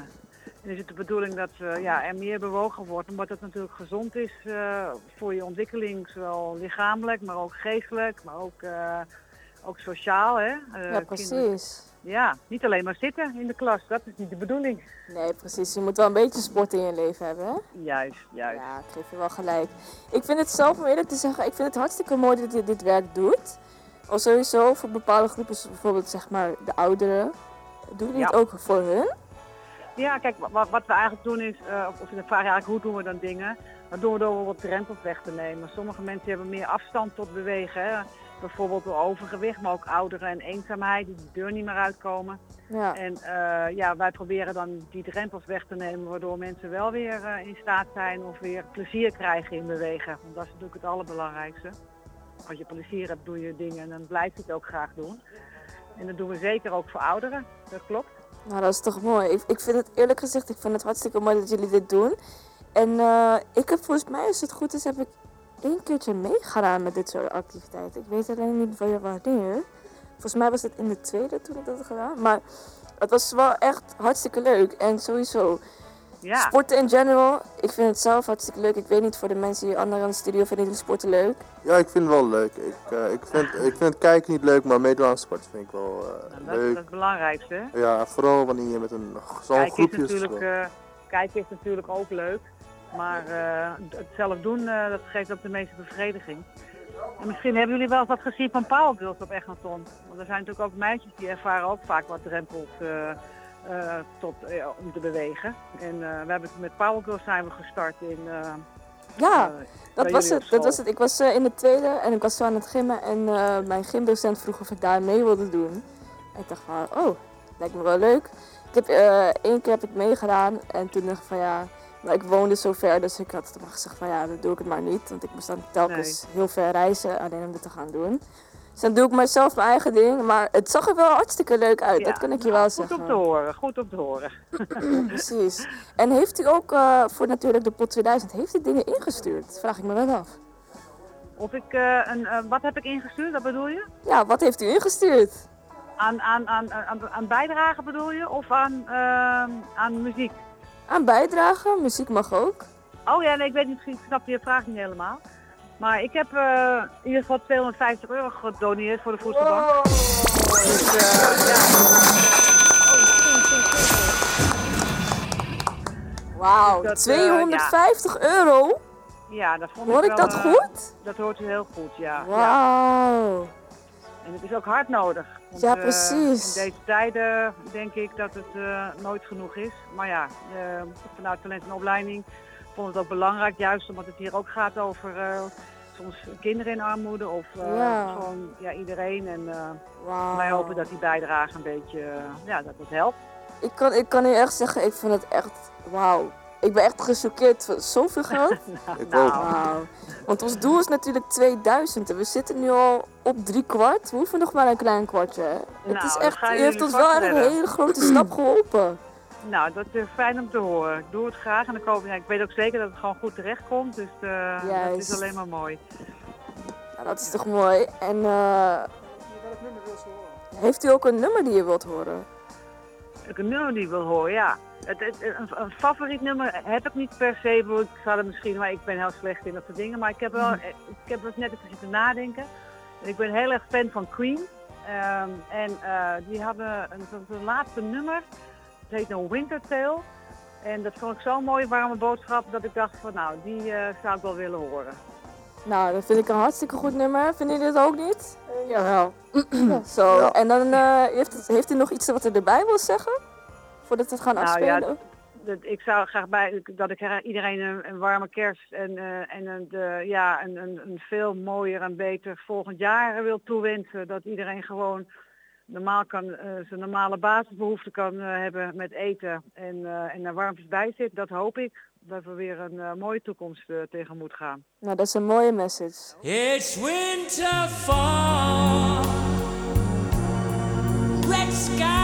en is het de bedoeling dat eh, ja, er meer bewogen wordt, omdat het natuurlijk gezond is eh, voor je ontwikkeling, zowel lichamelijk, maar ook geestelijk, maar ook, eh, ook sociaal. Hè? Eh,
ja,
kinderen-
precies.
ja, niet alleen maar zitten in de klas, dat is niet de bedoeling.
Nee, precies. Je moet wel een beetje sport in je leven hebben, hè?
Juist, juist.
Ja, ik geef je wel gelijk. Ik vind het zelf, om eerlijk te zeggen, ik vind het hartstikke mooi dat je dit werk doet. Al sowieso voor bepaalde groepen, zoals bijvoorbeeld zeg maar de ouderen. Doen jullie het
Ja.
ook voor hun?
Ja, kijk, wa- wa- wat we eigenlijk doen is, eh, of ik vraag je eigenlijk hoe doen we dan dingen? Dat doen we door wat drempels weg te nemen. Sommige mensen hebben meer afstand tot bewegen. Hè? Bijvoorbeeld door overgewicht, maar ook ouderen en eenzaamheid die de deur niet meer uitkomen.
Ja.
En eh, ja, wij proberen dan die drempels weg te nemen, waardoor mensen wel weer eh, in staat zijn of weer plezier krijgen in bewegen. Want dat is natuurlijk het allerbelangrijkste. Als je plezier hebt, doe je dingen en dan blijf je het ook graag doen. En dat doen we zeker ook voor ouderen, dat klopt.
Nou, dat is toch mooi. Ik, ik vind het eerlijk gezegd, ik vind het hartstikke mooi dat jullie dit doen. En eh, ik heb volgens mij, als het goed is, heb ik één keertje meegedaan met dit soort activiteiten. Ik weet alleen niet wa- wanneer. Volgens mij was het in de tweede toen ik dat had gedaan. Maar het was wel echt hartstikke leuk. En sowieso,
Ja.
sporten in general, ik vind het zelf hartstikke leuk. Ik weet niet, voor de mensen hier anderen in de studio, vinden jullie sporten leuk?
Ja, ik vind het wel leuk. Ik, eh, ik, vind, ik vind het kijken niet leuk, maar meedoen aan sport vind ik wel eh,
Dat, Nou, dat is
leuk.
het belangrijkste. hè?
Ja, vooral wanneer je met een zo'n
Kijken is,
groepje zit.
natuurlijk, eh, kijken is natuurlijk ook leuk. Maar eh, het zelf doen, eh, dat geeft ook de meeste bevrediging. En misschien hebben jullie wel eens wat gezien van powerbuild op Egnaton. Want er zijn natuurlijk ook meisjes die ervaren ook vaak wat drempels eh, eh, tot, eh, om te bewegen. En eh, we hebben het met powerbuild zijn we gestart in eh,
Ja, dat
bij
was
jullie
het. Dat
op school.
was het. Ik was eh, in de tweede en ik was zo aan het gimmen. En eh, mijn gymdocent vroeg of ik daar mee wilde doen. En ik dacht van, oh, lijkt me wel leuk. Ik heb, eh, één keer heb ik meegedaan en toen dacht ik van ja... Maar ik woonde zo ver, dus ik had maar gezegd van ja, dan doe ik het maar niet. Want ik moest dan telkens
Nee.
heel ver reizen alleen om dit te gaan doen. Dus dan doe ik mezelf mijn eigen ding. Maar het zag er wel hartstikke leuk uit, dat kan ik je wel
nou, Goed
zeggen.
om te horen, goed om te horen.
Precies. En heeft u ook eh, voor natuurlijk de pot 2000, heeft u dingen ingestuurd? Dat vraag ik me wel af.
Of ik, eh, een, eh, wat heb ik ingestuurd, dat bedoel je?
Ja, wat heeft u ingestuurd?
Aan, aan, aan, aan, aan bijdragen bedoel je? Of aan, ehm, aan muziek?
Aan bijdragen, muziek mag ook.
Oh ja, nee, ik weet niet, misschien snap je je vraag niet helemaal. Maar ik heb eh, in ieder geval 250 euro gedoneerd voor de voedselbank. Dus, eh,
Wauw,
Dus dat, eh,
250 euro?
ja, dat vond
Hoor
ik
ik
wel,
dat
eh,
goed?
Dat hoort u heel goed, ja. Ja.
Wauw.
En het is ook hard nodig. Want,
Ja,
eh,
precies.
in deze tijden denk ik dat het eh, nooit genoeg is. Maar ja, eh, vanuit talent en opleiding vond het ook belangrijk, juist omdat het hier ook gaat over eh, soms kinderen in armoede of eh,
Ja.
gewoon ja, iedereen. En eh,
Wauw.
wij hopen dat die bijdrage een beetje, eh, ja, dat het helpt.
Ik kan, ik kan u echt zeggen, ik vind het echt, wauw. Ik ben echt gechoqueerd van zoveel geld.
Ik nou. ook.
Wauw. Want ons doel is natuurlijk 2000 en we zitten nu al op drie kwart. We hoeven nog maar een klein kwartje. hè. het
Nou,
is
dan
echt,
gaan
u heeft
jullie
ons wel echt een
vaststellen.
hele grote stap geholpen.
Nou, dat is fijn om te horen. Ik doe het graag en ik, hoop, ja, ik weet ook zeker dat het gewoon goed terecht komt. Dus eh, dat
Juist.
is alleen maar mooi.
Nou, dat is toch mooi. En eh, heeft u ook een nummer die je wilt horen?
Ik een nummer die wil horen, ja. Het, het- een, een favoriet nummer heb ik niet per se. Ik bedoel, Ik zou er misschien, maar ik ben heel slecht in dat soort dingen. Maar ik heb wel, eh, ik heb er net even zitten nadenken. En ik ben heel erg fan van Queen. Ehm, en eh, die hadden een, zo'n- zo'n laatste nummer. Het heet een Wintertail. En dat vond ik zo'n mooie warme boodschap dat ik dacht van nou, die eh, zou ik wel willen horen.
Nou, dat vind ik een hartstikke goed nummer. Vinden jullie dat ook niet? Jawel. Zo, en dan eh, heeft, heeft u nog iets wat u erbij wil zeggen? Voordat we het gaan
Nou ja,
afspelen?
dat, ik zou graag bij dat ik graag iedereen een, een warme kerst en, eh, en een, de, ja, een, een, een veel mooier en beter volgend jaar wil toewensen. Dat iedereen gewoon normaal kan, eh, zijn normale basisbehoeften kan eh, hebben met eten en, eh, en er warmpjes bij zit. Dat hoop ik. Dat we weer een eh, mooie toekomst eh, tegemoet gaan.
Nou, dat is een mooie message.
It's winter fall. Red sky.